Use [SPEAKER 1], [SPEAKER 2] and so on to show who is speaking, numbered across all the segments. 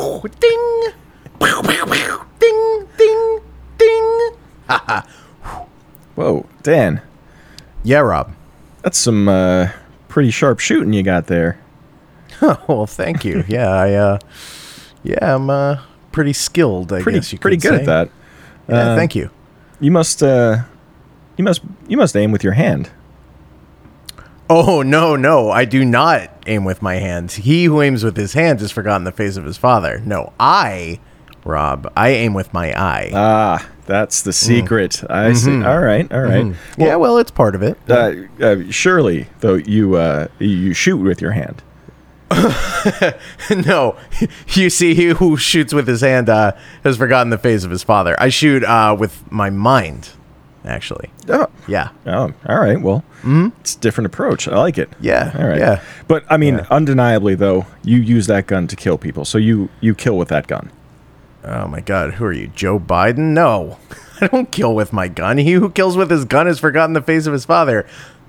[SPEAKER 1] ding, Pew, pew, pew. ding, ding, ding.
[SPEAKER 2] Whoa, Dan,
[SPEAKER 1] Yeah, Rob.
[SPEAKER 2] that's some uh, pretty sharp shooting you got there.
[SPEAKER 1] Oh, well, thank you. Yeah, I, uh, yeah, I'm uh, pretty skilled. I
[SPEAKER 2] Pretty
[SPEAKER 1] guess you
[SPEAKER 2] pretty
[SPEAKER 1] could
[SPEAKER 2] good
[SPEAKER 1] say.
[SPEAKER 2] at that.
[SPEAKER 1] Yeah, thank you.
[SPEAKER 2] You must uh, you must you must aim with your hand.
[SPEAKER 1] Oh no, no, I do not aim with my hands. He who aims with his hands has forgotten the face of his father. No, I, Rob, I aim with my eye.
[SPEAKER 2] Ah, that's
[SPEAKER 1] Mm.
[SPEAKER 2] the secret. I see.
[SPEAKER 1] Mm-hmm.
[SPEAKER 2] All right, all right.
[SPEAKER 1] yeah, well, it's part of it.
[SPEAKER 2] Uh, uh, surely, though, you uh, you shoot with your hand.
[SPEAKER 1] no, you see, he who shoots with his hand uh, has forgotten the face of his father. I shoot uh, with my mind, actually.
[SPEAKER 2] Oh,
[SPEAKER 1] Yeah.
[SPEAKER 2] Oh, all right. Well, it's a different approach. I like it.
[SPEAKER 1] Mm-hmm. Yeah,
[SPEAKER 2] All right.
[SPEAKER 1] yeah.
[SPEAKER 2] But I mean, undeniably though, you use that gun to kill people. So you you kill with that gun.
[SPEAKER 1] Oh my God, who are you, Joe Biden? No, I don't kill with my gun. He who kills with his gun has forgotten the face of his father.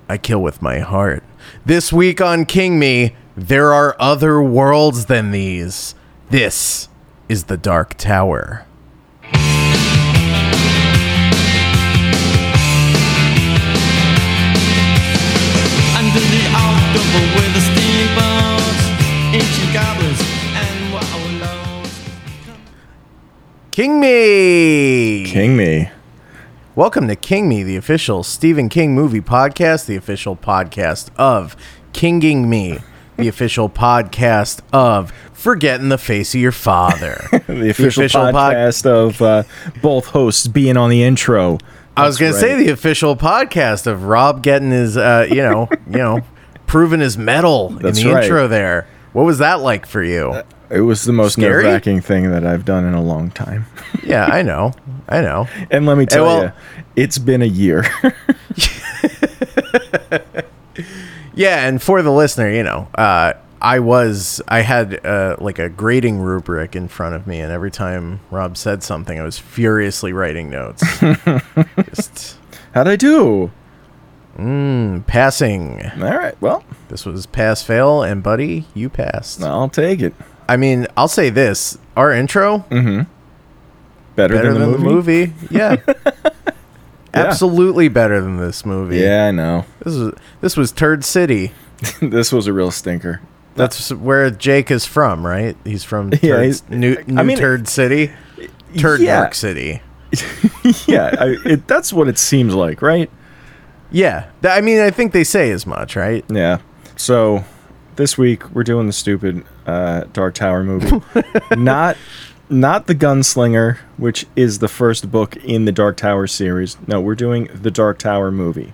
[SPEAKER 1] I kill with my heart. This week on King Me, there are other worlds than these. This is the Dark Tower.
[SPEAKER 3] Under the old double with the steamboats, ancient goblins and wallows.
[SPEAKER 1] King Me!
[SPEAKER 2] King me.
[SPEAKER 1] Welcome to King Me, the official Stephen King movie podcast, the official podcast of Kinging Me, the official podcast of Forgetting the Face of Your Father.
[SPEAKER 2] The official,
[SPEAKER 1] official pod-
[SPEAKER 2] podcast of uh, both hosts being on the intro.
[SPEAKER 1] I was going to say the official podcast of Rob getting his, uh, you know, you know, proving his metal
[SPEAKER 2] That's
[SPEAKER 1] in the
[SPEAKER 2] right. Uh,
[SPEAKER 1] intro there. What was that like for you?
[SPEAKER 2] It was the most
[SPEAKER 1] Scary?
[SPEAKER 2] nerve wracking thing that I've done in a long time.
[SPEAKER 1] yeah, I know, I know.
[SPEAKER 2] And let me tell
[SPEAKER 1] well-
[SPEAKER 2] you, it's been a year.
[SPEAKER 1] Yeah, and for the listener, you know, uh, I was I had uh, like a grading rubric in front of me, and every time Rob said something, I was furiously writing notes, just
[SPEAKER 2] How'd I do?
[SPEAKER 1] passing.
[SPEAKER 2] All right. Well,
[SPEAKER 1] This was pass fail, and buddy, you passed.
[SPEAKER 2] I'll take it.
[SPEAKER 1] I mean, I'll say this: our intro
[SPEAKER 2] Better,
[SPEAKER 1] better
[SPEAKER 2] than, the, movie?
[SPEAKER 1] Yeah. Absolutely better than this movie.
[SPEAKER 2] Yeah, I know.
[SPEAKER 1] This was this was Turd City.
[SPEAKER 2] this was a real stinker.
[SPEAKER 1] That's where Jake is from, right? He's from Turd,
[SPEAKER 2] Yeah, he's-
[SPEAKER 1] New, New
[SPEAKER 2] I mean-
[SPEAKER 1] Turd City, Turd
[SPEAKER 2] Yeah.
[SPEAKER 1] York City.
[SPEAKER 2] yeah, I, it, that's what it seems like, right?
[SPEAKER 1] Yeah, Th- I mean, I think they say as much, right?
[SPEAKER 2] Yeah. So this week we're doing the stupid uh, Dark Tower movie, not not the Gunslinger, which is the first book in the Dark Tower series. No, we're doing the Dark Tower movie.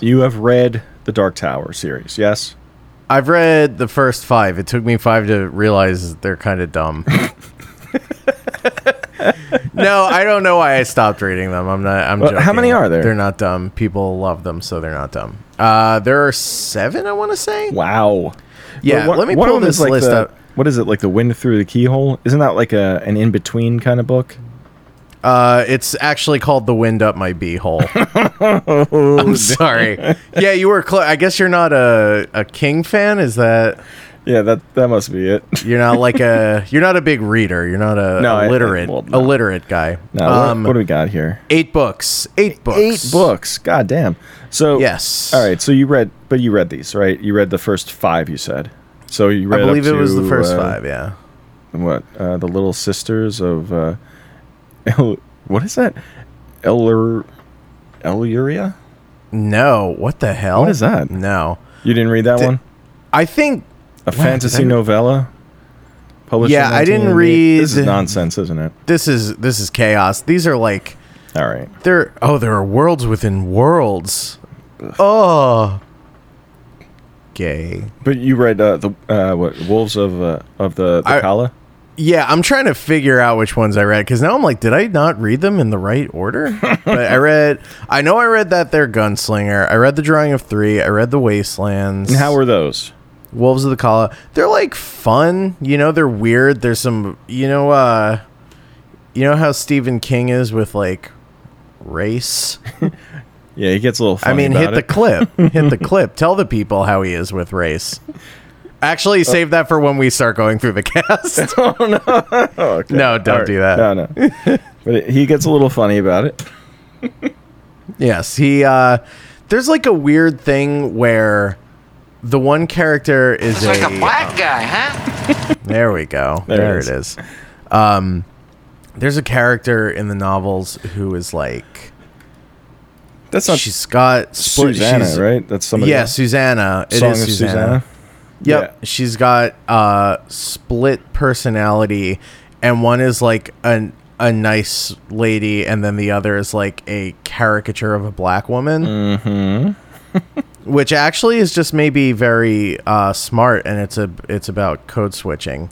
[SPEAKER 2] You have read the Dark Tower series, yes?
[SPEAKER 1] I've read the first five. It took me five to realize they're kind of dumb. no, I don't know why I stopped reading them. I'm not. I'm
[SPEAKER 2] Well,
[SPEAKER 1] joking.
[SPEAKER 2] how many are there?
[SPEAKER 1] They're not dumb. People love them, so they're not dumb. Uh, there are seven. I want to say.
[SPEAKER 2] Wow.
[SPEAKER 1] Yeah,
[SPEAKER 2] But one-
[SPEAKER 1] let me
[SPEAKER 2] one of
[SPEAKER 1] pull
[SPEAKER 2] them is
[SPEAKER 1] this list
[SPEAKER 2] the,
[SPEAKER 1] up.
[SPEAKER 2] What is it like? The wind through the keyhole? Isn't that like a an in between kind of book?
[SPEAKER 1] Uh, it's actually called "The Wind Up My Beehole."
[SPEAKER 2] Oh,
[SPEAKER 1] I'm sorry. Yeah, you were. Cl- I guess you're not a, a King fan. Is that
[SPEAKER 2] Yeah, that that must be it.
[SPEAKER 1] you're not like a you're not a big reader. You're not a
[SPEAKER 2] No, I-
[SPEAKER 1] illiterate
[SPEAKER 2] well, no.
[SPEAKER 1] illiterate guy.
[SPEAKER 2] Now, what-
[SPEAKER 1] um,
[SPEAKER 2] what do we got here?
[SPEAKER 1] eight books. Eight books.
[SPEAKER 2] eight books. God damn. So
[SPEAKER 1] Yes.
[SPEAKER 2] All right. So you read, but you read these, right? You read the first five. You said. So you read.
[SPEAKER 1] I
[SPEAKER 2] up
[SPEAKER 1] believe it was the
[SPEAKER 2] to,
[SPEAKER 1] first
[SPEAKER 2] uh,
[SPEAKER 1] five. Yeah.
[SPEAKER 2] What? Uh, the Little Sisters of. Uh, El- what is that? Eller. Eluria.
[SPEAKER 1] No. What the hell?
[SPEAKER 2] What is that?
[SPEAKER 1] No.
[SPEAKER 2] You didn't read that one.
[SPEAKER 1] I think.
[SPEAKER 2] A fantasy
[SPEAKER 1] did I-
[SPEAKER 2] novella. Published. in
[SPEAKER 1] Yeah, I didn't
[SPEAKER 2] 1988. This is
[SPEAKER 1] read-
[SPEAKER 2] nonsense, isn't it?
[SPEAKER 1] This is this is chaos. These are like
[SPEAKER 2] All right.
[SPEAKER 1] There, oh, there are worlds within worlds. Oh, gay.
[SPEAKER 2] But you read uh, the uh, what Wolves of uh, of the, the
[SPEAKER 1] I-
[SPEAKER 2] Kala?
[SPEAKER 1] Yeah, I'm trying to figure out which ones I read because now I'm like, did I not read them in the right order? but I read, I know I read that there Gunslinger. I read the Drawing of Three. I read the Wastelands.
[SPEAKER 2] And how were those?
[SPEAKER 1] Wolves of the Kala. They're like fun, you know. They're weird. There's some, you know, uh, you know how Stephen King is with like race.
[SPEAKER 2] Yeah, he gets a little.
[SPEAKER 1] I
[SPEAKER 2] Funny
[SPEAKER 1] mean,
[SPEAKER 2] about
[SPEAKER 1] hit the
[SPEAKER 2] it.
[SPEAKER 1] clip. hit the clip. Tell the people how he is with race.
[SPEAKER 2] Uh,
[SPEAKER 1] Actually, save that for when we start going through the cast.
[SPEAKER 2] Oh, okay.
[SPEAKER 1] No, don't
[SPEAKER 2] All right.
[SPEAKER 1] do that.
[SPEAKER 2] No, no. but it, he gets a little funny about it.
[SPEAKER 1] Yes, he uh there's like a weird thing where the one character is
[SPEAKER 4] It's like a black guy, huh?
[SPEAKER 1] There we go. There,
[SPEAKER 2] There it
[SPEAKER 1] it
[SPEAKER 2] is.
[SPEAKER 1] is. Um there's a character in the novels who is like
[SPEAKER 2] That's not
[SPEAKER 1] she's got split
[SPEAKER 2] Susanna,
[SPEAKER 1] she's,
[SPEAKER 2] right? That's somebody.
[SPEAKER 1] Yeah,
[SPEAKER 2] else.
[SPEAKER 1] Susanna. It is
[SPEAKER 2] Song of
[SPEAKER 1] Susanna.
[SPEAKER 2] Susanna.
[SPEAKER 1] Yep.
[SPEAKER 2] Yeah.
[SPEAKER 1] She's got uh split personality and one is like an a nice lady and then the other is like a caricature of a black woman.
[SPEAKER 2] Mm.
[SPEAKER 1] Mhm. which actually is just maybe very uh smart and it's a it's about code switching.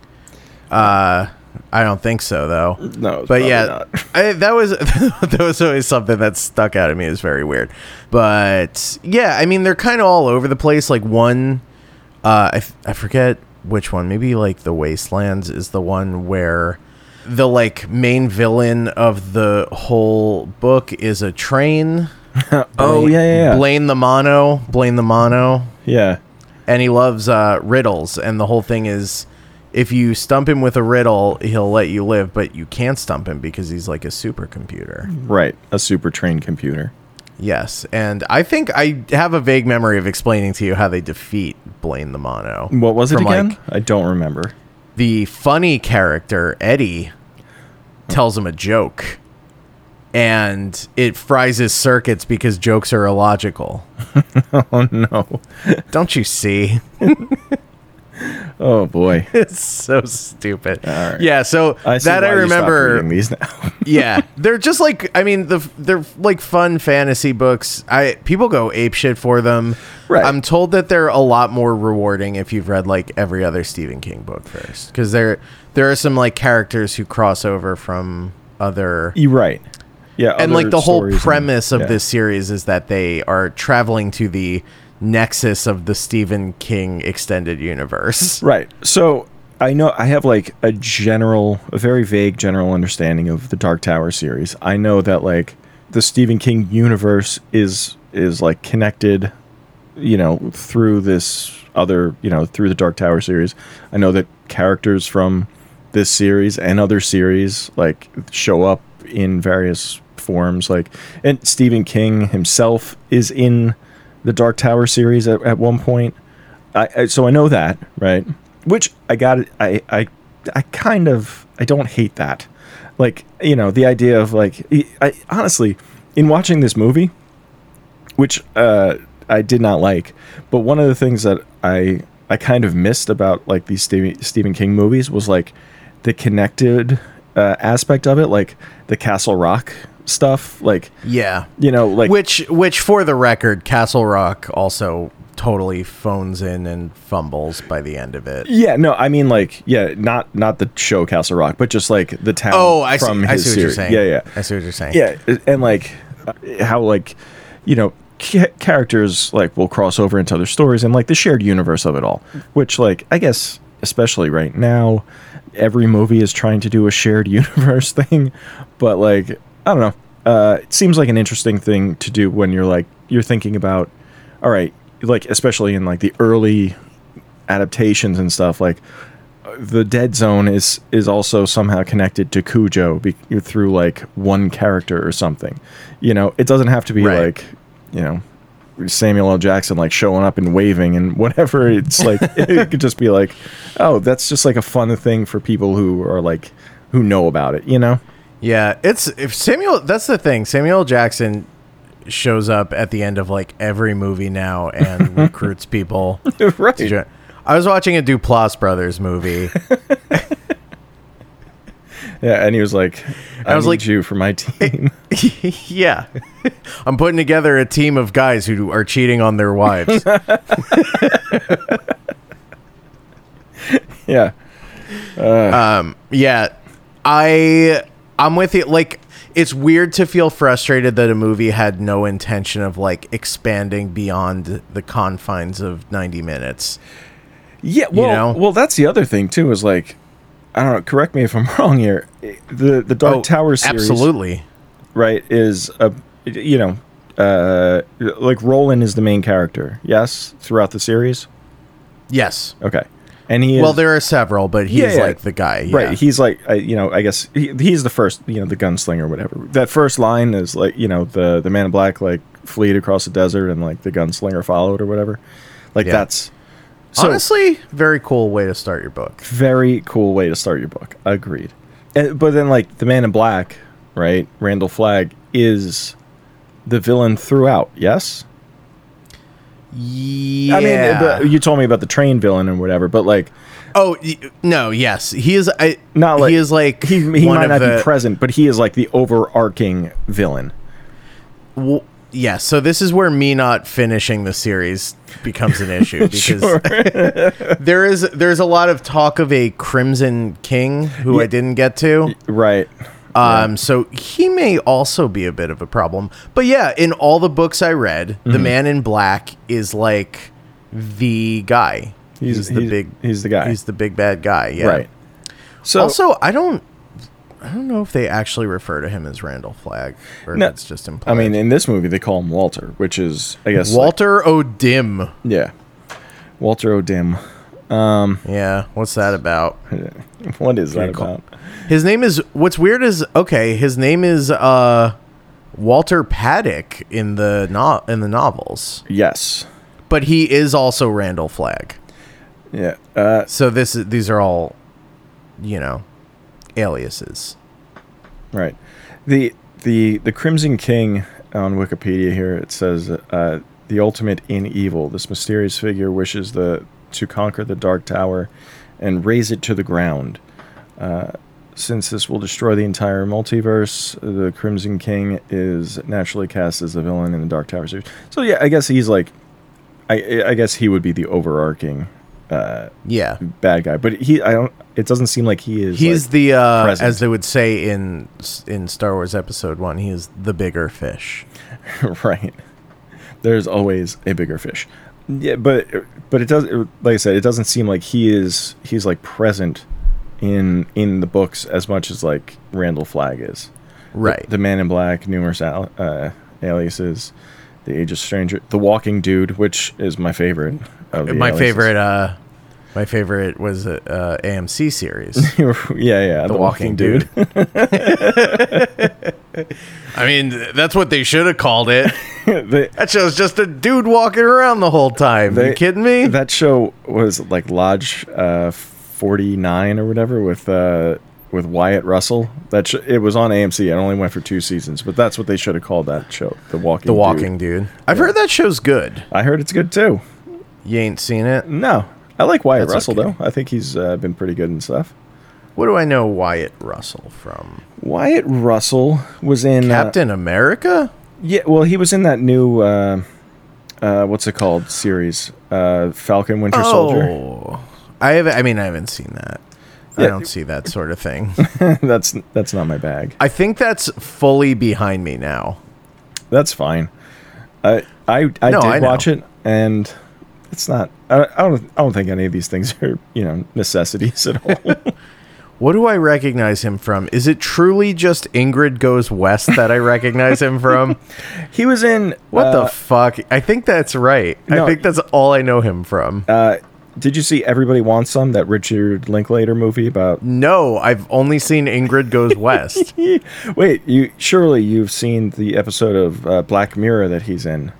[SPEAKER 1] Uh I don't think so though.
[SPEAKER 2] No,
[SPEAKER 1] But
[SPEAKER 2] it's probably
[SPEAKER 1] yeah,
[SPEAKER 2] not.
[SPEAKER 1] I, that was that was always something that stuck out at me. It's very weird, but yeah, I mean they're kind of all over the place. Like one, uh, I f- I forget which one. Maybe like the Wastelands is the one where the like main villain of the whole book is a train.
[SPEAKER 2] Oh yeah, yeah, yeah.
[SPEAKER 1] Blaine the Mono, Blaine the Mono,
[SPEAKER 2] yeah.
[SPEAKER 1] and he loves uh, riddles. And the whole thing is, if you stump him with a riddle, he'll let you live, but you can't stump him because he's like a supercomputer.
[SPEAKER 2] Right, a super trained computer.
[SPEAKER 1] Yes, and I think I have a vague memory of explaining to you how they defeat Blaine the Mono.
[SPEAKER 2] What was it
[SPEAKER 1] From,
[SPEAKER 2] again?
[SPEAKER 1] like,
[SPEAKER 2] I don't remember.
[SPEAKER 1] the funny character Eddie
[SPEAKER 2] Oh.
[SPEAKER 1] tells him a joke, and it fries his circuits because jokes are illogical.
[SPEAKER 2] Oh no.
[SPEAKER 1] Don't you see?
[SPEAKER 2] Oh boy.
[SPEAKER 1] It's so stupid.
[SPEAKER 2] right.
[SPEAKER 1] Yeah, so
[SPEAKER 2] I see
[SPEAKER 1] that I
[SPEAKER 2] why you stopped
[SPEAKER 1] remember.
[SPEAKER 2] reading these now.
[SPEAKER 1] yeah, they're just like I mean the they're like fun fantasy books. I people go ape shit for them.
[SPEAKER 2] Right.
[SPEAKER 1] I'm told that they're a lot more rewarding if you've read like every other Stephen King book first because there there are some like characters who cross over from other
[SPEAKER 2] You're right. Yeah,
[SPEAKER 1] and
[SPEAKER 2] other
[SPEAKER 1] like the whole
[SPEAKER 2] stories and-
[SPEAKER 1] premise of
[SPEAKER 2] yeah.
[SPEAKER 1] this series is that they are traveling to the nexus of the Stephen King extended universe.
[SPEAKER 2] Right. So I know I have like a general, a very vague general understanding of the Dark Tower series. I know that like the Stephen King universe is is like connected, you know, through this other, you know, through the Dark Tower series. I know that characters from this series and other series like show up in various forms like and Stephen King himself is in the Dark Tower series at, at one point. I, I so I know that, right? Which I got it. I I I kind of I don't hate that. Like you know the idea of like I, I honestly in watching this movie, which uh, I did not like, but one of the things that I I kind of missed about like these Stephen, Stephen King movies was like the connected uh, aspect of it, like the Castle Rock stuff, like
[SPEAKER 1] Yeah.
[SPEAKER 2] you know like
[SPEAKER 1] which which for the record castle rock also totally phones in and fumbles by the end of it
[SPEAKER 2] Yeah, no, I mean like yeah, not not the show Castle Rock, but just like the town.
[SPEAKER 1] oh i see,
[SPEAKER 2] from
[SPEAKER 1] I
[SPEAKER 2] his
[SPEAKER 1] see what you're
[SPEAKER 2] series.
[SPEAKER 1] saying
[SPEAKER 2] Yeah, yeah,
[SPEAKER 1] i see what you're saying
[SPEAKER 2] yeah, and like uh, how like you know ca- characters like will cross over into other stories and like the shared universe of it all, which like I guess especially right now, every movie is trying to do a shared universe thing, but like I don't know, uh, it seems like an interesting thing to do when you're like you're thinking about, all right, like especially in like the early adaptations and stuff like the dead zone is is also somehow connected to Cujo be, through like one character or something. You know, it doesn't have to be
[SPEAKER 1] Right.
[SPEAKER 2] like you know Samuel L. Jackson like showing up and waving and whatever. It's like it could just be like, oh, that's just like a fun thing for people who are like who know about it. You know,
[SPEAKER 1] yeah it's if samuel that's the thing samuel jackson shows up at the end of like every movie now and recruits people
[SPEAKER 2] right?
[SPEAKER 1] to join. i was watching a duplass brothers movie
[SPEAKER 2] Yeah, and he was like, I,
[SPEAKER 1] was
[SPEAKER 2] was need
[SPEAKER 1] like-
[SPEAKER 2] like you for my team.
[SPEAKER 1] yeah i'm putting together a team of guys who are cheating on their wives
[SPEAKER 2] yeah,
[SPEAKER 1] Yeah, I I'm with you. Like, it's weird to feel frustrated that a movie had no intention of like expanding beyond the confines of 90 minutes.
[SPEAKER 2] Yeah, well,
[SPEAKER 1] know?
[SPEAKER 2] well, that's the other thing too. Is like, I don't know. Correct me if I'm wrong here. The the Dark Tower series,
[SPEAKER 1] Oh, absolutely.
[SPEAKER 2] right? Is a you know, uh, like Roland is the main character. Yes, throughout the series.
[SPEAKER 1] Yes.
[SPEAKER 2] Okay, and he is,
[SPEAKER 1] Well, there are several, but he's
[SPEAKER 2] Yeah, yeah.
[SPEAKER 1] like the guy. Yeah.
[SPEAKER 2] right he's like I, you know i guess he, he's the first you know the gunslinger whatever that first line is like you know the the man in black like fleed across the desert and like the gunslinger followed or whatever like
[SPEAKER 1] Yeah.
[SPEAKER 2] that's so
[SPEAKER 1] Honestly, very cool way to start your book.
[SPEAKER 2] very cool way to start your book agreed And- but then like the man in black right randall flagg is the villain throughout yes
[SPEAKER 1] Yeah.
[SPEAKER 2] i mean but you told me about the train villain and whatever but like
[SPEAKER 1] oh y- no, yes, he is. I,
[SPEAKER 2] not like
[SPEAKER 1] he is like
[SPEAKER 2] he, he
[SPEAKER 1] one
[SPEAKER 2] might
[SPEAKER 1] of
[SPEAKER 2] not
[SPEAKER 1] the-
[SPEAKER 2] be present but he is like the overarching villain
[SPEAKER 1] w- yeah, so this is where me not finishing the series becomes an issue because there is there's a lot of talk of a Crimson King who I
[SPEAKER 2] Yeah.
[SPEAKER 1] didn't get to.
[SPEAKER 2] right
[SPEAKER 1] Um, so he may also be a bit of a problem. But yeah, in all the books I read,
[SPEAKER 2] Mm-hmm.
[SPEAKER 1] the man in black is like the guy.
[SPEAKER 2] He's-
[SPEAKER 1] the
[SPEAKER 2] he's-
[SPEAKER 1] big
[SPEAKER 2] he's the guy.
[SPEAKER 1] He's the big bad guy. Yeah.
[SPEAKER 2] Right. So
[SPEAKER 1] also, I don't I don't know if they actually refer to him as Randall Flagg or
[SPEAKER 2] No,
[SPEAKER 1] if it's just
[SPEAKER 2] I
[SPEAKER 1] implied.
[SPEAKER 2] mean, in this movie, they call him Walter, which is, I guess, like-
[SPEAKER 1] Walter O'Dim.
[SPEAKER 2] yeah, Walter O'Dim.
[SPEAKER 1] Yeah, what's that about?
[SPEAKER 2] What is that
[SPEAKER 1] Yeah, call-
[SPEAKER 2] about?
[SPEAKER 1] His name is what's weird is okay, his name is uh Walter Paddock in the no- in the novels.
[SPEAKER 2] Yes.
[SPEAKER 1] But he is also Randall Flagg.
[SPEAKER 2] Yeah. Uh,
[SPEAKER 1] So this is these are all, you know, aliases.
[SPEAKER 2] right. The the the Crimson King on Wikipedia here it says uh, the ultimate in evil. This mysterious figure wishes the to conquer the Dark Tower and raise it to the ground. Uh, Since this will destroy the entire multiverse, the Crimson King is naturally cast as the villain in the Dark Tower series. So yeah, I guess he's like, I, I guess he would be the overarching uh,
[SPEAKER 1] Yeah,
[SPEAKER 2] bad guy. But he, I don't. It doesn't seem like he is.
[SPEAKER 1] he's
[SPEAKER 2] like-
[SPEAKER 1] the uh,
[SPEAKER 2] present.
[SPEAKER 1] as they would say in in Star Wars Episode One. He is the bigger fish.
[SPEAKER 2] right. There's always a bigger fish. Yeah, but but it does. Like I said, it doesn't seem like he is. He's like present in in the books as much as like Randall Flagg is.
[SPEAKER 1] Right.
[SPEAKER 2] The Man in Black, numerous al- uh, aliases, The Age of Stranger, The Walking Dude, which is my favorite. Of the
[SPEAKER 1] my
[SPEAKER 2] aliases.
[SPEAKER 1] favorite. Uh, my favorite was uh, uh, AMC series.
[SPEAKER 2] yeah, yeah. The,
[SPEAKER 1] I mean, th- that's what they should have called it.
[SPEAKER 2] They-
[SPEAKER 1] That show's just a dude walking around the whole time.
[SPEAKER 2] They-
[SPEAKER 1] you kidding me?
[SPEAKER 2] That show was like Lodge uh, 49 or whatever with uh, with Wyatt Russell. That sh- it was on AMC. It only went for two seasons, but that's what they should have called that show, The Walking.
[SPEAKER 1] the
[SPEAKER 2] Dude.
[SPEAKER 1] Walking Dude. I've heard that show's good.
[SPEAKER 2] I heard it's good too.
[SPEAKER 1] You ain't seen it.
[SPEAKER 2] No, I like Wyatt
[SPEAKER 1] That's
[SPEAKER 2] Russell
[SPEAKER 1] okay.
[SPEAKER 2] though. I think he's uh, been pretty good and stuff.
[SPEAKER 1] What do I know Wyatt Russell from?
[SPEAKER 2] Wyatt Russell was in uh,
[SPEAKER 1] Captain America?
[SPEAKER 2] yeah, well, he was in that new. Uh, uh, what's it called? Series uh, Falcon
[SPEAKER 1] Oh.
[SPEAKER 2] Winter Soldier.
[SPEAKER 1] I have I mean I haven't seen that. I
[SPEAKER 2] Yeah.
[SPEAKER 1] don't see that sort of thing.
[SPEAKER 2] that's that's not my bag.
[SPEAKER 1] I think that's fully behind me now.
[SPEAKER 2] That's fine. I I, I
[SPEAKER 1] No,
[SPEAKER 2] did
[SPEAKER 1] I know.
[SPEAKER 2] watch it, and it's not. I, I don't. I don't think any of these things are you know necessities at all.
[SPEAKER 1] What do I recognize him from? Is it truly just Ingrid Goes West that I recognize him from?
[SPEAKER 2] he was in
[SPEAKER 1] What
[SPEAKER 2] uh,
[SPEAKER 1] the fuck? I think that's right. I
[SPEAKER 2] no,
[SPEAKER 1] think that's all I know him from.
[SPEAKER 2] uh, did you see Everybody Wants Some? That Richard Linklater movie about.
[SPEAKER 1] no, I've only seen Ingrid Goes West.
[SPEAKER 2] Wait, you surely you've seen the episode of uh, Black Mirror that he's in.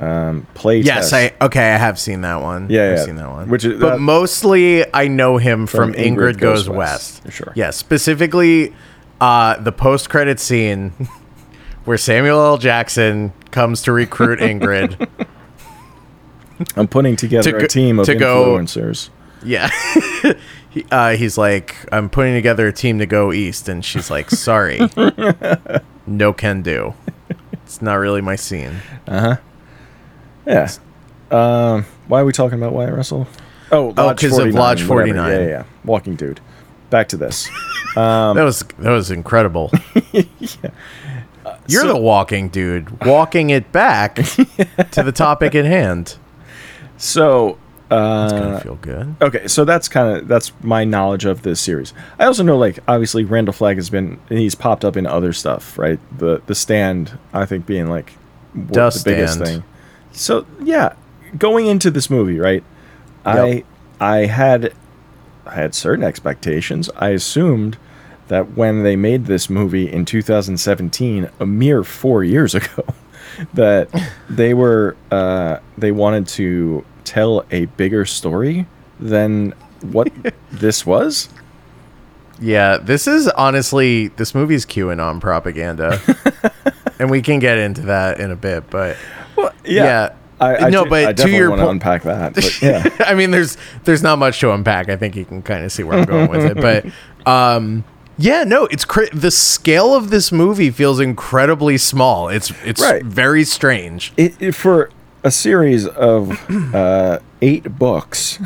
[SPEAKER 2] Um, play
[SPEAKER 1] yes,
[SPEAKER 2] Test.
[SPEAKER 1] I okay, I have seen that one.
[SPEAKER 2] Yeah,
[SPEAKER 1] I've
[SPEAKER 2] yeah.
[SPEAKER 1] seen that one.
[SPEAKER 2] Which is- uh,
[SPEAKER 1] but
[SPEAKER 2] that-
[SPEAKER 1] mostly I know him from, Ingrid, Goes, West.
[SPEAKER 2] Sure.
[SPEAKER 1] Yeah, specifically uh, the post credit scene where Samuel L. Jackson comes to recruit Ingrid.
[SPEAKER 2] I'm putting together
[SPEAKER 1] go-
[SPEAKER 2] a team of
[SPEAKER 1] to go-
[SPEAKER 2] influencers.
[SPEAKER 1] yeah. He- uh, he's like, I'm putting together a team to go east. And she's like, sorry. no can do. It's not really my scene.
[SPEAKER 2] Yeah. Um, why are we talking about Wyatt Russell? Oh, Lodge
[SPEAKER 1] 'cause of
[SPEAKER 2] 49,
[SPEAKER 1] Lodge
[SPEAKER 2] whatever.
[SPEAKER 1] 49.
[SPEAKER 2] Yeah, yeah, yeah. Walking dude. Back to this.
[SPEAKER 1] that was that was incredible. Uh, You're
[SPEAKER 2] so-
[SPEAKER 1] the walking dude, walking it back to the topic at hand.
[SPEAKER 2] So,
[SPEAKER 1] It's
[SPEAKER 2] uh,
[SPEAKER 1] gonna feel good.
[SPEAKER 2] okay, so that's kind of that's my knowledge of this series. I also know, like, obviously Randall Flagg has been he's popped up in other stuff, right? The the Stand, I think, being like what,
[SPEAKER 1] The
[SPEAKER 2] the biggest
[SPEAKER 1] Stand.
[SPEAKER 2] thing. So yeah, going into this movie, right? I I had I had certain expectations. I assumed that when they made this movie in 2017, a mere four years ago, that they were uh, they wanted to tell a bigger story than what this was.
[SPEAKER 1] Yeah, this is honestly this movie's QAnon propaganda, and we can get into that in a bit. But Yeah.
[SPEAKER 2] I, I
[SPEAKER 1] No,
[SPEAKER 2] do-
[SPEAKER 1] but
[SPEAKER 2] I
[SPEAKER 1] to
[SPEAKER 2] definitely
[SPEAKER 1] your
[SPEAKER 2] want to
[SPEAKER 1] po-
[SPEAKER 2] unpack that. But yeah,
[SPEAKER 1] I mean, there's there's not much to unpack. I think you can kind of see where I'm going with it. But um, yeah, no, it's cra- the scale of this movie feels incredibly small. It's it's
[SPEAKER 2] Right.
[SPEAKER 1] very strange.
[SPEAKER 2] it, it- for a series of uh, eight books,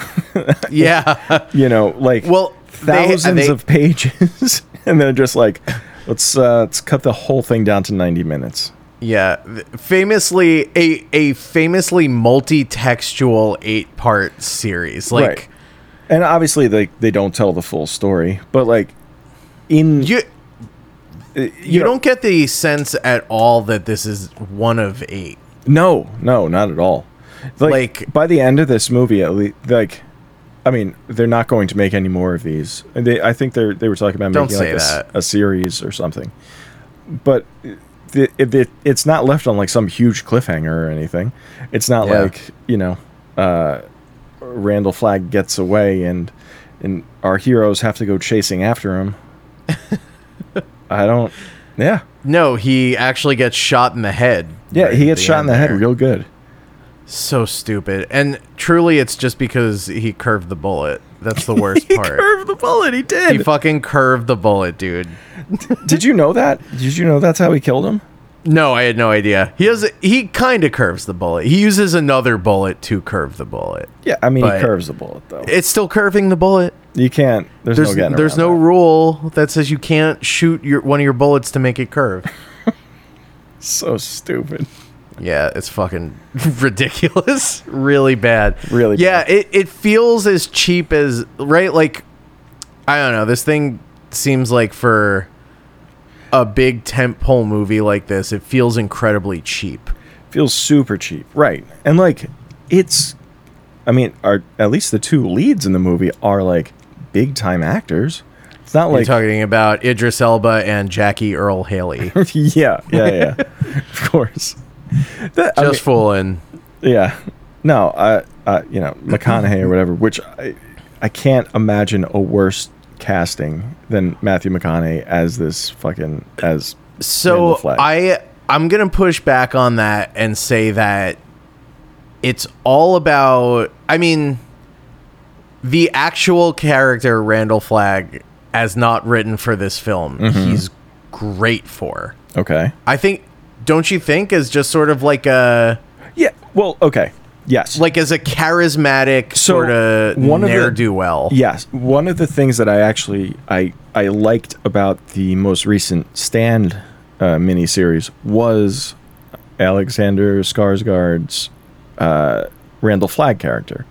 [SPEAKER 1] Yeah,
[SPEAKER 2] you know, like
[SPEAKER 1] Well, they-
[SPEAKER 2] thousands
[SPEAKER 1] they-
[SPEAKER 2] of pages, and they're just like, let's uh, let's cut the whole thing down to ninety minutes.
[SPEAKER 1] yeah. Th- Famously, a a famously multi-textual eight-part series. Like
[SPEAKER 2] right. And obviously, they they don't tell the full story, but like in
[SPEAKER 1] you.
[SPEAKER 2] you,
[SPEAKER 1] You
[SPEAKER 2] know-
[SPEAKER 1] don't get the sense at all that this is one of eight.
[SPEAKER 2] No, no, not at all. Like,
[SPEAKER 1] Like-
[SPEAKER 2] by the end of this movie, at least, like, I mean, they're not going to make any more of these. And They, I think they're they were talking about
[SPEAKER 1] Don't
[SPEAKER 2] making like
[SPEAKER 1] say
[SPEAKER 2] a, s-
[SPEAKER 1] that.
[SPEAKER 2] a series or something. But it, it, it, it's not left on like some huge cliffhanger or anything. It's not
[SPEAKER 1] Yeah.
[SPEAKER 2] like you know, uh, Randall Flagg gets away and and our heroes have to go chasing after him. I don't. Yeah,
[SPEAKER 1] No, he actually gets shot in the head.
[SPEAKER 2] yeah.
[SPEAKER 1] right
[SPEAKER 2] he
[SPEAKER 1] at
[SPEAKER 2] gets shot in
[SPEAKER 1] end
[SPEAKER 2] the head
[SPEAKER 1] there.
[SPEAKER 2] real good.
[SPEAKER 1] So stupid. And truly, it's just because he curved the bullet. That's the worst part.
[SPEAKER 2] Curved the bullet. He did.
[SPEAKER 1] He fucking curved the bullet, dude.
[SPEAKER 2] Did you know that? Did you know that's how he killed him?
[SPEAKER 1] No, I had no idea. He has. He kind of curves the bullet. He uses another bullet to curve the bullet.
[SPEAKER 2] Yeah, I mean,
[SPEAKER 1] But-
[SPEAKER 2] he curves the bullet though.
[SPEAKER 1] It's still curving the bullet.
[SPEAKER 2] you can't. There's,
[SPEAKER 1] There's
[SPEAKER 2] no
[SPEAKER 1] there's
[SPEAKER 2] getting
[SPEAKER 1] no,
[SPEAKER 2] around that.
[SPEAKER 1] rule that says you can't shoot your one of your bullets to make it curve.
[SPEAKER 2] So stupid.
[SPEAKER 1] Yeah, it's fucking ridiculous. really bad.
[SPEAKER 2] Really
[SPEAKER 1] Yeah, it, it feels as cheap as right, like I don't know, this thing seems like for a big tentpole movie like this, it feels incredibly cheap.
[SPEAKER 2] Feels super cheap, right? And like, it's. I mean, are at least the two leads in the movie are like big time actors. It's not
[SPEAKER 1] We're
[SPEAKER 2] like
[SPEAKER 1] talking about Idris Elba and Jackie Earl Haley. Just
[SPEAKER 2] yeah, yeah, yeah. of course. That- I mean-
[SPEAKER 1] fooling.
[SPEAKER 2] Yeah. No, I, I you know, McConaughey or whatever, which I, I can't imagine a worse casting than Matthew McConaughey as this fucking as Randall
[SPEAKER 1] So
[SPEAKER 2] Flagg.
[SPEAKER 1] I I'm gonna push back on that and say that it's all about I mean the actual character Randall Flagg as not written for this film
[SPEAKER 2] Mm-hmm.
[SPEAKER 1] he's great for.
[SPEAKER 2] Okay.
[SPEAKER 1] I think don't you think as just sort of like a
[SPEAKER 2] Yeah. Well, okay. Yes.
[SPEAKER 1] like as a charismatic
[SPEAKER 2] So,
[SPEAKER 1] sort of
[SPEAKER 2] one of the-
[SPEAKER 1] ne'er do well.
[SPEAKER 2] yes. One of the things that I actually I I liked about the most recent Stand uh, miniseries was Alexander Skarsgård's uh, Randall Flagg character.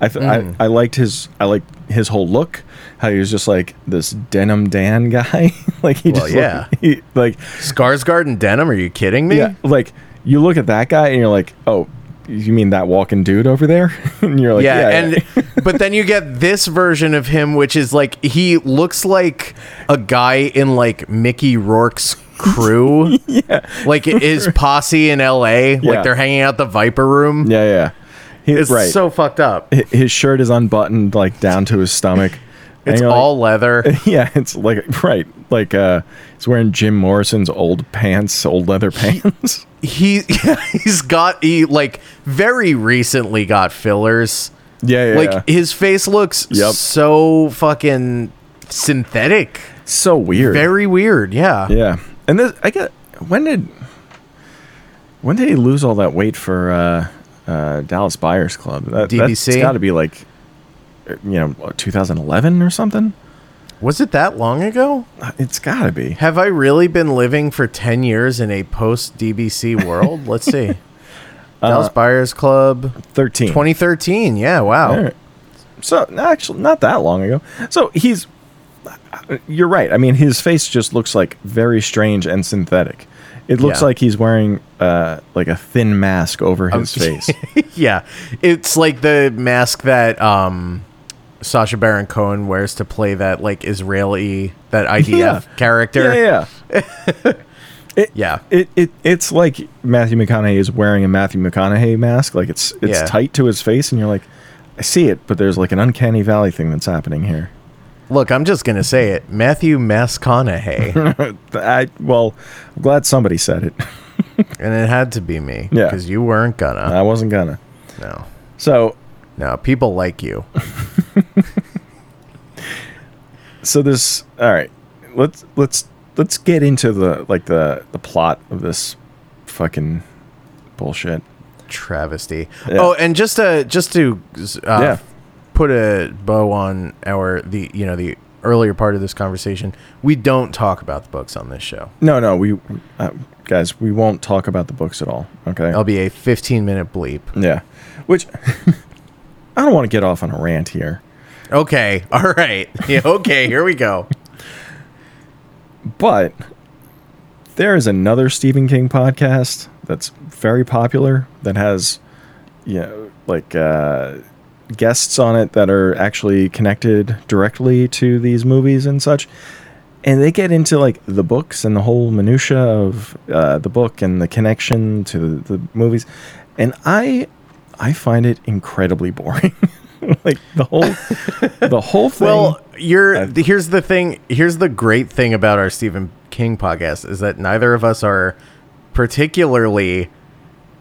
[SPEAKER 2] I, th-
[SPEAKER 1] Mm.
[SPEAKER 2] I I liked his I liked his whole look. How he was just like this denim Dan guy. like he
[SPEAKER 1] Well,
[SPEAKER 2] just
[SPEAKER 1] yeah.
[SPEAKER 2] looked, he, like
[SPEAKER 1] Skarsgård and Denham, are you kidding me?
[SPEAKER 2] yeah, like you look at that guy and you're like, oh, you mean that walking dude over there? and you're like,
[SPEAKER 1] yeah,
[SPEAKER 2] yeah,
[SPEAKER 1] and but then you get this version of him, which is like he looks like a guy in like Mickey Rourke's crew,
[SPEAKER 2] yeah.
[SPEAKER 1] like his posse in L.A.
[SPEAKER 2] Yeah.
[SPEAKER 1] Like they're hanging out the Viper Room.
[SPEAKER 2] Yeah, yeah. He,
[SPEAKER 1] It's
[SPEAKER 2] right.
[SPEAKER 1] so fucked up.
[SPEAKER 2] Hi- his shirt is unbuttoned like down to his stomach. And
[SPEAKER 1] It's
[SPEAKER 2] you're like-
[SPEAKER 1] all leather.
[SPEAKER 2] yeah, it's like right, like uh, he's wearing Jim Morrison's old pants, old leather pants.
[SPEAKER 1] He he's got he like very recently got fillers.
[SPEAKER 2] yeah, yeah.
[SPEAKER 1] Like
[SPEAKER 2] yeah.
[SPEAKER 1] his face looks
[SPEAKER 2] Yep.
[SPEAKER 1] so fucking synthetic.
[SPEAKER 2] It's so weird.
[SPEAKER 1] Very weird. Yeah.
[SPEAKER 2] yeah, and this I get. When did when did he lose all that weight for uh, uh, Dallas Buyers Club? That,
[SPEAKER 1] DBC?
[SPEAKER 2] It's got to be like you know 2011 or something.
[SPEAKER 1] Was it that long ago?
[SPEAKER 2] It's got to be.
[SPEAKER 1] Have I really been living for 10 years in a post DBC world? Let's see.
[SPEAKER 2] Uh,
[SPEAKER 1] Dallas Buyers Club
[SPEAKER 2] 13.
[SPEAKER 1] 2013. Yeah, wow.
[SPEAKER 2] All right. So no, actually, not that long ago. So he's. You're right. I mean, his face just looks like very strange and synthetic. It looks
[SPEAKER 1] Yeah.
[SPEAKER 2] like he's wearing uh, like a thin mask over his face.
[SPEAKER 1] yeah. It's like the mask that um Sasha Baron Cohen wears to play that like Israeli that IDF
[SPEAKER 2] Yeah.
[SPEAKER 1] character.
[SPEAKER 2] Yeah, yeah. It,
[SPEAKER 1] Yeah.
[SPEAKER 2] it, it it's like Matthew McConaughey is wearing a Matthew McConaughey mask. Like it's it's
[SPEAKER 1] Yeah.
[SPEAKER 2] tight to his face, and you're like, I see it, but there's like an uncanny valley thing that's happening here.
[SPEAKER 1] Look, I'm just gonna say it. Matthew Masconahay,
[SPEAKER 2] I well, I'm glad somebody said it.
[SPEAKER 1] and it had to be me.
[SPEAKER 2] Yeah. Uh,
[SPEAKER 1] because you weren't gonna.
[SPEAKER 2] I wasn't gonna.
[SPEAKER 1] No,
[SPEAKER 2] So
[SPEAKER 1] no, people like you.
[SPEAKER 2] so this all right. Let's let's let's get into the like the the plot of this fucking bullshit.
[SPEAKER 1] travesty.
[SPEAKER 2] Yeah.
[SPEAKER 1] Oh, and just to just to uh,
[SPEAKER 2] Yeah.
[SPEAKER 1] put a bow on our the you know the earlier part of this conversation, we don't talk about the books on this show.
[SPEAKER 2] No, no, we uh, guys, we won't talk about the books at all. Okay.
[SPEAKER 1] It'll be a 15 minute bleep.
[SPEAKER 2] Yeah. Which I don't want to get off on a rant here,
[SPEAKER 1] Okay, all right, yeah, okay, here we go.
[SPEAKER 2] but there is another Stephen King podcast that's very popular that has, you know, like uh, guests on it that are actually connected directly to these movies and such. And they get into like the books and the whole minutia of uh, the book and the connection to the, the movies, and I, I find it incredibly boring. like the whole, the whole thing.
[SPEAKER 1] Well, you're
[SPEAKER 2] I've-
[SPEAKER 1] here's the thing. Here's the great thing about our Stephen King podcast is that neither of us are particularly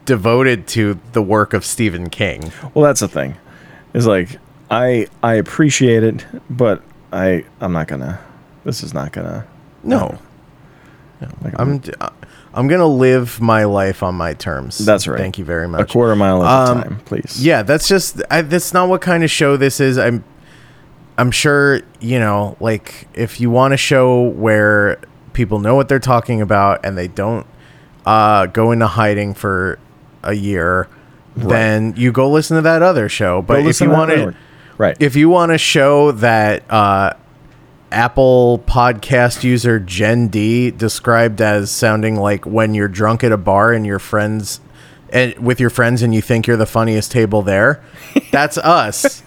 [SPEAKER 1] devoted to the work of Stephen King.
[SPEAKER 2] Well, that's the thing. Is like I I appreciate it, but I I'm not gonna. This is not gonna.
[SPEAKER 1] No,
[SPEAKER 2] Like,
[SPEAKER 1] I'm uh, I'm gonna live my life on my terms.
[SPEAKER 2] That's right.
[SPEAKER 1] Thank you very much.
[SPEAKER 2] a quarter mile at
[SPEAKER 1] Um,
[SPEAKER 2] a time, please.
[SPEAKER 1] Yeah, that's just I, that's not what kind of show this is. I'm I'm sure you know, like if you want a show where people know what they're talking about and they don't uh, go into hiding for a year, then you go listen to that other show.
[SPEAKER 2] Go
[SPEAKER 1] But if
[SPEAKER 2] listen
[SPEAKER 1] you
[SPEAKER 2] to that
[SPEAKER 1] want
[SPEAKER 2] later.
[SPEAKER 1] to,
[SPEAKER 2] right?
[SPEAKER 1] if you want to show that uh, Apple podcast user Gen D described as sounding like when you're drunk at a bar and your friends and with your friends and you think you're the funniest table there, that's us.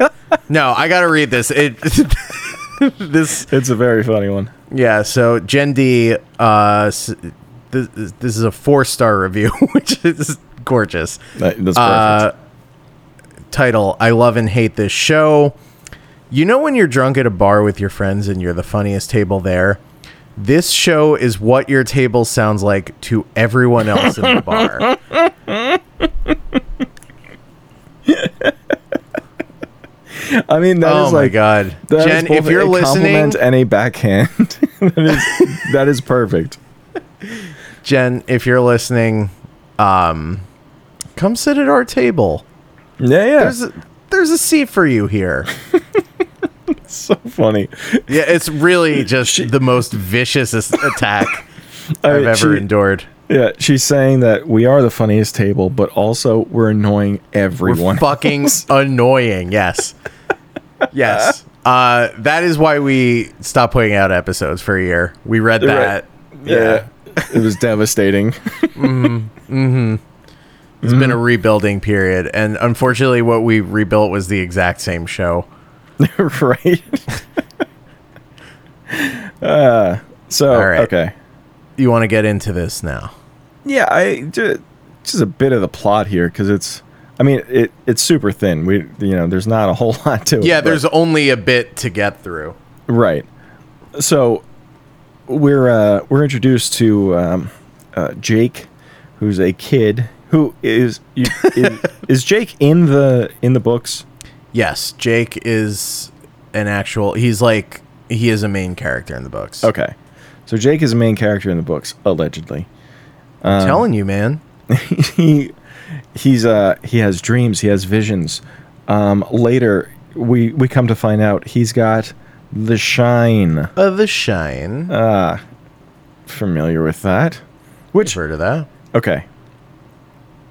[SPEAKER 1] no, I gotta read this. It this
[SPEAKER 2] it's a very funny one.
[SPEAKER 1] yeah. So Gen D, uh, s- this, this is a four star review, which is gorgeous
[SPEAKER 2] That- that's perfect.
[SPEAKER 1] Uh, title I love and hate this show. You know when you're drunk at a bar with your friends and you're the funniest table there? This show is what your table sounds like to everyone else in the bar.
[SPEAKER 2] I mean, that is
[SPEAKER 1] oh my
[SPEAKER 2] like
[SPEAKER 1] god.
[SPEAKER 2] that is
[SPEAKER 1] Jen,
[SPEAKER 2] both
[SPEAKER 1] if you're
[SPEAKER 2] a
[SPEAKER 1] listening,
[SPEAKER 2] compliment and a backhand. that is that is perfect.
[SPEAKER 1] Jen, if you're listening, um come sit at our table.
[SPEAKER 2] Yeah, yeah.
[SPEAKER 1] There's a, there's a seat for you here.
[SPEAKER 2] so funny.
[SPEAKER 1] Yeah, it's really just the most vicious as- attack I've ever
[SPEAKER 2] she,
[SPEAKER 1] endured.
[SPEAKER 2] yeah, she's saying that we are the funniest table, but also we're annoying everyone.
[SPEAKER 1] fucking annoying. Yes. Yes. Uh, that is why we stopped putting out episodes for a year. We read that.
[SPEAKER 2] yeah. it was devastating.
[SPEAKER 1] It's been a
[SPEAKER 2] Mm-hmm.
[SPEAKER 1] rebuilding period. And unfortunately, what we rebuilt was the exact same show.
[SPEAKER 2] right. uh, so
[SPEAKER 1] All right.
[SPEAKER 2] okay,
[SPEAKER 1] You want to get into this now?
[SPEAKER 2] yeah, I ju- just a bit of the plot here because it's, I mean, it it's super thin. We you know, there's not a whole lot to it.
[SPEAKER 1] Yeah,
[SPEAKER 2] but-
[SPEAKER 1] there's only a bit to get through.
[SPEAKER 2] right. So we're uh, we're introduced to um, uh, Jake, who's a kid who is you, is, is Jake in the in the books?
[SPEAKER 1] Yes, Jake is an actual. He's like he is a main character in the books.
[SPEAKER 2] Okay, so Jake is a main character in the books allegedly.
[SPEAKER 1] I'm telling you, man.
[SPEAKER 2] he he's uh he has dreams he has visions um later we we come to find out he's got the shine
[SPEAKER 1] Uh, the Shine.
[SPEAKER 2] Uh, familiar with that which
[SPEAKER 1] Heard of that?
[SPEAKER 2] okay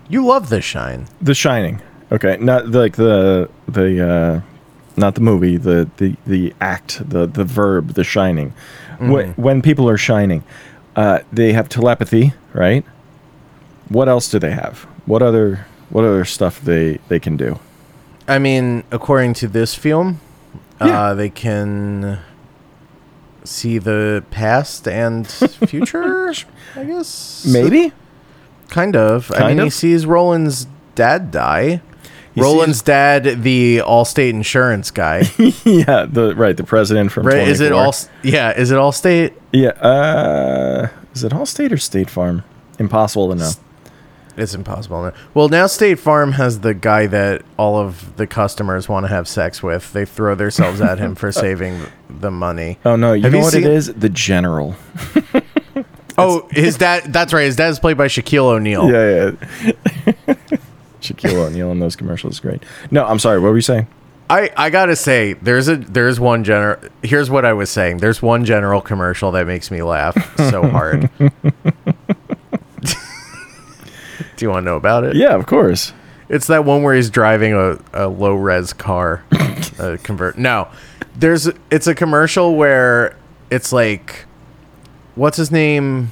[SPEAKER 1] You love The Shine.
[SPEAKER 2] the shining okay not the- like the the uh not the movie the the the act the the verb the shining when, when people are shining uh they have telepathy right what else do they have what other what other stuff they they can do
[SPEAKER 1] I mean, according to this film, Uh, they can see the past and future. I guess
[SPEAKER 2] Maybe
[SPEAKER 1] kind of. I
[SPEAKER 2] Kind
[SPEAKER 1] mean, he
[SPEAKER 2] of?
[SPEAKER 1] sees Roland's dad die.
[SPEAKER 2] He
[SPEAKER 1] Roland's
[SPEAKER 2] sees-
[SPEAKER 1] dad, the Allstate insurance guy,
[SPEAKER 2] yeah, the right, the president from
[SPEAKER 1] right? Is it
[SPEAKER 2] 24.
[SPEAKER 1] all? Yeah, is it Allstate?
[SPEAKER 2] Yeah, uh, is it all state or State Farm? Impossible to know.
[SPEAKER 1] It's impossible. Well, now State Farm has the guy that all of the customers want to have sex with. They throw themselves at him for saving the money.
[SPEAKER 2] Oh no, you
[SPEAKER 1] Have
[SPEAKER 2] know
[SPEAKER 1] you
[SPEAKER 2] what
[SPEAKER 1] seen-
[SPEAKER 2] it is? The general.
[SPEAKER 1] Oh, his dad. That's right. His dad is played by Shaquille O'Neal.
[SPEAKER 2] Yeah, yeah. Shaquille O'Neal in those commercials is great. No, I'm sorry. What were you saying?
[SPEAKER 1] I, I gotta say, there's a there's one general. Here's what I was saying. There's one general commercial that makes me laugh so hard. Do you want to know about it?
[SPEAKER 2] Yeah, of course.
[SPEAKER 1] It's that one where he's driving a, a low res car. uh, convert. No, there's it's a commercial where it's like, what's his name,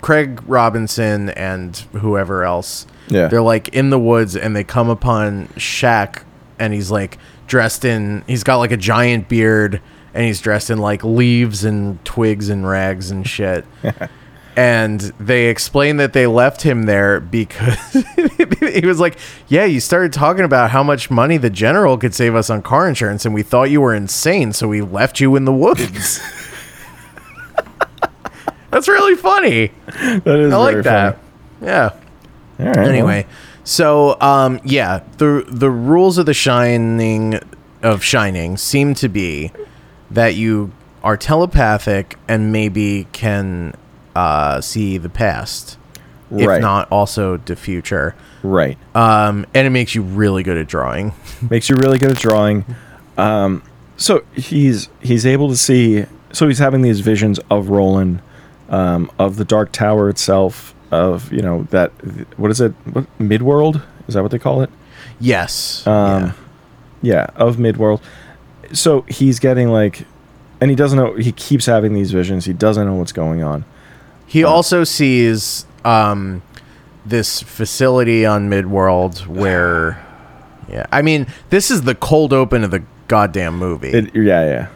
[SPEAKER 1] Craig Robinson and whoever else.
[SPEAKER 2] Yeah.
[SPEAKER 1] they're like in the woods and they come upon Shaq and he's like dressed in. He's got like a giant beard and he's dressed in like leaves and twigs and rags and shit. and they explained that they left him there because he was like, "Yeah, you started talking about how much money the general could save us on car insurance, and we thought you were insane, so we left you in the woods." That's really funny.
[SPEAKER 2] That is
[SPEAKER 1] I
[SPEAKER 2] very
[SPEAKER 1] like that.
[SPEAKER 2] funny. Uh-huh.
[SPEAKER 1] Yeah.
[SPEAKER 2] All right. well,
[SPEAKER 1] Anyway, so um, yeah, the the rules of the shining of shining seem to be that you are telepathic and maybe can uh, see the past,
[SPEAKER 2] Right.
[SPEAKER 1] if not also the future.
[SPEAKER 2] right.
[SPEAKER 1] Um, and it makes you really good at drawing.
[SPEAKER 2] makes you really good at drawing. Um, so he's he's able to see. So he's having these visions of Roland, um, of the Dark Tower itself, of you know that what is it? What Midworld? Is that what they call it?
[SPEAKER 1] yes.
[SPEAKER 2] Um, yeah. of Midworld. So he's getting like, and he doesn't know. He keeps having these visions. He doesn't know what's going on.
[SPEAKER 1] He also sees um, this facility on Midworld where, yeah, I mean, this is the cold open of the goddamn movie.
[SPEAKER 2] It, yeah, yeah.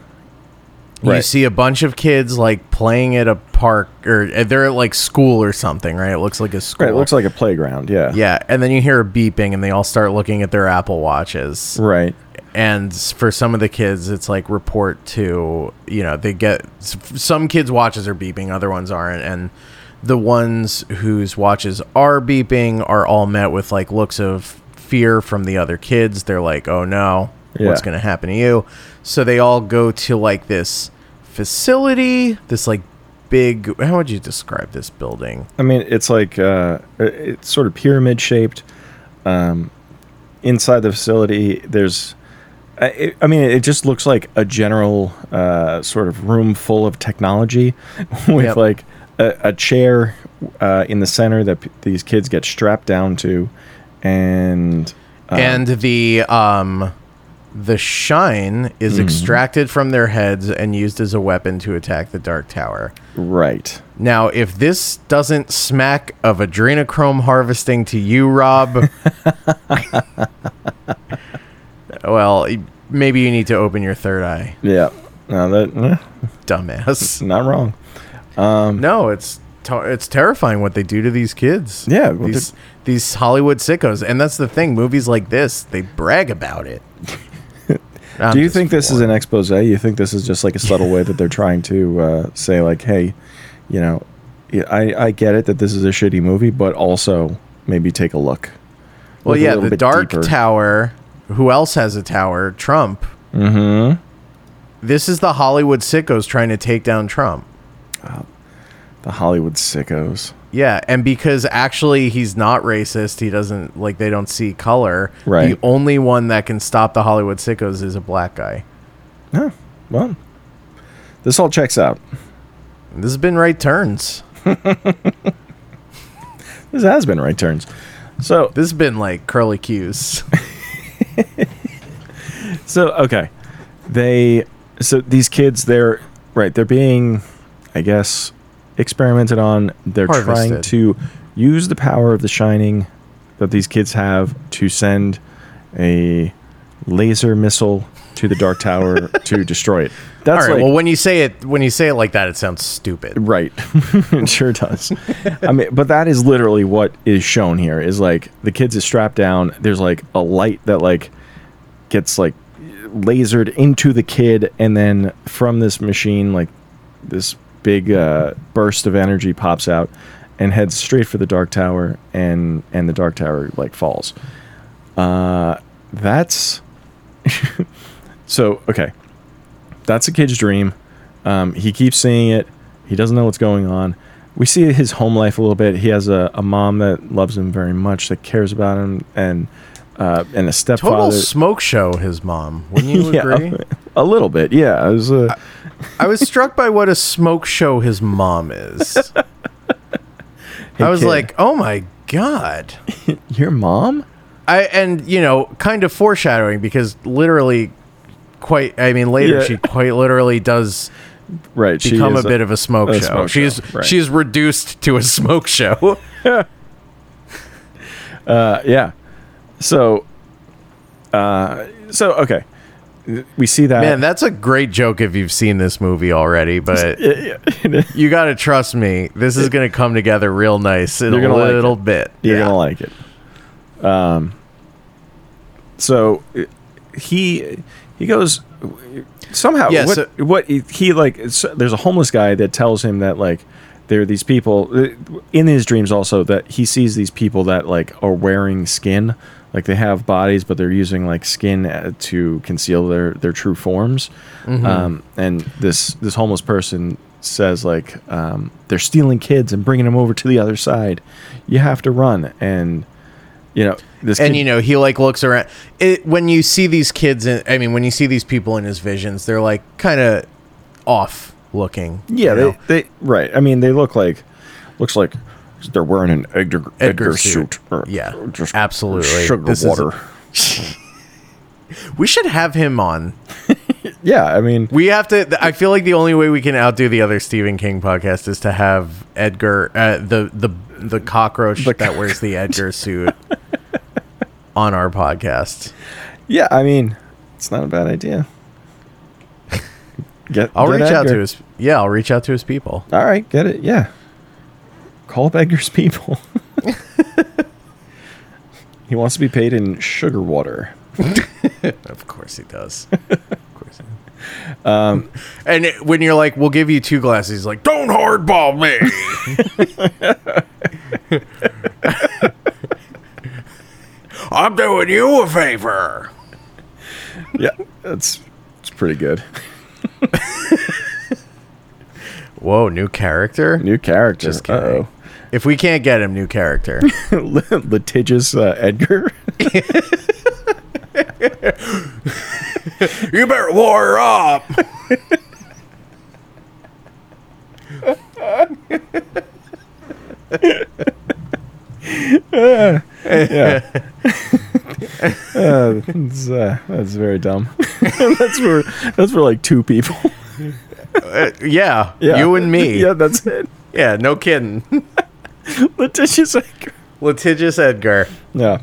[SPEAKER 1] You see a bunch of kids like playing at a park or uh, they're at like school or something, right? It looks like a school.
[SPEAKER 2] Right, it looks like a playground. Yeah.
[SPEAKER 1] yeah, and then you hear a beeping and they all start looking at their Apple Watches.
[SPEAKER 2] Right.
[SPEAKER 1] And s- for some of the kids, it's like report to, you know, they get s- some kids' watches are beeping, other ones aren't. And the ones whose watches are beeping are all met with like looks of fear from the other kids. They're like, oh no, what's
[SPEAKER 2] Yeah.
[SPEAKER 1] going to happen to you? So they all go to like this facility, this like big, how would you describe this building?
[SPEAKER 2] I mean, it's like uh, it- it's sort of pyramid shaped. Um, inside the facility, there's. I, it- I mean, it just looks like a general uh, sort of room full of technology, with
[SPEAKER 1] Yep.
[SPEAKER 2] like a, a chair uh, in the center that p- these kids get strapped down to, and
[SPEAKER 1] and the um the shine is
[SPEAKER 2] Mm-hmm.
[SPEAKER 1] extracted from their heads and used as a weapon to attack the dark tower.
[SPEAKER 2] right.
[SPEAKER 1] Now, if this doesn't smack of adrenochrome harvesting to you, Rob, well, maybe you need to open your third eye,
[SPEAKER 2] Yeah. No, that eh,
[SPEAKER 1] dumbass.
[SPEAKER 2] not wrong. Mm.
[SPEAKER 1] No, it's to- it's terrifying what they do to these kids.
[SPEAKER 2] Yeah, well,
[SPEAKER 1] these these Hollywood sickos, and that's the thing. Movies like this, they brag about it. I'm
[SPEAKER 2] Do you
[SPEAKER 1] just
[SPEAKER 2] think this is
[SPEAKER 1] bored.
[SPEAKER 2] an expose? You think this is just like a subtle way that they're trying to uh, say, like, hey, you know, yeah, I, I get it that this is a shitty movie, but also maybe take a look.
[SPEAKER 1] Well,
[SPEAKER 2] Look a
[SPEAKER 1] yeah,
[SPEAKER 2] little
[SPEAKER 1] the
[SPEAKER 2] bit
[SPEAKER 1] Dark
[SPEAKER 2] deeper.
[SPEAKER 1] Tower. Who else has a tower? Trump. Mm-hmm. This is the Hollywood sickos trying to take down Trump.
[SPEAKER 2] The Hollywood sickos.
[SPEAKER 1] Yeah, and because actually he's not racist, he doesn't like they don't see color.
[SPEAKER 2] Right.
[SPEAKER 1] The only one that can stop the Hollywood sickos is a black guy.
[SPEAKER 2] No, well, this all checks out.
[SPEAKER 1] This has been right turns.
[SPEAKER 2] This has been right turns. So,
[SPEAKER 1] This has been like curly cues.
[SPEAKER 2] so okay, they, so these kids, they're right, they're being, I guess, experimented on. They're trying
[SPEAKER 1] Harvested.
[SPEAKER 2] to use the power of the shining that these kids have to send a laser missile to the Dark Tower to destroy it.
[SPEAKER 1] All
[SPEAKER 2] That's
[SPEAKER 1] right.
[SPEAKER 2] like,
[SPEAKER 1] well, when you say it, when you say it like that, it sounds stupid.
[SPEAKER 2] Right. it sure does. I mean, but that is literally what is shown here is like the kids is strapped down. There's like a light that like gets like lasered into the kid and then from this machine like this big uh, burst of energy pops out and heads straight for the dark tower and and the dark tower like falls. Uh that's so okay. That's a kid's dream. Um, he keeps seeing it. He doesn't know what's going on. We see his home life a little bit. He has a, a mom that loves him very much, that cares about him, and uh, and
[SPEAKER 1] Total
[SPEAKER 2] a stepfather.
[SPEAKER 1] smoke show. His mom. Wouldn't you agree?
[SPEAKER 2] a little bit. Yeah, it was, uh,
[SPEAKER 1] I was struck by what a smoke show his mom is. I was
[SPEAKER 2] kid.
[SPEAKER 1] like, oh my god.
[SPEAKER 2] your mom.
[SPEAKER 1] I and you know, kind of foreshadowing because literally, quite. I mean, later
[SPEAKER 2] Yeah.
[SPEAKER 1] she quite literally does
[SPEAKER 2] Right, she
[SPEAKER 1] become a
[SPEAKER 2] is
[SPEAKER 1] bit of a smoke
[SPEAKER 2] a
[SPEAKER 1] show.
[SPEAKER 2] smoke
[SPEAKER 1] she's
[SPEAKER 2] show, right.
[SPEAKER 1] she's reduced to a smoke show.
[SPEAKER 2] Uh, yeah. So, uh, so okay, we see that.
[SPEAKER 1] Man, that's a great joke if you've seen this movie already, but
[SPEAKER 2] Yeah, yeah.
[SPEAKER 1] you got to trust me. This is going to come together real nice in
[SPEAKER 2] You're
[SPEAKER 1] a
[SPEAKER 2] gonna like
[SPEAKER 1] little
[SPEAKER 2] it.
[SPEAKER 1] bit.
[SPEAKER 2] You're
[SPEAKER 1] Yeah.
[SPEAKER 2] gonna like it. Um. So i- he he goes somehow.
[SPEAKER 1] Yeah,
[SPEAKER 2] what,
[SPEAKER 1] so-
[SPEAKER 2] what he- he like? it's- There's a homeless guy that tells him that like there are these people uh, in his dreams also that he sees these people that like are wearing skin. Like they have bodies, but they're using like skin uh, to conceal their their true forms.
[SPEAKER 1] Mm-hmm.
[SPEAKER 2] Um, and this this homeless person says like um, they're stealing kids and bringing them over to the other side. You have to run, and you know this.
[SPEAKER 1] and
[SPEAKER 2] kid-
[SPEAKER 1] you know he like looks around it when you see these kids in, i mean when you see these people in his visions they're like kind of off looking
[SPEAKER 2] Yeah,
[SPEAKER 1] you know?
[SPEAKER 2] they, they right. I mean, they look like looks like they're wearing an Edgar Edgar,
[SPEAKER 1] Edgar
[SPEAKER 2] suit.
[SPEAKER 1] suit.
[SPEAKER 2] or-
[SPEAKER 1] Yeah,
[SPEAKER 2] or just
[SPEAKER 1] absolutely.
[SPEAKER 2] Sugar
[SPEAKER 1] This is-
[SPEAKER 2] water.
[SPEAKER 1] we should have him on
[SPEAKER 2] yeah, I mean,
[SPEAKER 1] we have to th- i feel like the only way we can outdo the other stephen king podcast is to have edgar uh, the the the cockroach that wears the edgar suit on our podcast
[SPEAKER 2] yeah, I mean, it's not a bad idea. Get
[SPEAKER 1] i'll
[SPEAKER 2] get
[SPEAKER 1] reach out
[SPEAKER 2] Edgar.
[SPEAKER 1] to his yeah i'll reach out to his people
[SPEAKER 2] All right, get it. Yeah, call up Edgar's people. he wants to be paid in sugar water.
[SPEAKER 1] Of course he does. of course. He does. Um, and it- when you're like, "We'll give you two glasses," he's like, "Don't hardball me." I'm doing you a favor.
[SPEAKER 2] Yeah, that's it's pretty good.
[SPEAKER 1] Whoa, new character.
[SPEAKER 2] New character.
[SPEAKER 1] Just kidding. If we can't get him, new character.
[SPEAKER 2] Uh-oh. Litigious uh, Edgar.
[SPEAKER 1] you better war up.
[SPEAKER 2] yeah. uh, it's, uh, that's very dumb. that's for that's for like two people.
[SPEAKER 1] Yeah,
[SPEAKER 2] Yeah.
[SPEAKER 1] you and me.
[SPEAKER 2] yeah, that's it.
[SPEAKER 1] Yeah, no kidding.
[SPEAKER 2] Letitia's like,
[SPEAKER 1] Litigious Edgar.
[SPEAKER 2] yeah,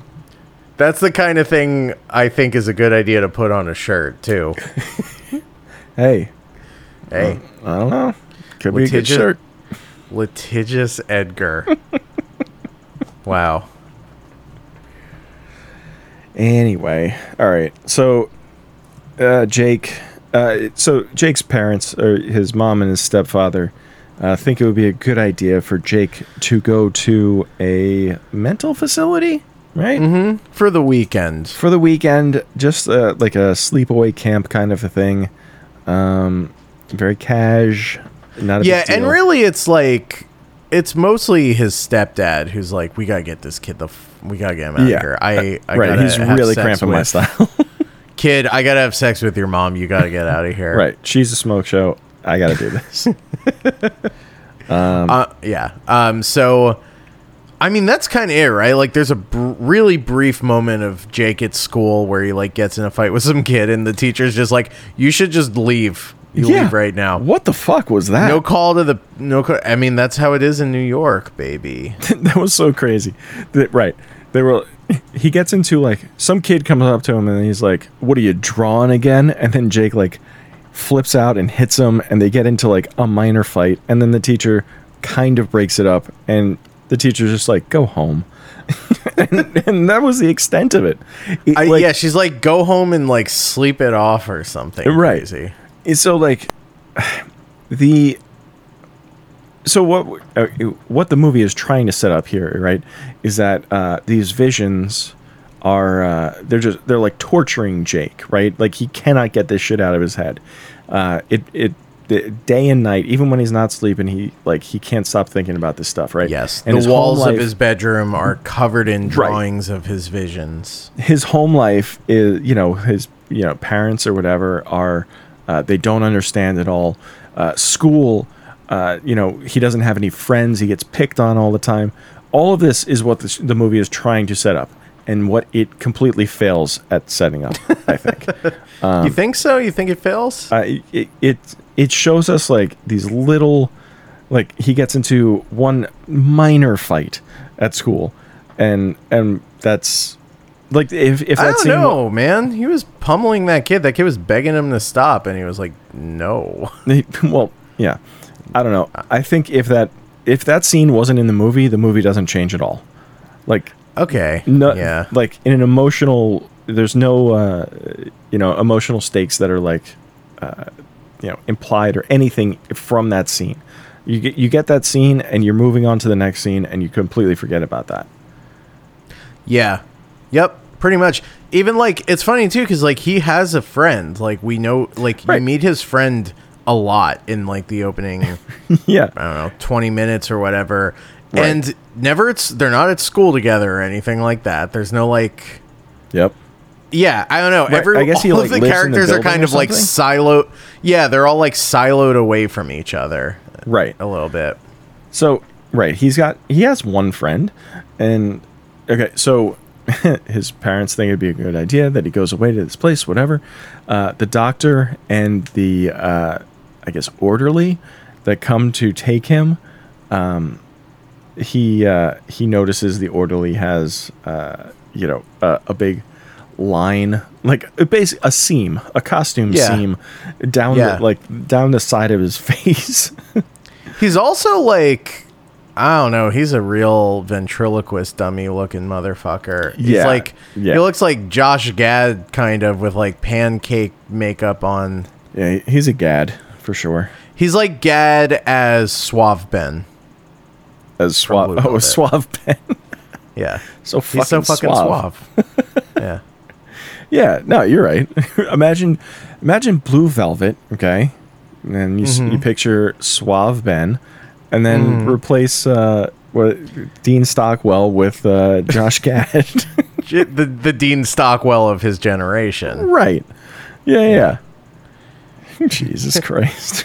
[SPEAKER 1] That's the kind of thing I think is a good idea to put on a shirt too.
[SPEAKER 2] hey,
[SPEAKER 1] Hey.
[SPEAKER 2] I don't know. Could be a good
[SPEAKER 1] Litigious-
[SPEAKER 2] shirt.
[SPEAKER 1] Litigious Edgar. wow.
[SPEAKER 2] Anyway, all right. So, uh, Jake. Uh, so Jake's parents, or his mom and his stepfather, uh, think it would be a good idea for Jake to go to a mental facility, right?
[SPEAKER 1] For the weekend.
[SPEAKER 2] for the weekend, just uh, like a sleepaway camp kind of a thing. Um, very cash. Not a
[SPEAKER 1] Yeah,
[SPEAKER 2] big
[SPEAKER 1] and
[SPEAKER 2] deal.
[SPEAKER 1] really it's like it's mostly his stepdad who's like, We gotta get this kid the f- we gotta get him out
[SPEAKER 2] yeah,
[SPEAKER 1] of here. I, I
[SPEAKER 2] right.
[SPEAKER 1] gotta
[SPEAKER 2] He's
[SPEAKER 1] have
[SPEAKER 2] really
[SPEAKER 1] sex
[SPEAKER 2] cramping
[SPEAKER 1] with,
[SPEAKER 2] my style.
[SPEAKER 1] Kid, I gotta have sex with your mom, you gotta get out of here.
[SPEAKER 2] right, she's a smoke show. I gotta do this.
[SPEAKER 1] Uh, yeah. Um, so, I mean, that's kind of it, right? Like, there's a br- really brief moment of Jake at school where he like gets in a fight with some kid, and the teacher's just like, "You should just leave. You leave right now.
[SPEAKER 2] What the fuck was that?
[SPEAKER 1] No call to the no. Call, I mean, that's how it is in New York, baby.
[SPEAKER 2] that was so crazy. That- right, they were. he gets into like some kid comes up to him and he's like, "What are you drawing again?" And then Jake like flips out and hits him, and they get into like a minor fight, and then the teacher kind of breaks it up, and the teacher's just like, "Go home," and, and that was the extent of it. It,
[SPEAKER 1] I,
[SPEAKER 2] like,
[SPEAKER 1] yeah, she's like, go home and like sleep it off or something.
[SPEAKER 2] Right.
[SPEAKER 1] Crazy.
[SPEAKER 2] it's so like the so what uh, what the movie is trying to set up here right is that uh, these visions are uh, they're just they're like torturing Jake right like he cannot get this shit out of his head uh, it it the day and night even when he's not sleeping he like he can't stop thinking about this stuff right
[SPEAKER 1] Yes.
[SPEAKER 2] and his
[SPEAKER 1] the
[SPEAKER 2] home
[SPEAKER 1] walls of
[SPEAKER 2] life-
[SPEAKER 1] his bedroom are covered in drawings of his visions.
[SPEAKER 2] his home life is you know his you know parents or whatever are uh, they don't understand at all uh, school uh, you know he doesn't have any friends he gets picked on all the time all of this is what this, the movie is trying to set up and what it completely fails at setting up i think Uh-huh.
[SPEAKER 1] you think so? You think it fails?
[SPEAKER 2] uh, it, it it shows us like these little like he gets into one minor fight at school and and that's like if if
[SPEAKER 1] I
[SPEAKER 2] that
[SPEAKER 1] don't
[SPEAKER 2] scene
[SPEAKER 1] know, man. He was pummeling that kid. That kid was begging him to stop, and he was like, "No."
[SPEAKER 2] They- well, yeah. I don't know. I think if that if that scene wasn't in the movie, the movie doesn't change at all. Like
[SPEAKER 1] Okay.
[SPEAKER 2] no,
[SPEAKER 1] Yeah.
[SPEAKER 2] Like in an emotional, there's no uh, you know emotional stakes that are like uh, you know implied or anything from that scene. You get you get that scene and you're moving on to the next scene and you completely forget about that.
[SPEAKER 1] Yeah. Yep. Pretty much. Even like it's funny too because like he has a friend. Like we know. Like
[SPEAKER 2] Right.
[SPEAKER 1] you meet his friend a lot in like the opening.
[SPEAKER 2] yeah.
[SPEAKER 1] I don't know, twenty minutes or whatever.
[SPEAKER 2] Right.
[SPEAKER 1] And never it's they're not at school together or anything like that. There's no like
[SPEAKER 2] Yep.
[SPEAKER 1] Yeah, I don't know. Every,
[SPEAKER 2] I guess he,
[SPEAKER 1] all
[SPEAKER 2] like,
[SPEAKER 1] of the
[SPEAKER 2] lives in the
[SPEAKER 1] characters are
[SPEAKER 2] building
[SPEAKER 1] kind
[SPEAKER 2] or
[SPEAKER 1] of like
[SPEAKER 2] something?
[SPEAKER 1] siloed. Yeah, they're all like siloed away from each other
[SPEAKER 2] Right.
[SPEAKER 1] a little bit.
[SPEAKER 2] So right, he's got he has one friend, and okay, so his parents think it'd be a good idea that he goes away to this place, whatever. Uh, the doctor and the uh, I guess orderly that come to take him, um, he uh, he notices the orderly has uh, you know a, a big line like a basic a seam a costume
[SPEAKER 1] Yeah.
[SPEAKER 2] seam down
[SPEAKER 1] Yeah.
[SPEAKER 2] the, like down the side of his face
[SPEAKER 1] He's also like, I don't know. He's a real ventriloquist dummy looking motherfucker. He's
[SPEAKER 2] Yeah,
[SPEAKER 1] like,
[SPEAKER 2] yeah.
[SPEAKER 1] he looks like Josh Gad kind of with like pancake makeup on.
[SPEAKER 2] Yeah, he- he's a gad for sure.
[SPEAKER 1] He's like Gad as Suave Ben.
[SPEAKER 2] As
[SPEAKER 1] Blue
[SPEAKER 2] suave, oh, a
[SPEAKER 1] Velvet.
[SPEAKER 2] suave pen.
[SPEAKER 1] Yeah,
[SPEAKER 2] So fucking,
[SPEAKER 1] he's so fucking
[SPEAKER 2] suave.
[SPEAKER 1] suave. yeah,
[SPEAKER 2] Yeah, no, you're right. imagine, imagine blue velvet. Okay, and you, s you picture suave Ben, and then replace uh, what, Dean Stockwell with uh, Josh Gad.
[SPEAKER 1] J- the the Dean Stockwell of his generation.
[SPEAKER 2] right. Yeah, yeah. Jesus Christ.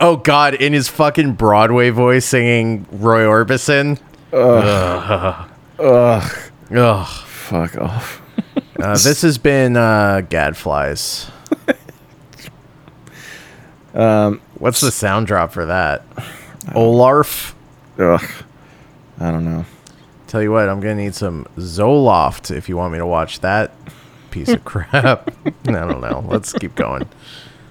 [SPEAKER 1] Oh God! In his fucking Broadway voice, singing Roy Orbison. Ugh. Ugh. Ugh.
[SPEAKER 2] Fuck off.
[SPEAKER 1] Uh, this has been uh, Gadflies. um, What's the sound drop for that? Olarf.
[SPEAKER 2] Ugh. I don't know.
[SPEAKER 1] Tell you what, I'm gonna need some Zoloft if you want me to watch that piece of crap. I don't know. Let's keep going.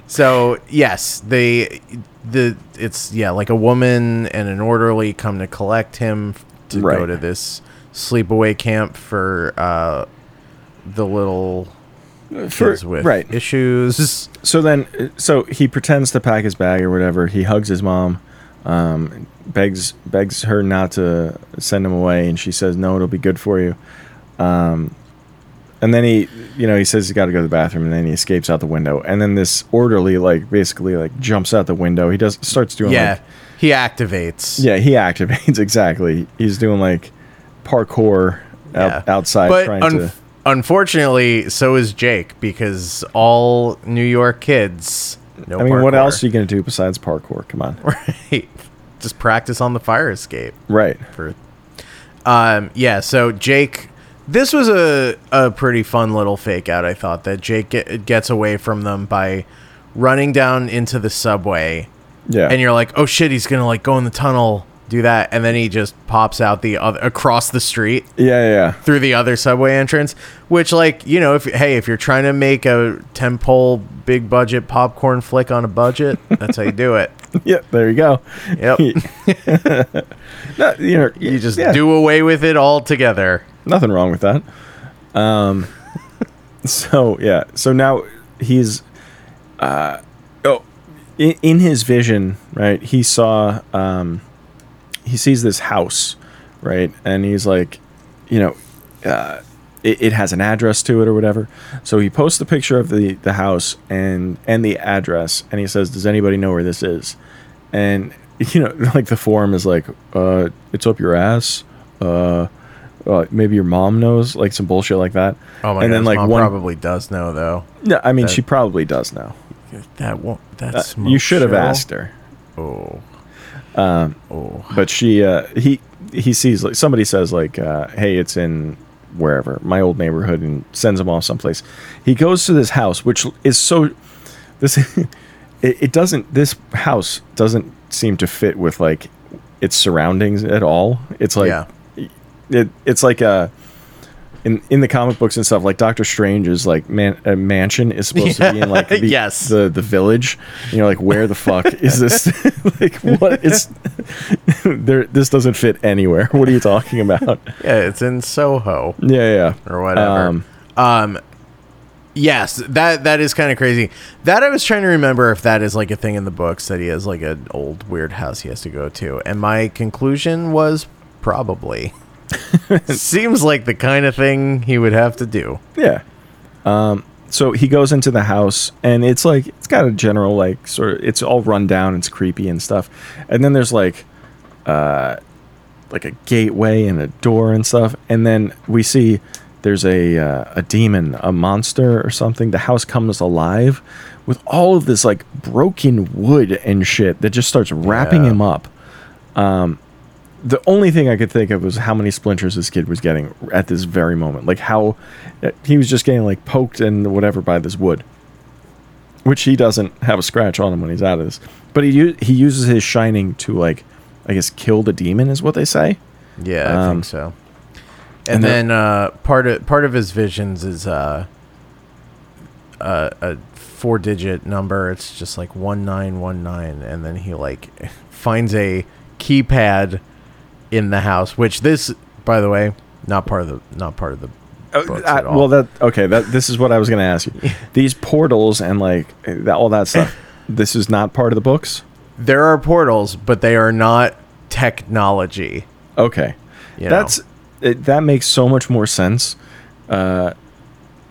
[SPEAKER 1] So yes, they the it's yeah like a woman and an orderly come to collect him f- to go
[SPEAKER 2] Right.
[SPEAKER 1] to this sleepaway camp for uh, the little kids with
[SPEAKER 2] right.
[SPEAKER 1] issues.
[SPEAKER 2] So then, uh, so he pretends to pack his bag or whatever. He hugs his mom, um, begs begs her not to send him away, and she says, "No, it'll be good for you." Um, and then he, you know, he says he's got to go to the bathroom, and then he escapes out the window. And then this orderly, like, basically, like, jumps out the window. He does starts doing,
[SPEAKER 1] Yeah,
[SPEAKER 2] like,
[SPEAKER 1] he activates.
[SPEAKER 2] yeah, he activates exactly. He's doing like parkour out, outside,
[SPEAKER 1] But
[SPEAKER 2] trying
[SPEAKER 1] un-
[SPEAKER 2] to.
[SPEAKER 1] unfortunately, so is Jake because all New York kids. No
[SPEAKER 2] I mean, what
[SPEAKER 1] parkour.
[SPEAKER 2] else are you gonna do besides parkour? Come on,
[SPEAKER 1] Right. Just practice on the fire escape.
[SPEAKER 2] right?
[SPEAKER 1] For, um, yeah. So Jake, this was a a pretty fun little fake out. I thought that Jake get, gets away from them by running down into the subway,
[SPEAKER 2] Yeah,
[SPEAKER 1] and you're like, oh shit, he's gonna like go in the tunnel. do that, and then he just pops out the other across the street
[SPEAKER 2] Yeah, yeah, yeah.
[SPEAKER 1] through the other subway entrance. Which, like, you know, if hey, if you're trying to make a ten pole big budget popcorn flick on a budget, that's how you do it.
[SPEAKER 2] Yep, there you go.
[SPEAKER 1] Yep,
[SPEAKER 2] No, you know,
[SPEAKER 1] you just
[SPEAKER 2] yeah,
[SPEAKER 1] do away with it altogether.
[SPEAKER 2] nothing wrong with that. Um, so yeah, so now he's, uh, oh, in, in his vision, right? He saw, um, he sees this house, right, and he's like, you know, uh, it, it has an address to it or whatever. So he posts the picture of the the house and and the address, and he says, "Does anybody know where this is?" And you know, like the forum is like, uh, "It's up your ass." Uh, uh, maybe your mom knows, like some bullshit like that.
[SPEAKER 1] Oh my
[SPEAKER 2] and
[SPEAKER 1] god,
[SPEAKER 2] then like
[SPEAKER 1] mom
[SPEAKER 2] one,
[SPEAKER 1] probably does know though.
[SPEAKER 2] no, I mean
[SPEAKER 1] that-
[SPEAKER 2] she probably does know.
[SPEAKER 1] That won't. That
[SPEAKER 2] Uh,
[SPEAKER 1] smoke
[SPEAKER 2] you should have
[SPEAKER 1] show.
[SPEAKER 2] asked her,
[SPEAKER 1] Oh, oh,
[SPEAKER 2] but she, uh, he, he sees like somebody says like, uh, "Hey, it's in wherever my old neighborhood," and sends him off someplace. He goes to this house, which is so this. it, it doesn't. This house doesn't seem to fit with like its surroundings at all. It's like
[SPEAKER 1] yeah.
[SPEAKER 2] it, it's like a in in the comic books and stuff like Doctor Strange is like man a mansion is supposed to be in like the,
[SPEAKER 1] Yes.
[SPEAKER 2] the the village and you're like where the fuck is this like what it's there this doesn't fit anywhere what are you talking about
[SPEAKER 1] Yeah, it's in Soho
[SPEAKER 2] yeah yeah
[SPEAKER 1] or whatever. Um,
[SPEAKER 2] Um,
[SPEAKER 1] yes, that that is kind of crazy. That I was trying to remember if that is like a thing in the books that he has like an old weird house he has to go to, and my conclusion was probably. Seems like the kind of thing he would have to do.
[SPEAKER 2] Yeah. Um, so he goes into the house, and it's like it's got a general like sort of it's all run down, it's creepy and stuff. And then there's like, uh, like a gateway and a door and stuff. And then we see there's a uh, a demon, a monster or something. The house comes alive with all of this like broken wood and shit that just starts wrapping
[SPEAKER 1] Yeah.
[SPEAKER 2] him up. Um, the only thing I could think of was how many splinters this kid was getting at this very moment. Like how uh, he was just getting like poked and whatever by this wood, which he doesn't have a scratch on him when he's out of this. But he u- he uses his shining to like, I guess, kill the demon is what they say.
[SPEAKER 1] Yeah, I
[SPEAKER 2] Um,
[SPEAKER 1] think so. And,
[SPEAKER 2] and the-
[SPEAKER 1] then uh, part of part of his visions is uh, a, a four digit number. It's just like one nine one nine, and then he like finds a keypad in the house. Which this, by the way, not part of the not part of the books
[SPEAKER 2] Uh,
[SPEAKER 1] at all.
[SPEAKER 2] well, that okay. That this is what I was going to ask you. These portals and like that, all that stuff. this is not part of the books.
[SPEAKER 1] there are portals, but they are not technology.
[SPEAKER 2] Okay,
[SPEAKER 1] You
[SPEAKER 2] that's it, that makes so much more sense. Uh,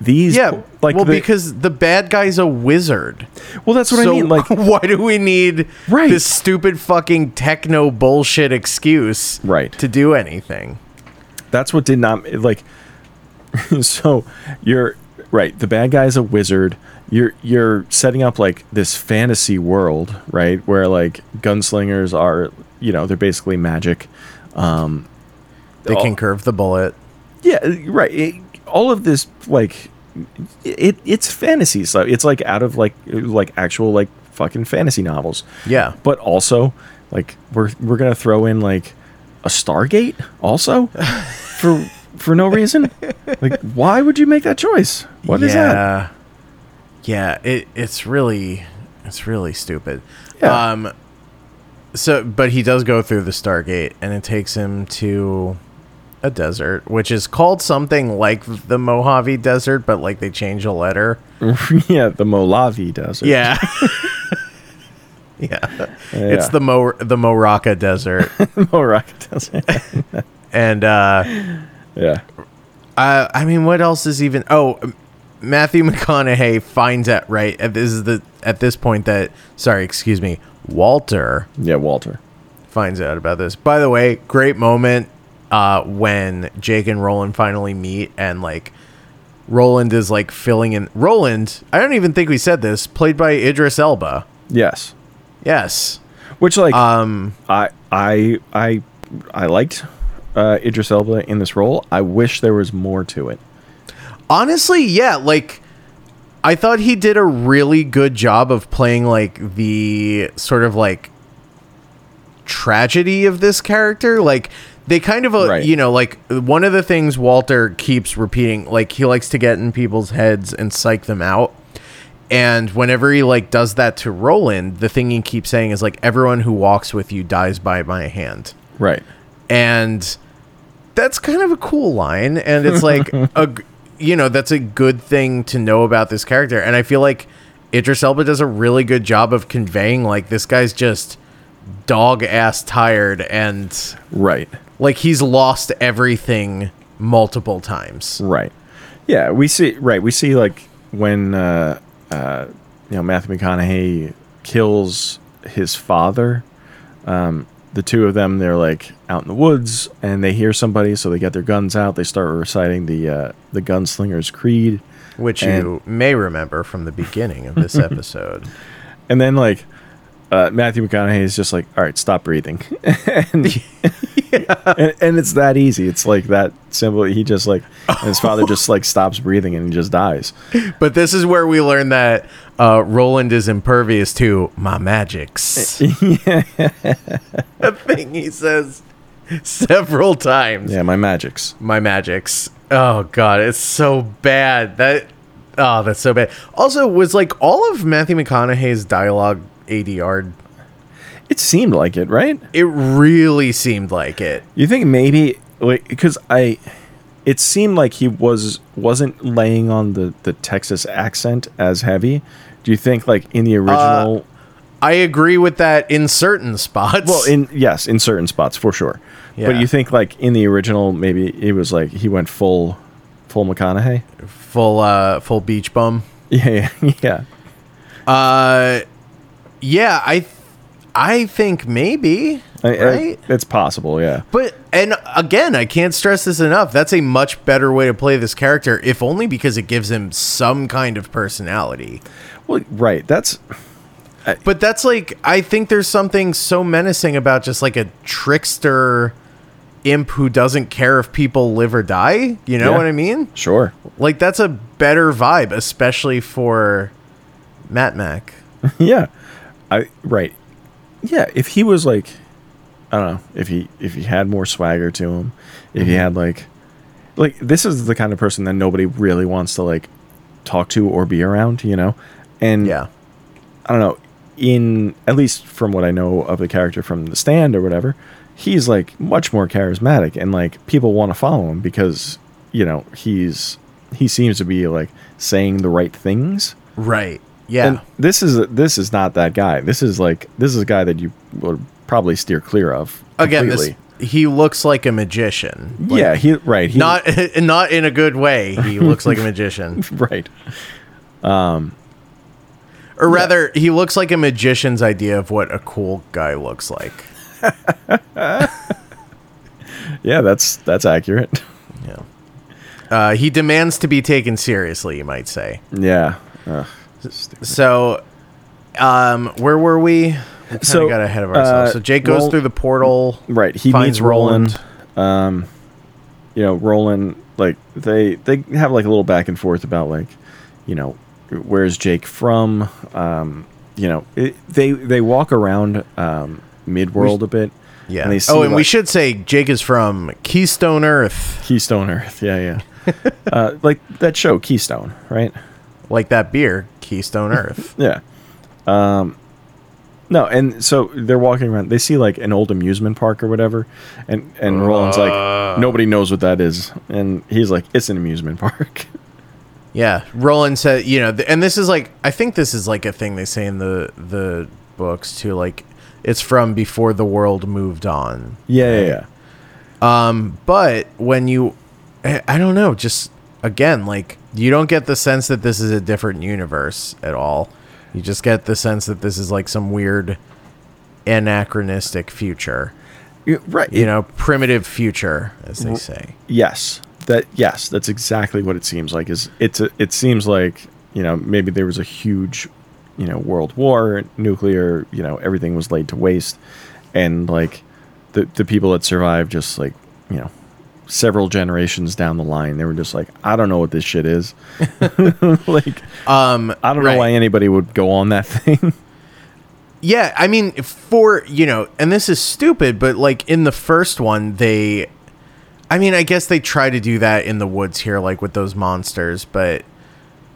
[SPEAKER 2] these
[SPEAKER 1] Yeah,
[SPEAKER 2] like
[SPEAKER 1] well,
[SPEAKER 2] the-
[SPEAKER 1] because the bad guy's a wizard.
[SPEAKER 2] well, that's what
[SPEAKER 1] so
[SPEAKER 2] I mean. Like
[SPEAKER 1] why do we need
[SPEAKER 2] Right.
[SPEAKER 1] this stupid fucking techno bullshit excuse
[SPEAKER 2] Right.
[SPEAKER 1] to do anything?
[SPEAKER 2] That's what did not like. so you're right. The bad guy's a wizard. You're you're setting up like this fantasy world, right? Where like gunslingers are, you know, they're basically magic.
[SPEAKER 1] They
[SPEAKER 2] Oh.
[SPEAKER 1] can curve the bullet.
[SPEAKER 2] Yeah, right. It, all of this like it it's fantasy stuff. It's like out of like like actual like fucking fantasy novels.
[SPEAKER 1] Yeah.
[SPEAKER 2] But also like we're we're going to throw in like a Stargate also for for no reason. Like why would you make that choice? What
[SPEAKER 1] yeah.
[SPEAKER 2] is that?
[SPEAKER 1] Yeah, it it's really it's really stupid.
[SPEAKER 2] Yeah.
[SPEAKER 1] Um so but he does go through the Stargate and it takes him to a desert, which is called something like the Mojave Desert, but like they change a letter.
[SPEAKER 2] yeah, the Molavi desert.
[SPEAKER 1] Yeah. yeah. It's
[SPEAKER 2] Yeah.
[SPEAKER 1] the Mo the Morocca Desert.
[SPEAKER 2] Morocco desert.
[SPEAKER 1] and uh
[SPEAKER 2] yeah.
[SPEAKER 1] Uh, I mean, what else is even? Oh, M- Matthew McConaughey finds out right at this is the at this point that sorry, excuse me, Walter
[SPEAKER 2] Yeah, Walter.
[SPEAKER 1] finds out about this. By the way, great moment uh, when Jake and Roland finally meet and like Roland is like filling in Roland. I don't even think we said this. Played by Idris Elba.
[SPEAKER 2] Yes.
[SPEAKER 1] Yes.
[SPEAKER 2] Which like um I I I I liked uh, Idris Elba in this role. I wish there was more to it.
[SPEAKER 1] honestly yeah like i thought he did a really good job of playing like the sort of like tragedy of this character. Like they kind of, uh,
[SPEAKER 2] Right.
[SPEAKER 1] you know, like one of the things Walter keeps repeating, like he likes to get in people's heads and psych them out. And whenever he like does that to Roland, the thing he keeps saying is like, "Everyone who walks with you dies by my hand."
[SPEAKER 2] Right.
[SPEAKER 1] and that's kind of a cool line and it's like a g- you know that's a good thing to know about this character and i feel like Idris Elba does a really good job of conveying like this guy's just dog ass tired and
[SPEAKER 2] Right.
[SPEAKER 1] like he's lost everything multiple times
[SPEAKER 2] Right. Yeah, we see. Right, we see like when uh, uh, you know Matthew McConaughey kills his father. Um, the two of them, they're like out in the woods, and they hear somebody, so they get their guns out. They start reciting the uh, the gunslinger's creed,
[SPEAKER 1] which you may remember from the beginning of this episode
[SPEAKER 2] and then like. Uh, Matthew McConaughey is just like, all right, stop breathing, and, and and it's that easy. It's like that simple. He just like and his father just like stops breathing and he just dies.
[SPEAKER 1] but this is where we learn that uh, Roland is impervious to my magics. a thing he says several times.
[SPEAKER 2] Yeah, my magics.
[SPEAKER 1] My magics. Oh god, it's so bad. That oh, that's so bad. Also, was like all of Matthew McConaughey's dialogue ADR.
[SPEAKER 2] It seemed like it, right?
[SPEAKER 1] It really seemed like it.
[SPEAKER 2] You think maybe like because I, it seemed like he was wasn't laying on the the Texas accent as heavy. Do you think like in the original?
[SPEAKER 1] I agree with that in certain spots.
[SPEAKER 2] well, in yes, in certain spots for sure.
[SPEAKER 1] Yeah.
[SPEAKER 2] But you think like in the original, maybe it was like he went full, full McConaughey.
[SPEAKER 1] full uh full beach bum.
[SPEAKER 2] Yeah, yeah, yeah.
[SPEAKER 1] Uh yeah, I th- I think maybe
[SPEAKER 2] I- I-
[SPEAKER 1] right?
[SPEAKER 2] it's possible. Yeah.
[SPEAKER 1] But and again, I can't stress this enough. That's a much better way to play this character, if only because it gives him some kind of personality.
[SPEAKER 2] Well, right. That's
[SPEAKER 1] But that's like I think there's something so menacing about just like a trickster imp who doesn't care if people live or die. You know
[SPEAKER 2] Yeah.
[SPEAKER 1] what I mean?
[SPEAKER 2] sure.
[SPEAKER 1] Like that's a better vibe, especially for Matt Mac.
[SPEAKER 2] Yeah, I right. Yeah, if he was like, I don't know, if he if he had more swagger to him, if he had like, like this is the kind of person that nobody really wants to like talk to or be around, you know. And
[SPEAKER 1] Yeah.
[SPEAKER 2] I don't know. In at least from what I know of the character from The Stand or whatever, he's like much more charismatic and like people want to follow him because you know he's he seems to be like saying the right things.
[SPEAKER 1] Right. Yeah.
[SPEAKER 2] And this is this is not that guy. This is like this is a guy that you would probably steer clear of.
[SPEAKER 1] again, this
[SPEAKER 2] completely.
[SPEAKER 1] he looks like a magician. Like,
[SPEAKER 2] yeah, he right, he,
[SPEAKER 1] not not in a good way. He looks like a magician,
[SPEAKER 2] right,
[SPEAKER 1] or rather, he looks like a magician's idea of what a cool guy looks like.
[SPEAKER 2] yeah. That's that's accurate.
[SPEAKER 1] Yeah, uh, he demands to be taken seriously. You might say.
[SPEAKER 2] yeah. Ugh, stupid.
[SPEAKER 1] So, um, where were we? We kind
[SPEAKER 2] So,
[SPEAKER 1] of got ahead of ourselves.
[SPEAKER 2] uh,
[SPEAKER 1] so Jake goes
[SPEAKER 2] Rol-
[SPEAKER 1] through the portal.
[SPEAKER 2] right, he
[SPEAKER 1] finds
[SPEAKER 2] meets Roland. Um, you know, Roland. Like they they have like a little back and forth about like, you know, where's Jake from? Um, you know, it, they they walk around um mid world a bit.
[SPEAKER 1] Yeah.
[SPEAKER 2] and they see,
[SPEAKER 1] oh, and we
[SPEAKER 2] like-
[SPEAKER 1] should say Jake is from Keystone Earth,
[SPEAKER 2] Keystone Earth. Yeah, yeah. uh, like that show Keystone, right?
[SPEAKER 1] like that beer, Keystone Earth.
[SPEAKER 2] Yeah. Um, no, and so they're walking around. They see like an old amusement park or whatever, and and Roland's like, nobody knows what that is, and he's like, it's an amusement park.
[SPEAKER 1] Yeah, Roland said, you know, th- and this is like I think this is like a thing they say in the the books too. Like it's from before the world moved on.
[SPEAKER 2] yeah, yeah, yeah.
[SPEAKER 1] But when you, I I don't know, just again, like you don't get the sense that this is a different universe at all. You just get the sense that this is like some weird anachronistic future.
[SPEAKER 2] You- right.
[SPEAKER 1] You know, primitive future, as they say.
[SPEAKER 2] Yes. That yes, that's exactly what it seems like. Is it's a, it seems like you know maybe there was a huge, you know, world war, nuclear, you know, everything was laid to waste, and like the the people that survived just like you know several generations down the line they were just like i don't know what this shit is like
[SPEAKER 1] Um,
[SPEAKER 2] i don't know
[SPEAKER 1] right.
[SPEAKER 2] why anybody would go on that thing
[SPEAKER 1] Yeah, I mean, for you know, and this is stupid, but like in the first one, they, I mean, I guess they try to do that in the woods here, like with those monsters, but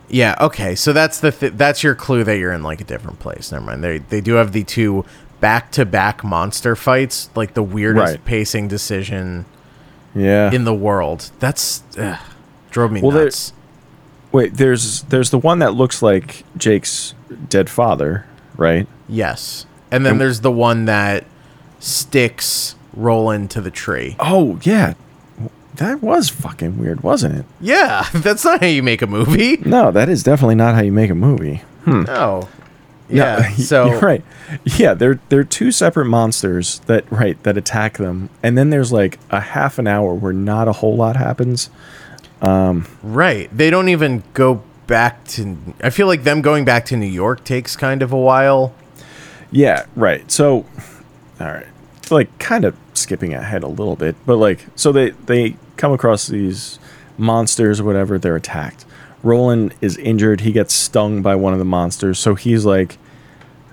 [SPEAKER 1] yeah, okay, so that's the th- that's your clue that you're in like a different place. Never mind. They they do have the two back to back monster fights, like the weirdest
[SPEAKER 2] Right.
[SPEAKER 1] pacing decision
[SPEAKER 2] Yeah.
[SPEAKER 1] in the world. That's ugh, drove me
[SPEAKER 2] Well, there-
[SPEAKER 1] nuts.
[SPEAKER 2] Wait, there's there's the one that looks like Jake's dead father, right?
[SPEAKER 1] Yes, and then there's the one that sticks Roland to the tree.
[SPEAKER 2] Oh yeah, that was fucking weird, wasn't it?
[SPEAKER 1] Yeah, that's not how you make a movie.
[SPEAKER 2] No, that is definitely not how you make a movie.
[SPEAKER 1] No.
[SPEAKER 2] Hmm. No,
[SPEAKER 1] Yeah.
[SPEAKER 2] you're
[SPEAKER 1] so
[SPEAKER 2] right, yeah, they're they're two separate monsters that right that attack them, and then there's like a half an hour where not a whole lot happens.
[SPEAKER 1] Right. They don't even go back to I feel like them going back to New York takes kind of a while.
[SPEAKER 2] Yeah, right. So, all right, like kind of skipping ahead a little bit, but like, so they they come across these monsters, or whatever. They're attacked. Roland is injured. He gets stung by one of the monsters, so he's like,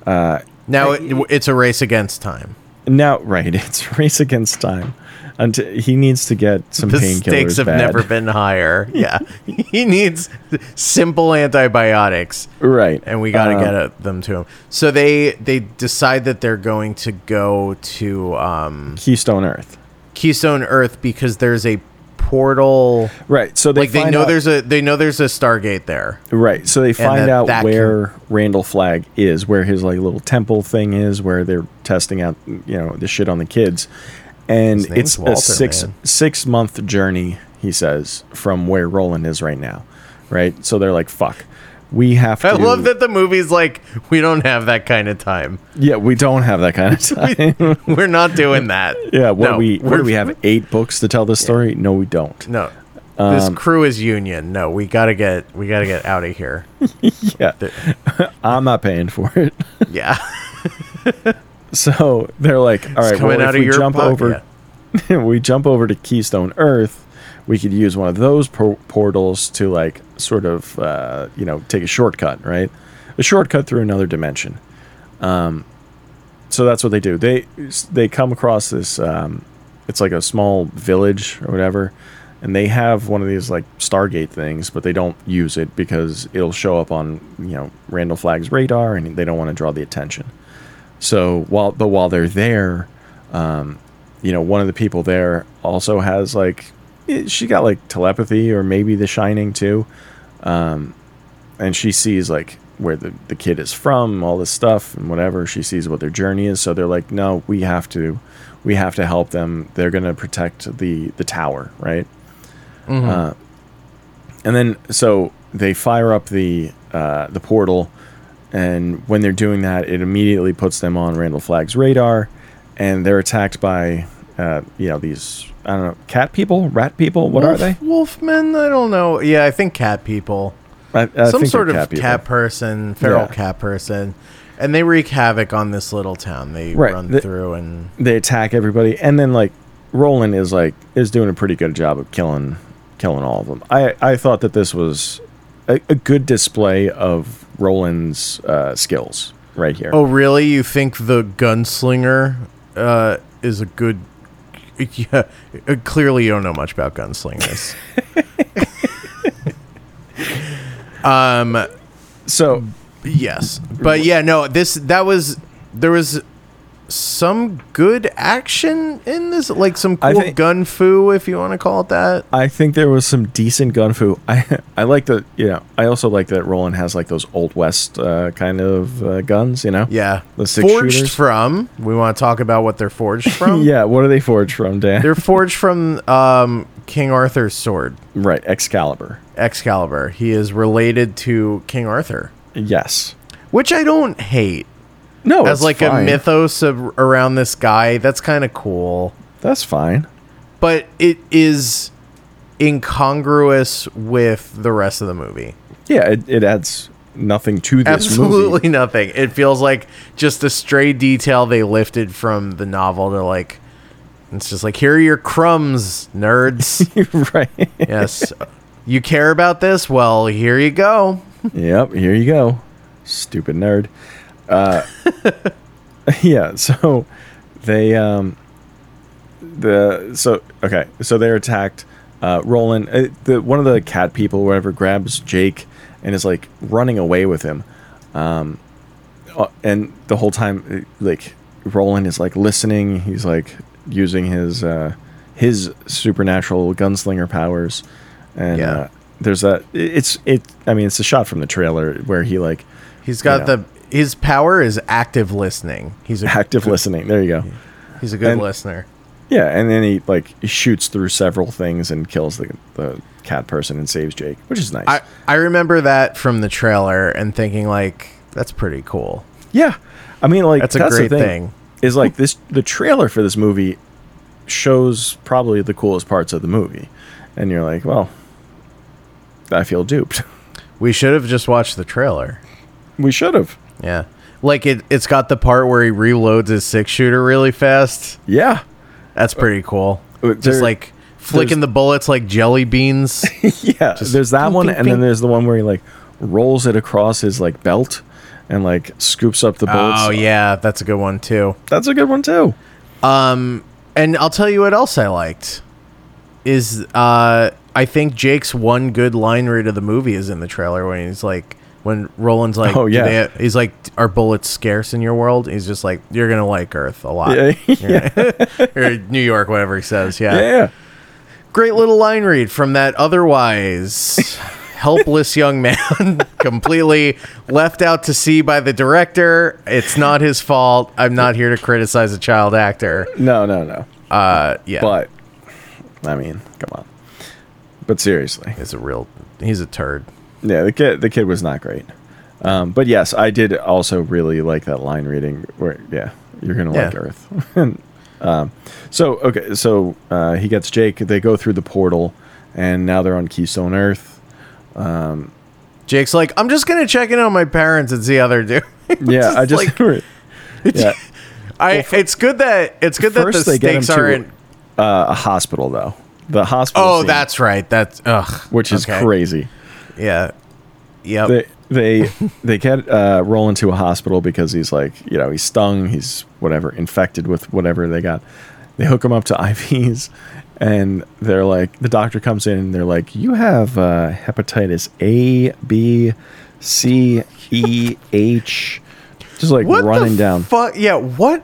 [SPEAKER 1] Now it, it's a race against time.
[SPEAKER 2] now, right? It's a race against time. Until he needs to get some
[SPEAKER 1] The
[SPEAKER 2] painkillers.
[SPEAKER 1] stakes have
[SPEAKER 2] bad.
[SPEAKER 1] never been higher. Yeah. he needs simple antibiotics
[SPEAKER 2] right,
[SPEAKER 1] and we got to
[SPEAKER 2] Uh,
[SPEAKER 1] get uh, them to him. So they they decide that they're going to go to um
[SPEAKER 2] Keystone Earth.
[SPEAKER 1] Keystone Earth because there's a portal
[SPEAKER 2] Right, so they
[SPEAKER 1] like they
[SPEAKER 2] find
[SPEAKER 1] know
[SPEAKER 2] out-
[SPEAKER 1] there's a they know there's a Stargate there.
[SPEAKER 2] Right. So they find
[SPEAKER 1] that-
[SPEAKER 2] out
[SPEAKER 1] that can-
[SPEAKER 2] where Randall Flag is, where his like little temple thing is, where they're testing out, you know, the shit on the kids. And
[SPEAKER 1] name's
[SPEAKER 2] it's
[SPEAKER 1] Walter,
[SPEAKER 2] a six
[SPEAKER 1] man.
[SPEAKER 2] six month journey, he says, from where Roland is right now. Right. So they're like, fuck. We have to
[SPEAKER 1] I love that the movie's like, we don't have that kind of time.
[SPEAKER 2] Yeah, we don't have that kind of time.
[SPEAKER 1] We're not doing that.
[SPEAKER 2] yeah, what
[SPEAKER 1] No,
[SPEAKER 2] we what
[SPEAKER 1] we're-
[SPEAKER 2] do we have? Eight books to tell this story? No, we don't.
[SPEAKER 1] No. this
[SPEAKER 2] Um,
[SPEAKER 1] crew is union. No, we gotta get we gotta get out of here.
[SPEAKER 2] Yeah. I'm not paying for it.
[SPEAKER 1] Yeah.
[SPEAKER 2] So they're like, all right,
[SPEAKER 1] Coming
[SPEAKER 2] well,
[SPEAKER 1] out
[SPEAKER 2] if
[SPEAKER 1] of
[SPEAKER 2] we
[SPEAKER 1] your
[SPEAKER 2] jump
[SPEAKER 1] pocket.
[SPEAKER 2] over we jump over to Keystone Earth, we could use one of those por- portals to like sort of uh, you know take a shortcut, right? A shortcut through another dimension. Um, so that's what they do. They they come across this. Um, it's like a small village or whatever, and they have one of these like Stargate things, but they don't use it because it'll show up on you know Randall Flag's radar, and they don't want to draw the attention. So while but while they're there, you know, one of the people there also has like eh, she got like telepathy or maybe the shining too. Um and she sees like where the, the kid is from, all this stuff and whatever. She sees what their journey is, so they're like, No, we have to we have to help them. They're gonna protect the the tower, right?
[SPEAKER 1] Mm-hmm.
[SPEAKER 2] Uh, and then so they fire up the uh, the portal and when they're doing that, it immediately puts them on Randall Flag's radar, and they're attacked by, uh, you know, these I don't know, cat people, rat people. What are they?
[SPEAKER 1] Wolfmen? I don't know. Yeah, I think cat people.
[SPEAKER 2] I, I
[SPEAKER 1] Some
[SPEAKER 2] think
[SPEAKER 1] sort of
[SPEAKER 2] they're
[SPEAKER 1] cat,
[SPEAKER 2] people.
[SPEAKER 1] person, feral
[SPEAKER 2] Yeah.
[SPEAKER 1] cat person. And they wreak havoc on this little town. They
[SPEAKER 2] Right,
[SPEAKER 1] run
[SPEAKER 2] the-
[SPEAKER 1] through and
[SPEAKER 2] They attack everybody, and then like Roland is like is doing a pretty good job of killing killing all of them. I I thought that this was a, a good display of Roland's uh, skills right here.
[SPEAKER 1] Oh, really? You think the gunslinger uh, is a good? Yeah, uh, clearly you don't know much about gunslingers. um.
[SPEAKER 2] so
[SPEAKER 1] Yes, but yeah, no. This that was there was some good action in this, like some
[SPEAKER 2] I
[SPEAKER 1] cool
[SPEAKER 2] think-
[SPEAKER 1] gun foo, if you want to call it that.
[SPEAKER 2] I think there was some decent gun foo. I I like that. You know, I also like that Roland has like those old west uh, kind of uh, guns. You know.
[SPEAKER 1] Yeah,
[SPEAKER 2] The six
[SPEAKER 1] forged
[SPEAKER 2] shooters?
[SPEAKER 1] from. We want to talk about what they're forged from.
[SPEAKER 2] Yeah. What are they forged from, Dan?
[SPEAKER 1] they're forged from um, King Arthur's sword.
[SPEAKER 2] right. Excalibur.
[SPEAKER 1] Excalibur. He is related to King Arthur,
[SPEAKER 2] Yes.
[SPEAKER 1] which I don't hate.
[SPEAKER 2] No.
[SPEAKER 1] As
[SPEAKER 2] it's
[SPEAKER 1] like a
[SPEAKER 2] fine.
[SPEAKER 1] mythos of, around this guy, that's kind of cool.
[SPEAKER 2] That's fine.
[SPEAKER 1] But it is incongruous with the rest of the movie.
[SPEAKER 2] Yeah. It, it adds nothing to this movie.
[SPEAKER 1] Absolutely nothing. It feels like just a stray detail they lifted from the novel to like it's just like here are your crumbs, nerds.
[SPEAKER 2] right.
[SPEAKER 1] yes. You care about this? Well, here you go.
[SPEAKER 2] yep. Here you go. Stupid nerd. Uh, yeah so they um the so okay so they're attacked uh roland uh, the one of the cat people whatever grabs jake and is like running away with him um uh, and the whole time uh, like roland is like listening he's like using his uh his supernatural gunslinger powers and
[SPEAKER 1] Yeah.
[SPEAKER 2] uh, there's that it- it's it i mean it's a shot from the trailer where he like
[SPEAKER 1] He's got
[SPEAKER 2] Yeah.
[SPEAKER 1] the his power is active listening. He's a
[SPEAKER 2] active listening there you go
[SPEAKER 1] He's a good
[SPEAKER 2] And-
[SPEAKER 1] listener.
[SPEAKER 2] Yeah, and then he like shoots through several things and kills the, the cat person and saves Jake, which is nice.
[SPEAKER 1] I I remember that from the trailer and thinking like that's pretty cool.
[SPEAKER 2] yeah, I mean like
[SPEAKER 1] That's a
[SPEAKER 2] the
[SPEAKER 1] great thing.
[SPEAKER 2] Is like this the trailer for this movie shows probably the coolest parts of the movie, and you're like, well, I feel duped.
[SPEAKER 1] We should have just watched the trailer.
[SPEAKER 2] We should have.
[SPEAKER 1] Yeah. Like it it's got the part where he reloads his six shooter really fast.
[SPEAKER 2] Yeah,
[SPEAKER 1] That's pretty cool.
[SPEAKER 2] Uh, there-
[SPEAKER 1] just like flicking
[SPEAKER 2] there's-
[SPEAKER 1] the bullets like jelly beans.
[SPEAKER 2] yeah. there's that
[SPEAKER 1] ping,
[SPEAKER 2] one,
[SPEAKER 1] ping,
[SPEAKER 2] and then
[SPEAKER 1] ping.
[SPEAKER 2] there's the one where he like rolls it across his like belt and like scoops up the bullets.
[SPEAKER 1] oh yeah, that's a good one too.
[SPEAKER 2] that's a good one too.
[SPEAKER 1] And I'll tell you what else I liked is uh I think Jake's one good line read of the movie is in the trailer when he's like when Roland's like
[SPEAKER 2] Oh,
[SPEAKER 1] "Do
[SPEAKER 2] yeah.
[SPEAKER 1] they- he's like are bullets scarce in your world he's just like you're gonna like Earth a lot
[SPEAKER 2] Yeah,
[SPEAKER 1] or New York whatever he says yeah.
[SPEAKER 2] yeah.
[SPEAKER 1] great little line read from that otherwise helpless young man completely left out to sea by the director it's not his fault I'm not here to criticize a child actor
[SPEAKER 2] No, no, no.
[SPEAKER 1] uh yeah
[SPEAKER 2] But I mean, come on. But seriously,
[SPEAKER 1] is a real he's a turd
[SPEAKER 2] yeah, the kid the kid was not great. Um, but yes, I did also really like that line reading. Where yeah, you're gonna like
[SPEAKER 1] Yeah.
[SPEAKER 2] Earth. um, so okay, so uh, he gets Jake. They go through the portal, and now they're on Keystone Earth.
[SPEAKER 1] Jake's like, I'm just gonna check in on my parents and see how they're doing.
[SPEAKER 2] Yeah, I just yeah.
[SPEAKER 1] I it's good that it's good that the
[SPEAKER 2] First, they get him
[SPEAKER 1] stakes aren't.
[SPEAKER 2] to uh, a hospital though. The hospital.
[SPEAKER 1] Oh,
[SPEAKER 2] scene,
[SPEAKER 1] that's right. That's ugh,
[SPEAKER 2] which is
[SPEAKER 1] Okay.
[SPEAKER 2] crazy.
[SPEAKER 1] Yeah, yep.
[SPEAKER 2] they they they get uh, Roland to a hospital because he's like you know he's stung he's whatever infected with whatever they got they hook him up to IVs and they're like the doctor comes in and they're like you have uh, hepatitis A B C E H just like
[SPEAKER 1] what
[SPEAKER 2] running
[SPEAKER 1] the
[SPEAKER 2] down
[SPEAKER 1] Fuck yeah. What?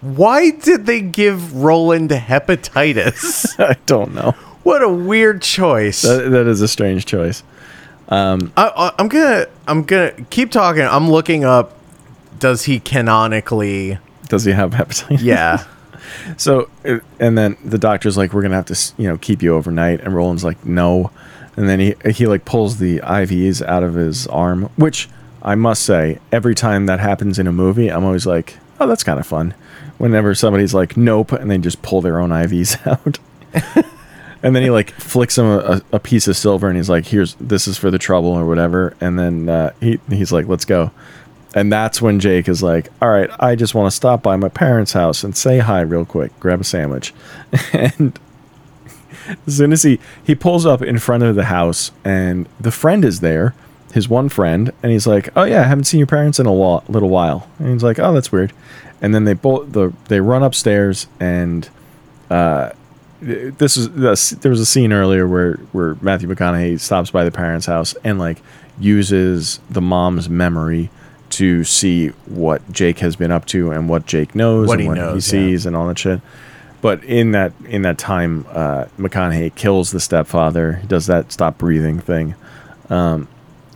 [SPEAKER 1] Why did they give Roland hepatitis?
[SPEAKER 2] I don't know
[SPEAKER 1] what a weird choice.
[SPEAKER 2] that, that is a strange choice
[SPEAKER 1] I, I, I'm gonna I'm gonna keep talking. I'm looking up. Does he canonically?
[SPEAKER 2] does he have hepatitis
[SPEAKER 1] Yeah.
[SPEAKER 2] So, uh, and then the doctor's like, "We're gonna have to, s- you know, keep you overnight." And Roland's like, "No," and then he he like pulls the IVs out of his arm, which I must say, every time that happens in a movie, I'm always like, "Oh, that's kind of fun." Whenever somebody's like, "Nope," and they just pull their own IVs out, and then he like flicks him a, a, a piece of silver, and he's like, "Here's this is for the trouble or whatever," and then uh, he he's like, "Let's go." And that's when Jake is like, "All right, I just want to stop by my parents' house and say hi real quick, grab a sandwich." and as soon as he he pulls up in front of the house, and the friend is there, his one friend, and he's like, "Oh yeah, I haven't seen your parents in a wa- little while." And he's like, "Oh, that's weird." And then they both the they run upstairs, and uh, th- this is this, there was a scene earlier where where Matthew McConaughey stops by the parents' house and like uses the mom's memory to see what Jake has been up to and what Jake knows
[SPEAKER 1] What
[SPEAKER 2] and
[SPEAKER 1] he
[SPEAKER 2] what he
[SPEAKER 1] knows, yeah.
[SPEAKER 2] sees and all that shit. But in that in that time, uh, McConaughey kills the stepfather. He does that stop breathing thing, um,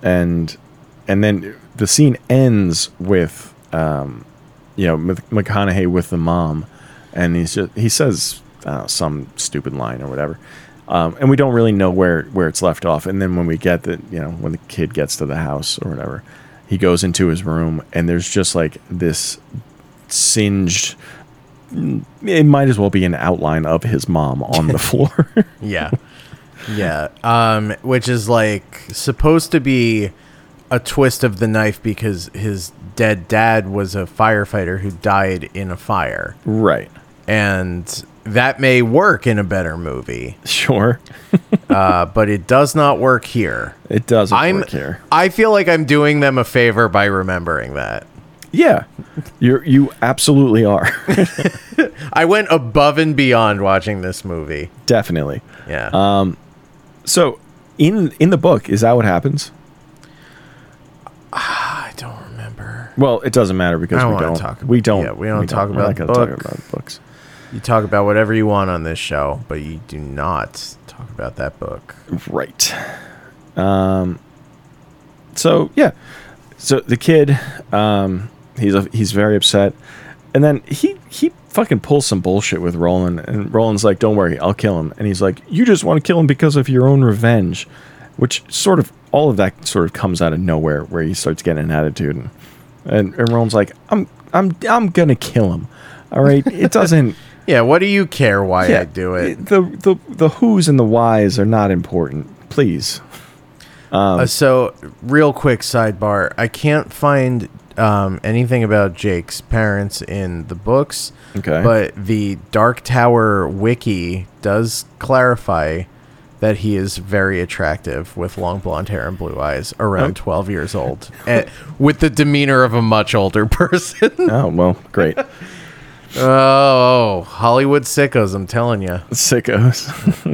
[SPEAKER 2] and and then the scene ends with um, you know Mc- McConaughey with the mom, and he's just he says I don't know, some stupid line or whatever, um, and we don't really know where where it's left off. And then when we get the you know when the kid gets to the house or whatever, he goes into his room and there's just like this singed. It might as well be an outline of his mom on the floor.
[SPEAKER 1] Yeah. Yeah. Um, which is like supposed to be a twist of the knife because his dead dad was a firefighter who died in a fire.
[SPEAKER 2] right.
[SPEAKER 1] And that may work in a better movie,
[SPEAKER 2] Sure.
[SPEAKER 1] uh, but it does not work here.
[SPEAKER 2] It doesn't
[SPEAKER 1] I'm
[SPEAKER 2] work here.
[SPEAKER 1] I feel like I'm doing them a favor by remembering that.
[SPEAKER 2] Yeah, you you absolutely are
[SPEAKER 1] I went above and beyond watching this movie.
[SPEAKER 2] definitely.
[SPEAKER 1] Yeah.
[SPEAKER 2] Uh, So in in the book, is that what happens?
[SPEAKER 1] I don't remember.
[SPEAKER 2] Well, it doesn't matter because
[SPEAKER 1] I don't
[SPEAKER 2] we
[SPEAKER 1] wanna
[SPEAKER 2] don't.
[SPEAKER 1] talk-
[SPEAKER 2] we don't.
[SPEAKER 1] yeah, we don't talk
[SPEAKER 2] We're not
[SPEAKER 1] about
[SPEAKER 2] gonna
[SPEAKER 1] books.
[SPEAKER 2] talk about books.
[SPEAKER 1] You talk about whatever you want on this show, but you do not talk about that book.
[SPEAKER 2] Right. Um. So yeah, so the kid, um, he's a, he's very upset, and then he he fucking pulls some bullshit with Roland, and Roland's like, "Don't worry, I'll kill him," and he's like, "You just want to kill him because of your own revenge," which sort of all of that sort of comes out of nowhere, where he starts getting an attitude, and and, and Roland's like, "I'm I'm I'm gonna kill him." All right, it doesn't.
[SPEAKER 1] Yeah, what do you care why I do it?
[SPEAKER 2] The the the who's and the whys are not important. Please.
[SPEAKER 1] Uh, so, real quick sidebar I can't find um, anything about Jake's parents in the books.
[SPEAKER 2] Okay.
[SPEAKER 1] But the Dark Tower wiki does clarify that he is very attractive with long blonde hair and blue eyes around 12 years old and with the demeanor of a much older person.
[SPEAKER 2] Oh well, great.
[SPEAKER 1] oh, Hollywood sickos, I'm telling you.
[SPEAKER 2] Sickos.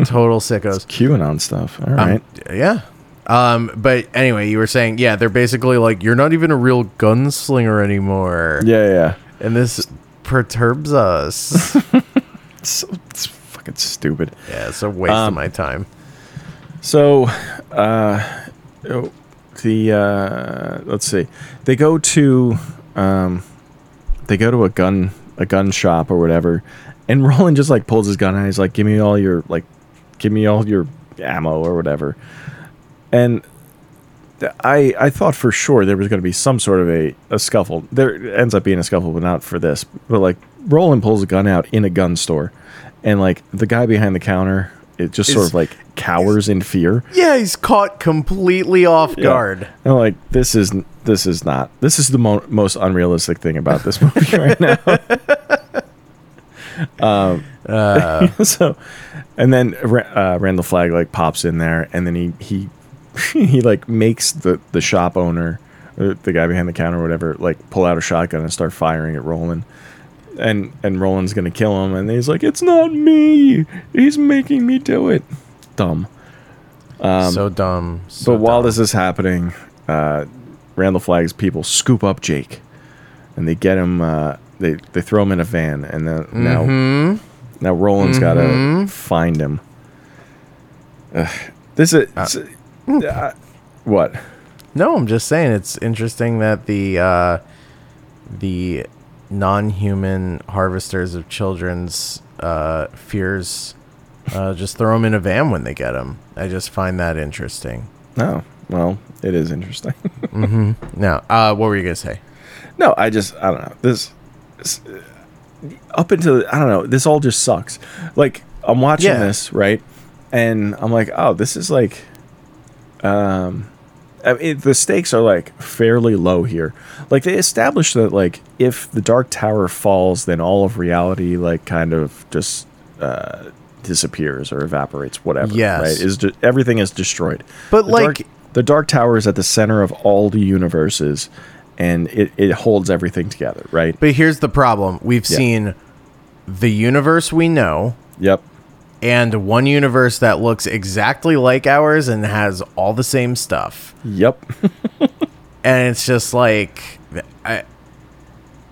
[SPEAKER 1] Total sickos.
[SPEAKER 2] QAnon stuff. All right.
[SPEAKER 1] Yeah. Um, but anyway, you were saying, yeah, they're basically like, you're not even a real gunslinger anymore.
[SPEAKER 2] yeah, yeah.
[SPEAKER 1] And this perturbs us.
[SPEAKER 2] It's, it's fucking stupid.
[SPEAKER 1] yeah, it's a waste
[SPEAKER 2] Um,
[SPEAKER 1] of my time.
[SPEAKER 2] So, uh, oh, the uh, let's see. They go to um, they go to a gun a gun shop or whatever, and Roland just like pulls his gun and he's like, "Give me all your like, give me all your ammo or whatever." And th- I I thought for sure there was going to be some sort of a a scuffle. There ends up being a scuffle, but not for this. But like Roland pulls a gun out in a gun store, and like the guy behind the counter. It just sort
[SPEAKER 1] Is-
[SPEAKER 2] of like cowers in fear.
[SPEAKER 1] Yeah, he's caught completely off
[SPEAKER 2] Yeah.
[SPEAKER 1] guard.
[SPEAKER 2] And I'm like, this is this is not this is the mo- most unrealistic thing about this movie right now. um, so, and then Ra- uh, Randall Flag like pops in there, and then he he he like makes the the shop owner, or the guy behind the counter, or whatever, like pull out a shotgun and start firing at Roland. And and Roland's gonna kill him, and he's like, "It's not me. He's making me do it." Dumb.
[SPEAKER 1] so dumb. So
[SPEAKER 2] But while
[SPEAKER 1] dumb.
[SPEAKER 2] this is happening, uh, Randall Flag's people scoop up Jake, and they get him. Uh, they they throw him in a van, and then now now Roland's gotta find him. Ugh. this is it's- uh, what?
[SPEAKER 1] No, I'm just saying it's interesting that the uh, the non-human harvesters of children's uh, fears uh, just throw them in a van when they get them. I just find that interesting.
[SPEAKER 2] No, well, it is interesting.
[SPEAKER 1] Now, uh, what were you gonna say?
[SPEAKER 2] no, I just I don't know this. this, uh, up until I don't know, this all just sucks. Like I'm watching
[SPEAKER 1] Yeah.
[SPEAKER 2] this right, and I'm like, oh, this is like, um, I mean, the stakes are like fairly low here. Like they established that like if the Dark Tower falls, then all of reality like kind of just uh, disappears or evaporates, whatever.
[SPEAKER 1] Yes.
[SPEAKER 2] right? is de- everything is destroyed.
[SPEAKER 1] But,
[SPEAKER 2] The dark-
[SPEAKER 1] like-
[SPEAKER 2] the Dark Tower is at the center of all the universes, and it, it holds everything together, right?
[SPEAKER 1] But here's the problem: we've
[SPEAKER 2] Yeah.
[SPEAKER 1] seen the universe we know
[SPEAKER 2] Yep.
[SPEAKER 1] and one universe that looks exactly like ours and has all the same stuff.
[SPEAKER 2] Yep.
[SPEAKER 1] and it's just like I,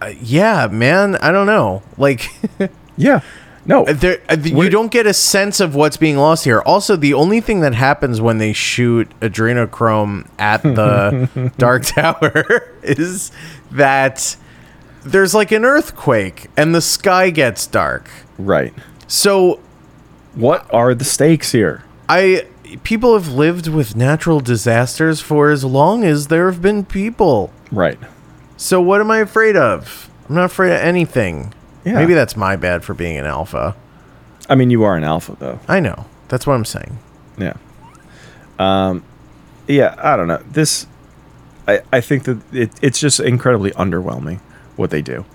[SPEAKER 1] I yeah man i don't know like
[SPEAKER 2] yeah. No.
[SPEAKER 1] there uh, you
[SPEAKER 2] We're-
[SPEAKER 1] don't get a sense of what's being lost here also the only thing that happens when they shoot adrenochrome at the dark tower is that there's like an earthquake and the sky gets dark
[SPEAKER 2] Right.
[SPEAKER 1] so
[SPEAKER 2] What are the stakes here?
[SPEAKER 1] i people have lived with natural disasters for as long as there have been people
[SPEAKER 2] Right.
[SPEAKER 1] So what am I afraid of? I'm not afraid of anything.
[SPEAKER 2] Yeah.
[SPEAKER 1] Maybe that's my bad for being an alpha.
[SPEAKER 2] I mean, you are an alpha, though.
[SPEAKER 1] I know. That's what I'm saying.
[SPEAKER 2] Yeah. Um, yeah, I don't know. This, I, I think that it, it's just incredibly underwhelming what they do.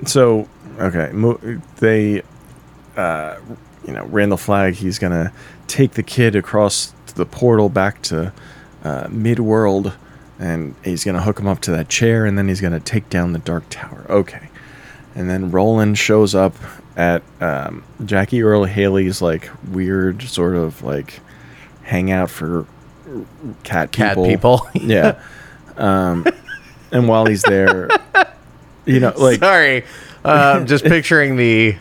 [SPEAKER 2] Um, so, okay, mo- they, uh, you know, Randall Flag, he's going to take the kid across the portal back to uh, mid world. and he's gonna hook him up to that chair, and then he's gonna take down the Dark Tower. Okay, and then Roland shows up at um, Jackie Earl Haley's like weird sort of like hangout for cat
[SPEAKER 1] Cat
[SPEAKER 2] people.
[SPEAKER 1] people.
[SPEAKER 2] yeah. Um, and while he's there, you know, like
[SPEAKER 1] Sorry, uh, I'm just picturing the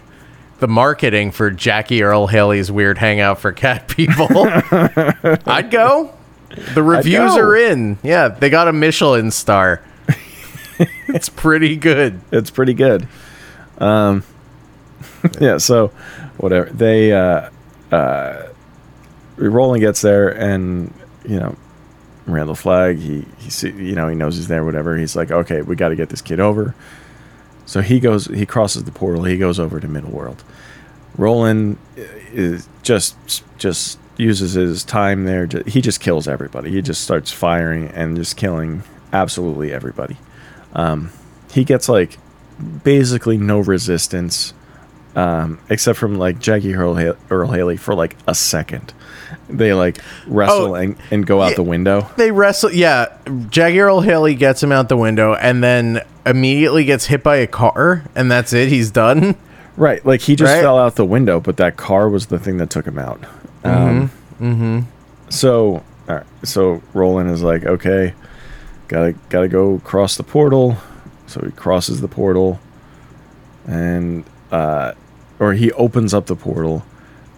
[SPEAKER 1] the marketing for Jackie Earl Haley's weird hangout for cat people. I'd go. The reviews
[SPEAKER 2] go.
[SPEAKER 1] are in. Yeah, they got a Michelin star. it's pretty good.
[SPEAKER 2] it's pretty good. Um, yeah, so whatever they uh, uh, Roland gets there, and you know Randall Flag, he he see, you know he knows he's there, whatever. He's like, okay, we got to get this kid over. So he goes, he crosses the portal, he goes over to Middle World. Roland uh, is just just uses his time there. To, he just kills everybody. He just starts firing and just killing absolutely everybody. Um, he gets like basically no resistance, um, except from like Jackie Earl, Ha- Earl Haley for like a second. They like wrestle
[SPEAKER 1] Oh,
[SPEAKER 2] and, and go out
[SPEAKER 1] yeah.
[SPEAKER 2] the window.
[SPEAKER 1] They wrestle. Yeah, Jackie Earl Haley gets him out the window and then immediately gets hit by a car, and that's it. He's done.
[SPEAKER 2] Right, like he just
[SPEAKER 1] Right?
[SPEAKER 2] fell out the window, but that car was the thing that took him out. Um, So, all right, so Roland is like, okay, gotta gotta go cross the portal. So he crosses the portal, and uh, or he opens up the portal,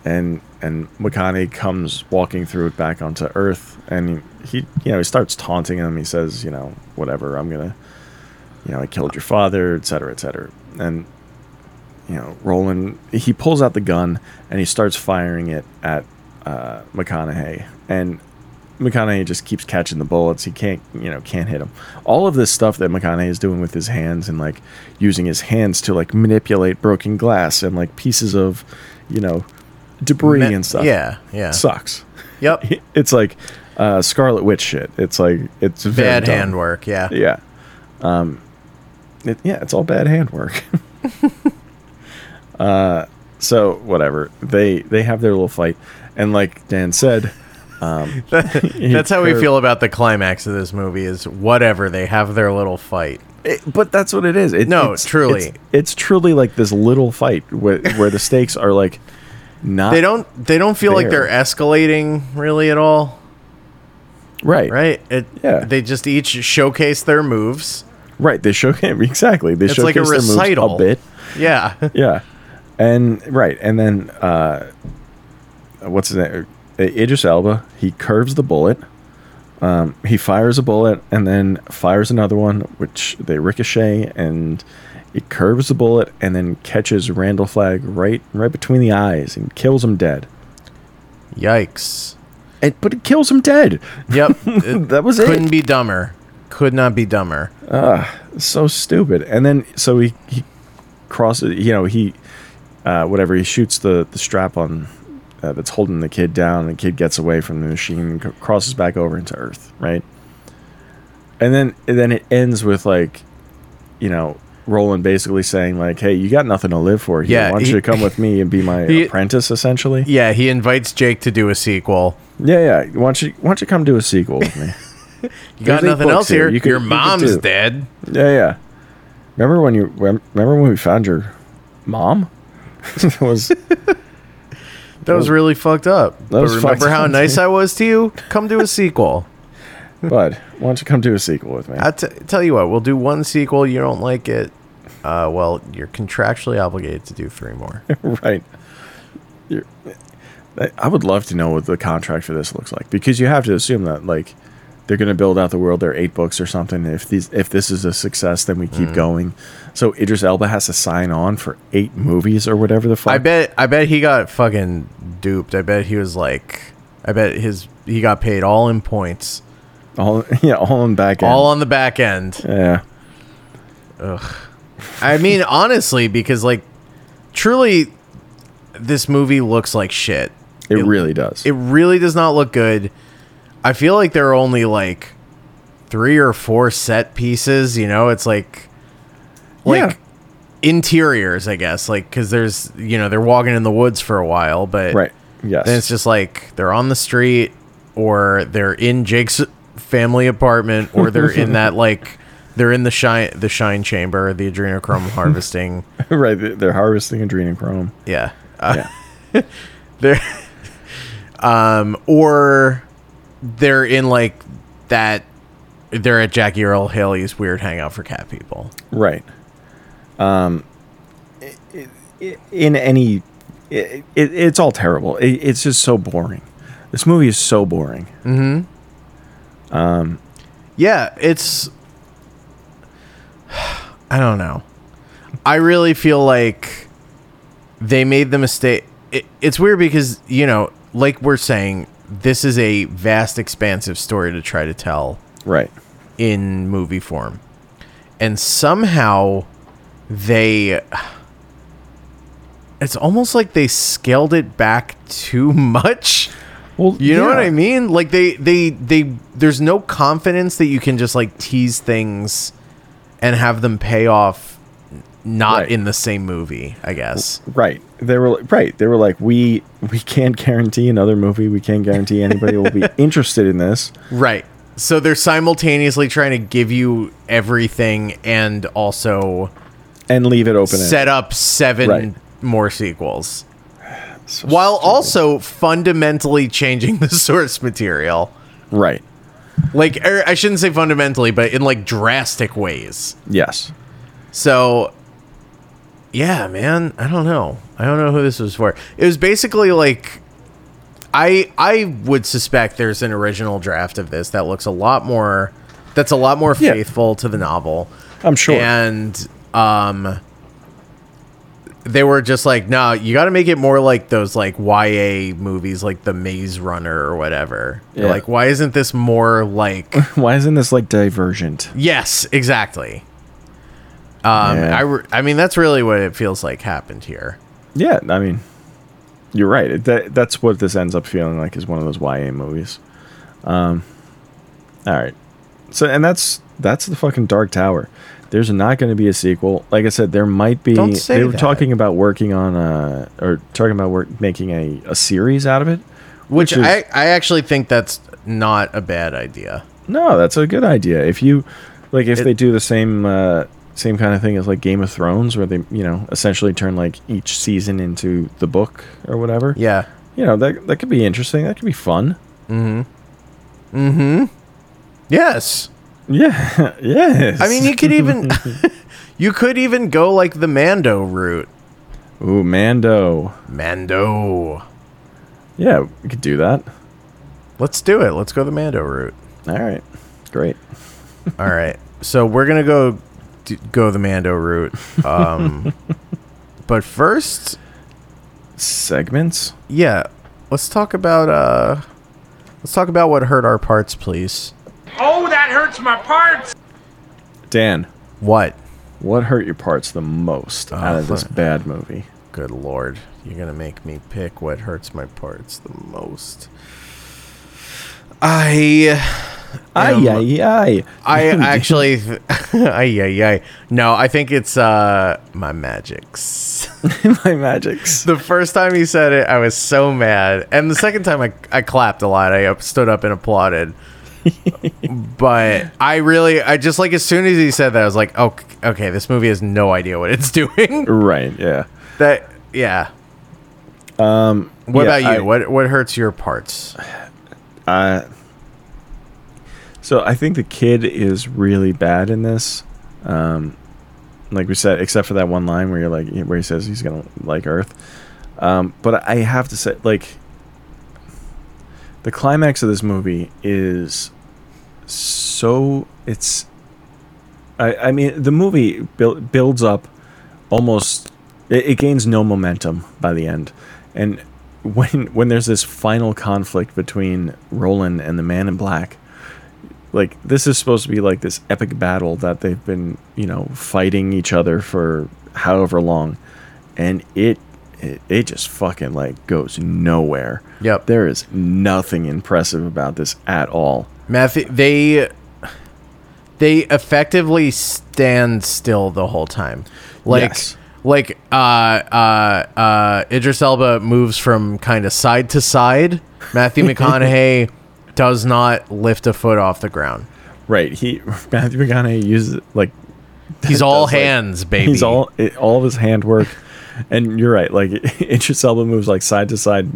[SPEAKER 2] and and Makane comes walking through it back onto Earth, and he, he you know he starts taunting him. He says, you know, whatever, I'm gonna, you know, I killed your father, et cetera, et cetera, and you know, Roland, he pulls out the gun and he starts firing it at uh, McConaughey. And McConaughey just keeps catching the bullets. He can't, you know, can't hit him. All of this stuff that McConaughey is doing with his hands and like using his hands to like manipulate broken glass and like pieces of, you know, debris and stuff.
[SPEAKER 1] Yeah, yeah.
[SPEAKER 2] Sucks.
[SPEAKER 1] Yep.
[SPEAKER 2] It's like uh, Scarlet Witch shit. It's like, it's very
[SPEAKER 1] Bad
[SPEAKER 2] dumb.
[SPEAKER 1] handwork. Yeah.
[SPEAKER 2] Yeah. Um, it, yeah, it's all bad handwork. uh, so whatever they they have their little fight, and like Dan said, um,
[SPEAKER 1] That's how we
[SPEAKER 2] Curb.
[SPEAKER 1] feel about the climax of this movie. Is whatever they have their little fight.
[SPEAKER 2] it, Eh, but that's what it is. It,
[SPEAKER 1] No,
[SPEAKER 2] it's,
[SPEAKER 1] truly.
[SPEAKER 2] it's, it's truly like this little fight where, where the stakes are like not
[SPEAKER 1] They don't. They don't feel like
[SPEAKER 2] Fair.
[SPEAKER 1] they're escalating really at all.
[SPEAKER 2] right
[SPEAKER 1] Right. It,
[SPEAKER 2] Yeah.
[SPEAKER 1] They just each showcase their moves.
[SPEAKER 2] right. They show exactly they
[SPEAKER 1] It's
[SPEAKER 2] showcase
[SPEAKER 1] like a
[SPEAKER 2] their moves
[SPEAKER 1] recital.
[SPEAKER 2] a bit.
[SPEAKER 1] Yeah.
[SPEAKER 2] yeah and right and then uh what's his name I- idris elba he curves the bullet um he fires a bullet and then fires another one which they ricochet and it curves the bullet and then catches randall flag right right between the eyes and kills him dead
[SPEAKER 1] Yikes.
[SPEAKER 2] and, but it kills him dead
[SPEAKER 1] Yep. It
[SPEAKER 2] that was it
[SPEAKER 1] couldn't be dumber. Could not be dumber.
[SPEAKER 2] so stupid. And then so he, he crosses, you know, he uh, whatever he shoots the the strap on uh, that's holding the kid down. The kid gets away from the machine, and c- crosses back over into Earth, right? And then and then it ends with like, you know. Roland basically saying like, "Hey, you got nothing to live for here.
[SPEAKER 1] Yeah,
[SPEAKER 2] Why don't
[SPEAKER 1] he-
[SPEAKER 2] you come with me and be my
[SPEAKER 1] he-
[SPEAKER 2] apprentice?" Essentially,
[SPEAKER 1] Yeah. He invites Jake to do a sequel.
[SPEAKER 2] yeah, yeah. Why don't you Why don't you come do a sequel with me?
[SPEAKER 1] You got
[SPEAKER 2] There's eight
[SPEAKER 1] nothing
[SPEAKER 2] books
[SPEAKER 1] else
[SPEAKER 2] here.
[SPEAKER 1] here.
[SPEAKER 2] You could-
[SPEAKER 1] Your
[SPEAKER 2] you could
[SPEAKER 1] mom's
[SPEAKER 2] do.
[SPEAKER 1] dead.
[SPEAKER 2] Yeah, yeah. Remember when you rem- remember when we found your mom? it was
[SPEAKER 1] That was really fucked up. But
[SPEAKER 2] was fucked
[SPEAKER 1] remember how
[SPEAKER 2] up,
[SPEAKER 1] nice
[SPEAKER 2] dude.
[SPEAKER 1] I was to you? Come do a sequel.
[SPEAKER 2] bud. Why don't you come do a sequel with me?
[SPEAKER 1] I t- tell you what, we'll do one sequel. You don't like it. Uh, well, you're contractually obligated to do three more.
[SPEAKER 2] right. You're, I- I would love to know what the contract for this looks like because you have to assume that like they're going to build out the world. They're eight books or something. If these if this is a success, then we keep
[SPEAKER 1] Mm.
[SPEAKER 2] going. So Idris Elba has to sign on for eight movies or whatever the fuck.
[SPEAKER 1] I bet. I bet he got fucking duped. I bet he was like. I bet his he got paid all in points,
[SPEAKER 2] all yeah, all in back end.
[SPEAKER 1] all on the back end.
[SPEAKER 2] yeah,
[SPEAKER 1] I mean, honestly, because like, truly, this movie looks like shit.
[SPEAKER 2] it, really does.
[SPEAKER 1] It really does not look good. I feel like there are only like three or four set pieces. You know, it's like like
[SPEAKER 2] Yeah.
[SPEAKER 1] interiors, I guess. Like because there's you know they're walking in the woods for a while, but
[SPEAKER 2] right. Yes.
[SPEAKER 1] Then it's just like they're on the street or they're in Jake's family apartment or they're in that like they're in the shine the shine chamber, the adrenochrome harvesting.
[SPEAKER 2] right, they- they're harvesting adrenochrome.
[SPEAKER 1] Yeah. Uh,
[SPEAKER 2] Yeah.
[SPEAKER 1] they're um or they're in like that they're at Jackie Earl Haley's weird hangout for cat people.
[SPEAKER 2] Right. Um, i- i- i- in any, it, it, it's all terrible. It, it's just so boring. This movie is so boring.
[SPEAKER 1] Yeah, it's I don't know. I really feel like they made the mistake. It, it's weird because, you know, like we're saying, this is a vast expansive story to try to tell
[SPEAKER 2] Right.
[SPEAKER 1] in movie form. And somehow they it's almost like they scaled it back too much.
[SPEAKER 2] Well,
[SPEAKER 1] You know what I mean? Like they they they there's no confidence that you can just like tease things and have them pay off n- not
[SPEAKER 2] Right.
[SPEAKER 1] in the same movie, I guess.
[SPEAKER 2] Right. They were li- right. They were like, we we can't guarantee another movie. We can't guarantee anybody will be interested in this.
[SPEAKER 1] Right. So they're simultaneously trying to give you everything and also
[SPEAKER 2] And leave it open.
[SPEAKER 1] set up seven
[SPEAKER 2] Right.
[SPEAKER 1] more sequels. While also fundamentally changing the source material.
[SPEAKER 2] right.
[SPEAKER 1] Like er, I shouldn't say fundamentally, but in like drastic ways.
[SPEAKER 2] Yes.
[SPEAKER 1] So, yeah, man, I don't know. I don't know who this was for. It was basically like I I would suspect there's an original draft of this that looks a lot more that's a lot more
[SPEAKER 2] Yeah.
[SPEAKER 1] faithful to the novel.
[SPEAKER 2] I'm sure.
[SPEAKER 1] And um they were just like, "No, you got to make it more like those like YA movies like The Maze Runner or whatever." They're
[SPEAKER 2] Yeah.
[SPEAKER 1] Like, why isn't this more like
[SPEAKER 2] Why isn't this like divergent?
[SPEAKER 1] Yes, exactly. Um,
[SPEAKER 2] Yeah.
[SPEAKER 1] I, re- I mean, that's really what it feels like happened here.
[SPEAKER 2] Yeah, I mean, you're right. It- That, that's what this ends up feeling like is one of those YA movies. Um, all right. So, and that's that's the fucking Dark Tower. There's not going to be a sequel. Like I said, there might be.
[SPEAKER 1] Don't say
[SPEAKER 2] they were
[SPEAKER 1] that.
[SPEAKER 2] talking about working on a or talking about work making a, a series out of it.
[SPEAKER 1] Which,
[SPEAKER 2] is-
[SPEAKER 1] I, I actually think that's not a bad idea.
[SPEAKER 2] No, that's a good idea. If you like, if they do the same uh, same kind of thing as like Game of Thrones, where they you know essentially turn like each season into the book or whatever.
[SPEAKER 1] Yeah.
[SPEAKER 2] you know that that could be interesting. That could be fun.
[SPEAKER 1] Yes.
[SPEAKER 2] Yeah, yes.
[SPEAKER 1] I mean, you could even you could even go like the Mando route.
[SPEAKER 2] ooh, Mando.
[SPEAKER 1] Mando.
[SPEAKER 2] Yeah, we could do that.
[SPEAKER 1] Let's do it. Let's go the Mando route.
[SPEAKER 2] All right, great.
[SPEAKER 1] All right. So we're gonna go d- go the Mando route. Um, but first,
[SPEAKER 2] Segments.
[SPEAKER 1] yeah, let's talk about uh, let's talk about what hurt our parts, please.
[SPEAKER 5] Oh, that hurts my parts!
[SPEAKER 2] Dan,
[SPEAKER 1] What?
[SPEAKER 2] what hurt your parts the most out of this
[SPEAKER 1] fuck.
[SPEAKER 2] bad movie?
[SPEAKER 1] Good lord. You're going to make me pick what hurts my parts the most. I
[SPEAKER 2] Ay
[SPEAKER 1] Um,
[SPEAKER 2] ay ay.
[SPEAKER 1] I actually th- ay ay ay. No, I think it's uh my magics.
[SPEAKER 2] my magics.
[SPEAKER 1] the first time he said it, I was so mad. And the second time I I clapped a lot. I up, stood up and applauded. but I really I just like as soon as he said that I was like, "Oh, okay, this movie has no idea what it's doing."
[SPEAKER 2] Right. Yeah.
[SPEAKER 1] That yeah. Um, what
[SPEAKER 2] yeah,
[SPEAKER 1] about you?
[SPEAKER 2] I-
[SPEAKER 1] what what hurts your parts?
[SPEAKER 2] Uh, so I think the kid is really bad in this. Um, like we said, except for that one line where you're like, where he says he's gonna like Earth. Um, but I have to say, like, the climax of this movie is so it's. I I mean the movie build, builds up almost it, it gains no momentum by the end and when when there's this final conflict between roland and the man in black like this is supposed to be like this epic battle that they've been you know fighting each other for however long and it it, it just fucking like goes nowhere
[SPEAKER 1] Yep.
[SPEAKER 2] there is nothing impressive about this at all
[SPEAKER 1] Matthew, they they effectively stand still the whole time. Like
[SPEAKER 2] Yes.
[SPEAKER 1] like uh uh uh Idris Elba moves from kind of side to side. Matthew McConaughey does not lift a foot off the ground.
[SPEAKER 2] Right. He Matthew McConaughey uses like
[SPEAKER 1] He's all
[SPEAKER 2] does, like-
[SPEAKER 1] hands, baby.
[SPEAKER 2] he's all it, all of his handwork, and you're right. Like Idris Elba moves like side to side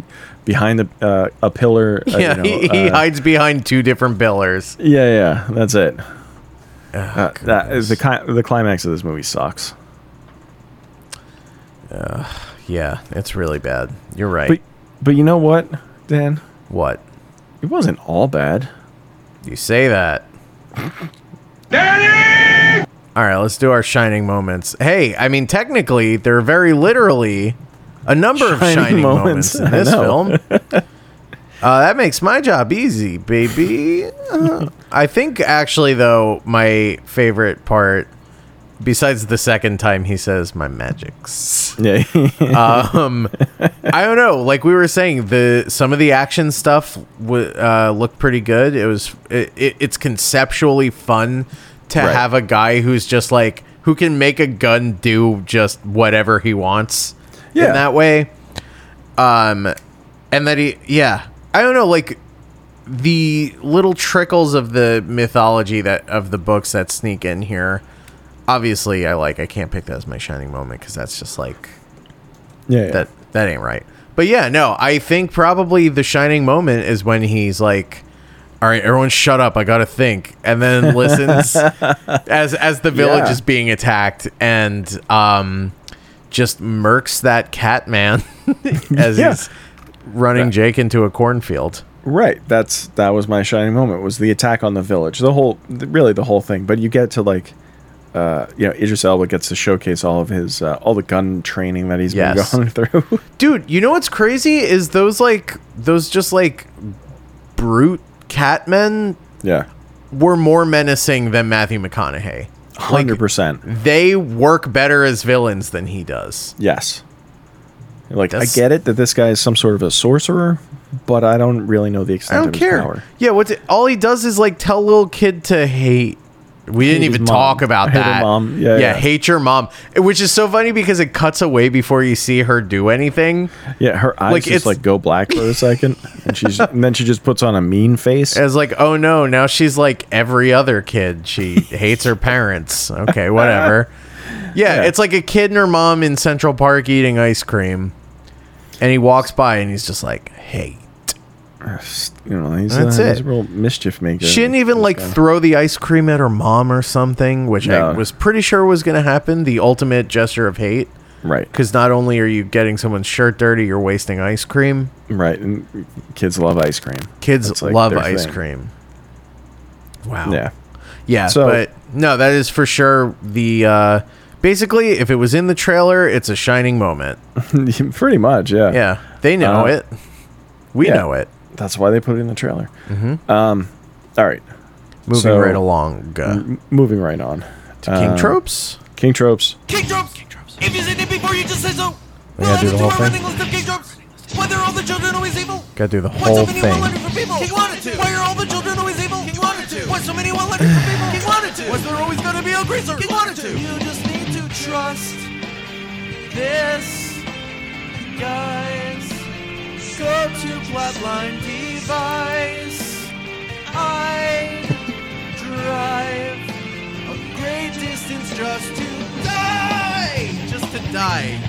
[SPEAKER 2] behind the uh, a pillar. uh, you
[SPEAKER 1] Yeah,
[SPEAKER 2] know,
[SPEAKER 1] he, he
[SPEAKER 2] uh,
[SPEAKER 1] hides behind two different pillars.
[SPEAKER 2] yeah, yeah. That's it. Uh, that
[SPEAKER 1] goodness.
[SPEAKER 2] is the ki- the climax of this movie sucks.
[SPEAKER 1] Yeah, it's really bad. You're right.
[SPEAKER 2] But but you know what, Dan?
[SPEAKER 1] what?
[SPEAKER 2] It wasn't all bad.
[SPEAKER 1] You say that. All right, let's do our shining moments. Hey, I mean, technically, there are very literally a number of
[SPEAKER 2] Shining
[SPEAKER 1] shining moments,
[SPEAKER 2] moments,
[SPEAKER 1] in
[SPEAKER 2] I
[SPEAKER 1] this
[SPEAKER 2] know.
[SPEAKER 1] film. uh, that makes my job easy, baby. Uh, I think, actually, though, my favorite part, besides the second time he says my magics.
[SPEAKER 2] Yeah.
[SPEAKER 1] um i don't know like we were saying the some of the action stuff w- uh looked pretty good it was it, it, it's conceptually fun to
[SPEAKER 2] Right.
[SPEAKER 1] have a guy who's just like who can make a gun do just whatever he wants
[SPEAKER 2] Yeah.
[SPEAKER 1] in that way um and that he yeah i don't know like the little trickles of the mythology that of the books that sneak in here obviously i like i can't pick that as my shining moment because that's just like
[SPEAKER 2] yeah. yeah.
[SPEAKER 1] that that ain't right. But yeah, no, I think probably the shining moment is when he's like, "All right, everyone, shut up. I gotta think," and then listens as as the village
[SPEAKER 2] Yeah.
[SPEAKER 1] is being attacked and um, just murks that cat man as
[SPEAKER 2] Yeah.
[SPEAKER 1] he's running Jake into a cornfield.
[SPEAKER 2] Right. That's that was my shining moment was the attack on the village. The whole th- really the whole thing. But you get to like uh, you know, Idris Elba gets to showcase all of his uh, all the gun training that he's
[SPEAKER 1] Yes.
[SPEAKER 2] been going through.
[SPEAKER 1] Dude, you know what's crazy is those like those just like brute cat men
[SPEAKER 2] yeah.
[SPEAKER 1] were more menacing than Matthew McConaughey. Like,
[SPEAKER 2] 100%.
[SPEAKER 1] they work better as villains than he does.
[SPEAKER 2] yes. Like
[SPEAKER 1] That's-
[SPEAKER 2] I get it that this guy is some sort of a sorcerer, but I don't really know the
[SPEAKER 1] I
[SPEAKER 2] extent
[SPEAKER 1] don't
[SPEAKER 2] of his
[SPEAKER 1] care.
[SPEAKER 2] power.
[SPEAKER 1] Yeah, what's it, all he does is like tell little kid to hate. We didn't
[SPEAKER 2] his
[SPEAKER 1] even
[SPEAKER 2] mom.
[SPEAKER 1] talk about
[SPEAKER 2] Hate her
[SPEAKER 1] that.
[SPEAKER 2] mom. Yeah, yeah.
[SPEAKER 1] hate your mom, which is so funny because it cuts away before you see her do anything.
[SPEAKER 2] Yeah, her eyes
[SPEAKER 1] Like, it's-
[SPEAKER 2] just like go black for a second and she's and then she just puts on a mean face.
[SPEAKER 1] It's like, oh no, now she's like every other kid. She hates her parents. Okay, whatever. Yeah,
[SPEAKER 2] Yeah.
[SPEAKER 1] it's like a kid and her mom in Central Park eating ice cream, and he walks by and he's just like, hey.
[SPEAKER 2] You know, he's,
[SPEAKER 1] That's
[SPEAKER 2] uh, he's
[SPEAKER 1] it.
[SPEAKER 2] a real mischief maker.
[SPEAKER 1] She didn't even
[SPEAKER 2] This
[SPEAKER 1] like
[SPEAKER 2] guy.
[SPEAKER 1] throw the ice cream at her mom or something, which I
[SPEAKER 2] No.
[SPEAKER 1] was pretty sure was going to happen. The ultimate gesture of hate,
[SPEAKER 2] right.
[SPEAKER 1] because not only are you getting someone's shirt dirty, you're wasting ice cream.
[SPEAKER 2] Right, and kids love ice cream.
[SPEAKER 1] Kids
[SPEAKER 2] That's, like,
[SPEAKER 1] love
[SPEAKER 2] their
[SPEAKER 1] ice
[SPEAKER 2] thing.
[SPEAKER 1] cream. Wow.
[SPEAKER 2] Yeah,
[SPEAKER 1] Yeah.
[SPEAKER 2] So-
[SPEAKER 1] but no, that is for sure the. uh Basically, if it was in the trailer, it's a shining moment.
[SPEAKER 2] pretty much. Yeah,
[SPEAKER 1] Yeah, they know
[SPEAKER 2] Uh,
[SPEAKER 1] it. We
[SPEAKER 2] yeah.
[SPEAKER 1] know it.
[SPEAKER 2] That's why they put it in the trailer. Um,
[SPEAKER 1] Mm-hmm.
[SPEAKER 2] all right,
[SPEAKER 1] Moving
[SPEAKER 2] So- uh,
[SPEAKER 1] right along uh,
[SPEAKER 2] m- moving right on.
[SPEAKER 1] to King Tropes.
[SPEAKER 2] King tropes.
[SPEAKER 6] King drops. If you said it before, you just say so.
[SPEAKER 1] We gotta do the whole thing?
[SPEAKER 6] List of king drops. Why they're all the children always evil?
[SPEAKER 1] Got to do the
[SPEAKER 6] Why
[SPEAKER 1] whole
[SPEAKER 6] so many
[SPEAKER 1] thing.
[SPEAKER 6] well-learned for people? King wanted to. Why are all the children always evil? King wanted to. Why so many well-learned for people? King wanted to. Why they're always gonna be a greaser? King wanted to. You just need to trust this, guys. Go to flatline device. I drive a great distance just to die. Just to die.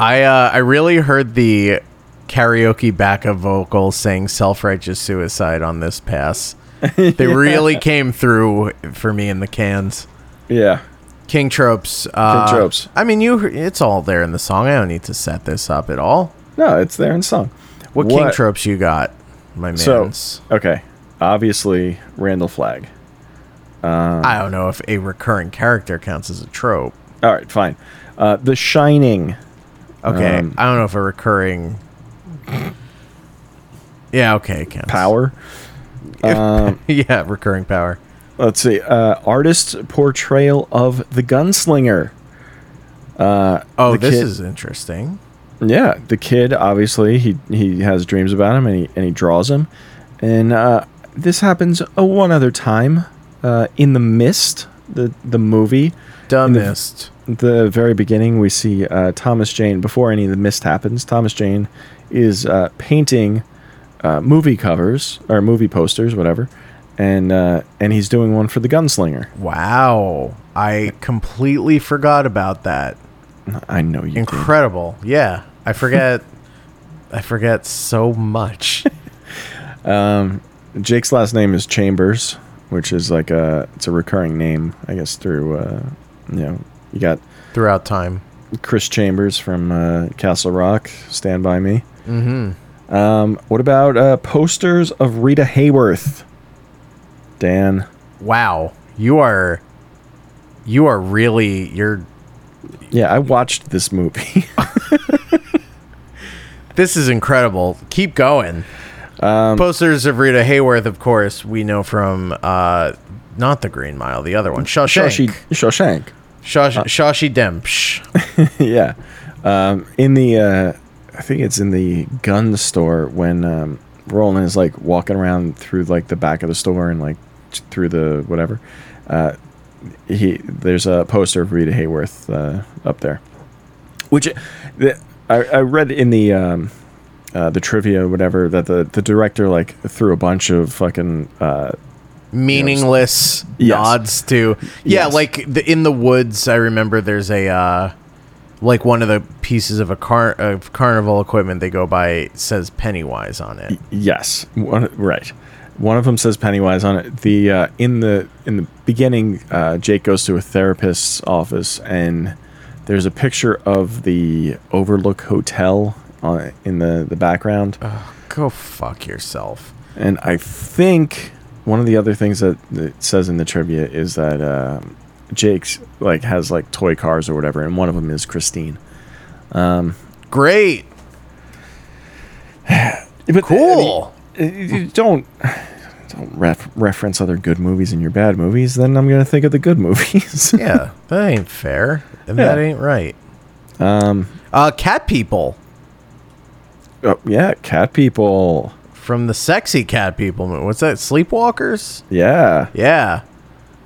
[SPEAKER 1] I uh, I really heard the karaoke backup vocal saying self-righteous suicide on this pass. They really came through for me in the cans.
[SPEAKER 2] Yeah,
[SPEAKER 1] King tropes. Uh,
[SPEAKER 2] tropes.
[SPEAKER 1] I mean, you. It's all there in the song. I don't need to set this up at all.
[SPEAKER 2] no, it's there in song.
[SPEAKER 1] What, king tropes you got, my
[SPEAKER 2] So
[SPEAKER 1] mans?
[SPEAKER 2] okay, obviously Randall Flagg. um,
[SPEAKER 1] I don't know if a recurring character counts as a trope.
[SPEAKER 2] All right, fine. Uh, the Shining.
[SPEAKER 1] Okay,
[SPEAKER 2] Um,
[SPEAKER 1] I don't know if a recurring. Yeah. Okay. it Counts.
[SPEAKER 2] Power.
[SPEAKER 1] yeah. Recurring power.
[SPEAKER 2] Let's see. Uh, artist's portrayal of the gunslinger.
[SPEAKER 1] Oh,
[SPEAKER 2] The
[SPEAKER 1] this
[SPEAKER 2] kid-
[SPEAKER 1] is interesting.
[SPEAKER 2] Yeah, the kid obviously he he has dreams about him and he and he draws him, and uh, this happens uh, one other time uh, in the mist the the movie.
[SPEAKER 1] Dumbest.
[SPEAKER 2] The very beginning we see uh, Thomas Jane before any of the mist happens. Thomas Jane is uh, painting uh, movie covers or movie posters, whatever, and uh, and he's doing one for the Gunslinger.
[SPEAKER 1] Wow. I completely forgot about that.
[SPEAKER 2] I know you. did.
[SPEAKER 1] Incredible. Yeah. I forget. I forget so much.
[SPEAKER 2] Jake's last name is Chambers, which is like a it's a recurring name, I guess. Through uh, you know, you got
[SPEAKER 1] Throughout time.
[SPEAKER 2] Chris Chambers from uh, Castle Rock, Stand by Me. Mm-hmm. Um, what about uh, posters of Rita Hayworth? Dan,
[SPEAKER 1] Wow. You are. You are really. You're.
[SPEAKER 2] yeah, I watched this movie.
[SPEAKER 1] This is incredible. Keep going. Posters of Rita Hayworth, of course, we know from uh, not the Green Mile, the other one,
[SPEAKER 2] Shawshank.
[SPEAKER 1] Shawshank. Shawsh-
[SPEAKER 2] Shawshank.
[SPEAKER 1] Shawshi Demp.
[SPEAKER 2] yeah. Um, in the, uh, I think it's in the gun store when um, Roland is like walking around through like the back of the store and like t- through the whatever. Uh, he there's a poster of Rita Hayworth uh, up there, which the, I, I read in the um, uh, the trivia whatever that the the director like threw a bunch of fucking uh,
[SPEAKER 1] meaningless
[SPEAKER 2] Yes.
[SPEAKER 1] nods to yeah
[SPEAKER 2] Yes.
[SPEAKER 1] like the, in the woods i remember there's a uh like one of the pieces of a car of carnival equipment they go by says pennywise on it
[SPEAKER 2] Yes, one, right. One of them says Pennywise on it. The uh, in the in the beginning, uh, Jake goes to a therapist's office, and there's a picture of the Overlook Hotel on, in the the background.
[SPEAKER 1] go fuck yourself
[SPEAKER 2] And I think one of the other things that it says in the trivia is that uh, Jake's like has like toy cars or whatever, and one of them is Christine.
[SPEAKER 1] great
[SPEAKER 2] But
[SPEAKER 1] cool
[SPEAKER 2] you- you don't don't ref- reference other good movies in your bad movies, then I'm gonna think of the good movies.
[SPEAKER 1] yeah that ain't fair and that
[SPEAKER 2] Yeah.
[SPEAKER 1] ain't right um uh cat people
[SPEAKER 2] oh, yeah, Cat People.
[SPEAKER 1] from the sexy cat people mo- what's that sleepwalkers
[SPEAKER 2] Yeah,
[SPEAKER 1] yeah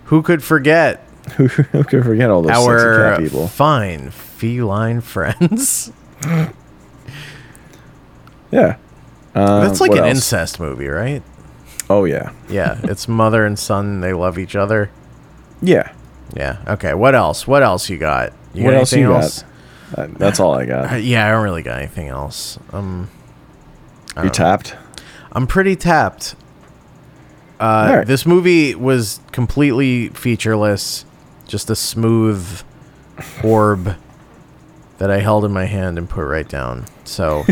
[SPEAKER 1] who could forget
[SPEAKER 2] who, who could forget all those sexy
[SPEAKER 1] our uh,
[SPEAKER 2] cat people?
[SPEAKER 1] fine feline friends
[SPEAKER 2] Yeah, um,
[SPEAKER 1] That's like
[SPEAKER 2] what
[SPEAKER 1] an
[SPEAKER 2] else?
[SPEAKER 1] incest movie, right?
[SPEAKER 2] Oh yeah,
[SPEAKER 1] Yeah, it's mother and son. They love each other.
[SPEAKER 2] yeah.
[SPEAKER 1] Yeah. Okay. What else? What else you got? You
[SPEAKER 2] What
[SPEAKER 1] got
[SPEAKER 2] else you
[SPEAKER 1] anything
[SPEAKER 2] got? Uh, that's all I
[SPEAKER 1] Uh,
[SPEAKER 2] got.
[SPEAKER 1] Yeah, I don't really got anything else. Um,
[SPEAKER 2] You tapped.
[SPEAKER 1] I'm pretty tapped. Uh,
[SPEAKER 2] All right.
[SPEAKER 1] This movie was completely featureless, just a smooth orb that I held in my hand and put right down. So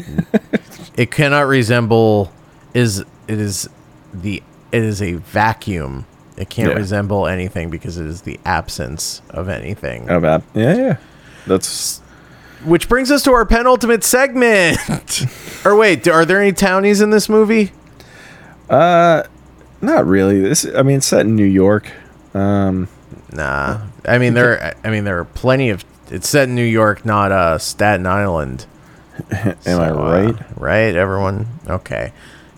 [SPEAKER 1] it cannot resemble is it is the it is a vacuum. It can't
[SPEAKER 2] Yeah.
[SPEAKER 1] resemble anything because it is the absence of anything.
[SPEAKER 2] Oh, bad. Yeah, yeah. That's
[SPEAKER 1] Which brings us to our penultimate segment. or wait, are there any townies in this movie?
[SPEAKER 2] not really. This. I mean, it's set in New York.
[SPEAKER 1] Nah, I mean there. I mean there are plenty of. It's set in New York, not uh, Staten Island.
[SPEAKER 2] Am I
[SPEAKER 1] So, uh,
[SPEAKER 2] right?
[SPEAKER 1] right, everyone. Okay.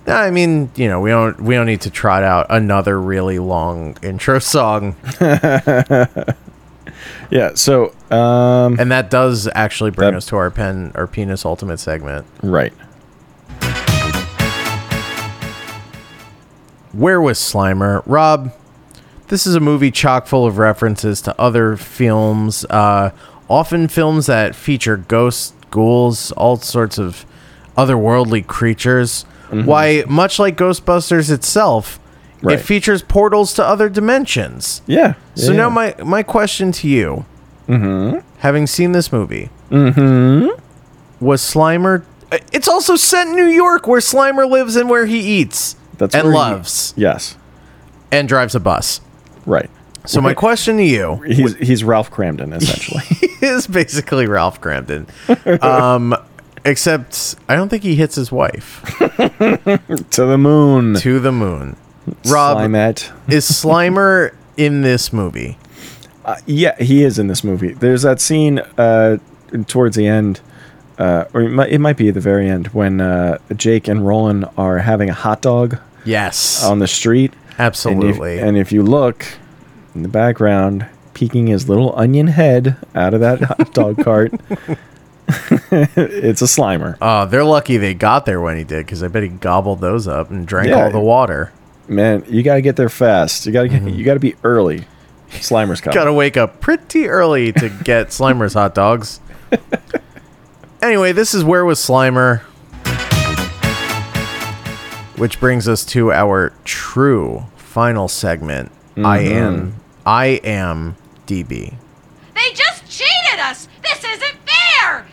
[SPEAKER 1] Nah, I mean, you know, we don't we don't need to trot out another really long intro song,
[SPEAKER 2] yeah. So, um,
[SPEAKER 1] and that does actually bring
[SPEAKER 2] That-
[SPEAKER 1] us to our pen our penis ultimate segment.
[SPEAKER 2] right.
[SPEAKER 1] Where was Slimer? Rob, this is a movie chock full of references to other films, uh, often films that feature ghosts, ghouls, all sorts of otherworldly creatures. Why, much like Ghostbusters itself,
[SPEAKER 2] Mm-hmm. Right.
[SPEAKER 1] it features portals to other dimensions.
[SPEAKER 2] Yeah.
[SPEAKER 1] So
[SPEAKER 2] yeah. Mm-hmm.
[SPEAKER 1] now my my question to you, having seen this movie, was Slimer? uh, It's also set in New York, where Slimer lives and where he eats
[SPEAKER 2] That's
[SPEAKER 1] and
[SPEAKER 2] where he-
[SPEAKER 1] loves
[SPEAKER 2] Yes.
[SPEAKER 1] and drives a bus.
[SPEAKER 2] Right.
[SPEAKER 1] So my question to you
[SPEAKER 2] He's he's Ralph Cramden essentially.
[SPEAKER 1] is basically Ralph Cramden, um, except I don't think he hits his wife
[SPEAKER 2] to the moon.
[SPEAKER 1] to the moon. Rob
[SPEAKER 2] Slimet.
[SPEAKER 1] is Slimer in this movie?
[SPEAKER 2] Uh, yeah, he is in this movie. There's that scene uh, towards the end, uh, or it might, it might be at the very end when uh, Jake and Roland are having a hot dog
[SPEAKER 1] Yes,
[SPEAKER 2] on the street. And if,
[SPEAKER 1] absolutely.
[SPEAKER 2] Um, and if you look in the background, peeking his little onion head out of that hot dog cart it's a slimer.
[SPEAKER 1] Uh, they're lucky they got there when he did, because I bet he gobbled those up and drank
[SPEAKER 2] Yeah.
[SPEAKER 1] all the water.
[SPEAKER 2] Man, you gotta get there fast. You gotta get, you gotta be early. Slimer's coming.
[SPEAKER 1] Mm-hmm. Gotta wake up pretty early to get Slimer's hot dogs. anyway, this is Where Was Slimer? Which brings us to our true final segment. I am I am DB.
[SPEAKER 7] They just cheated us! This isn't fair!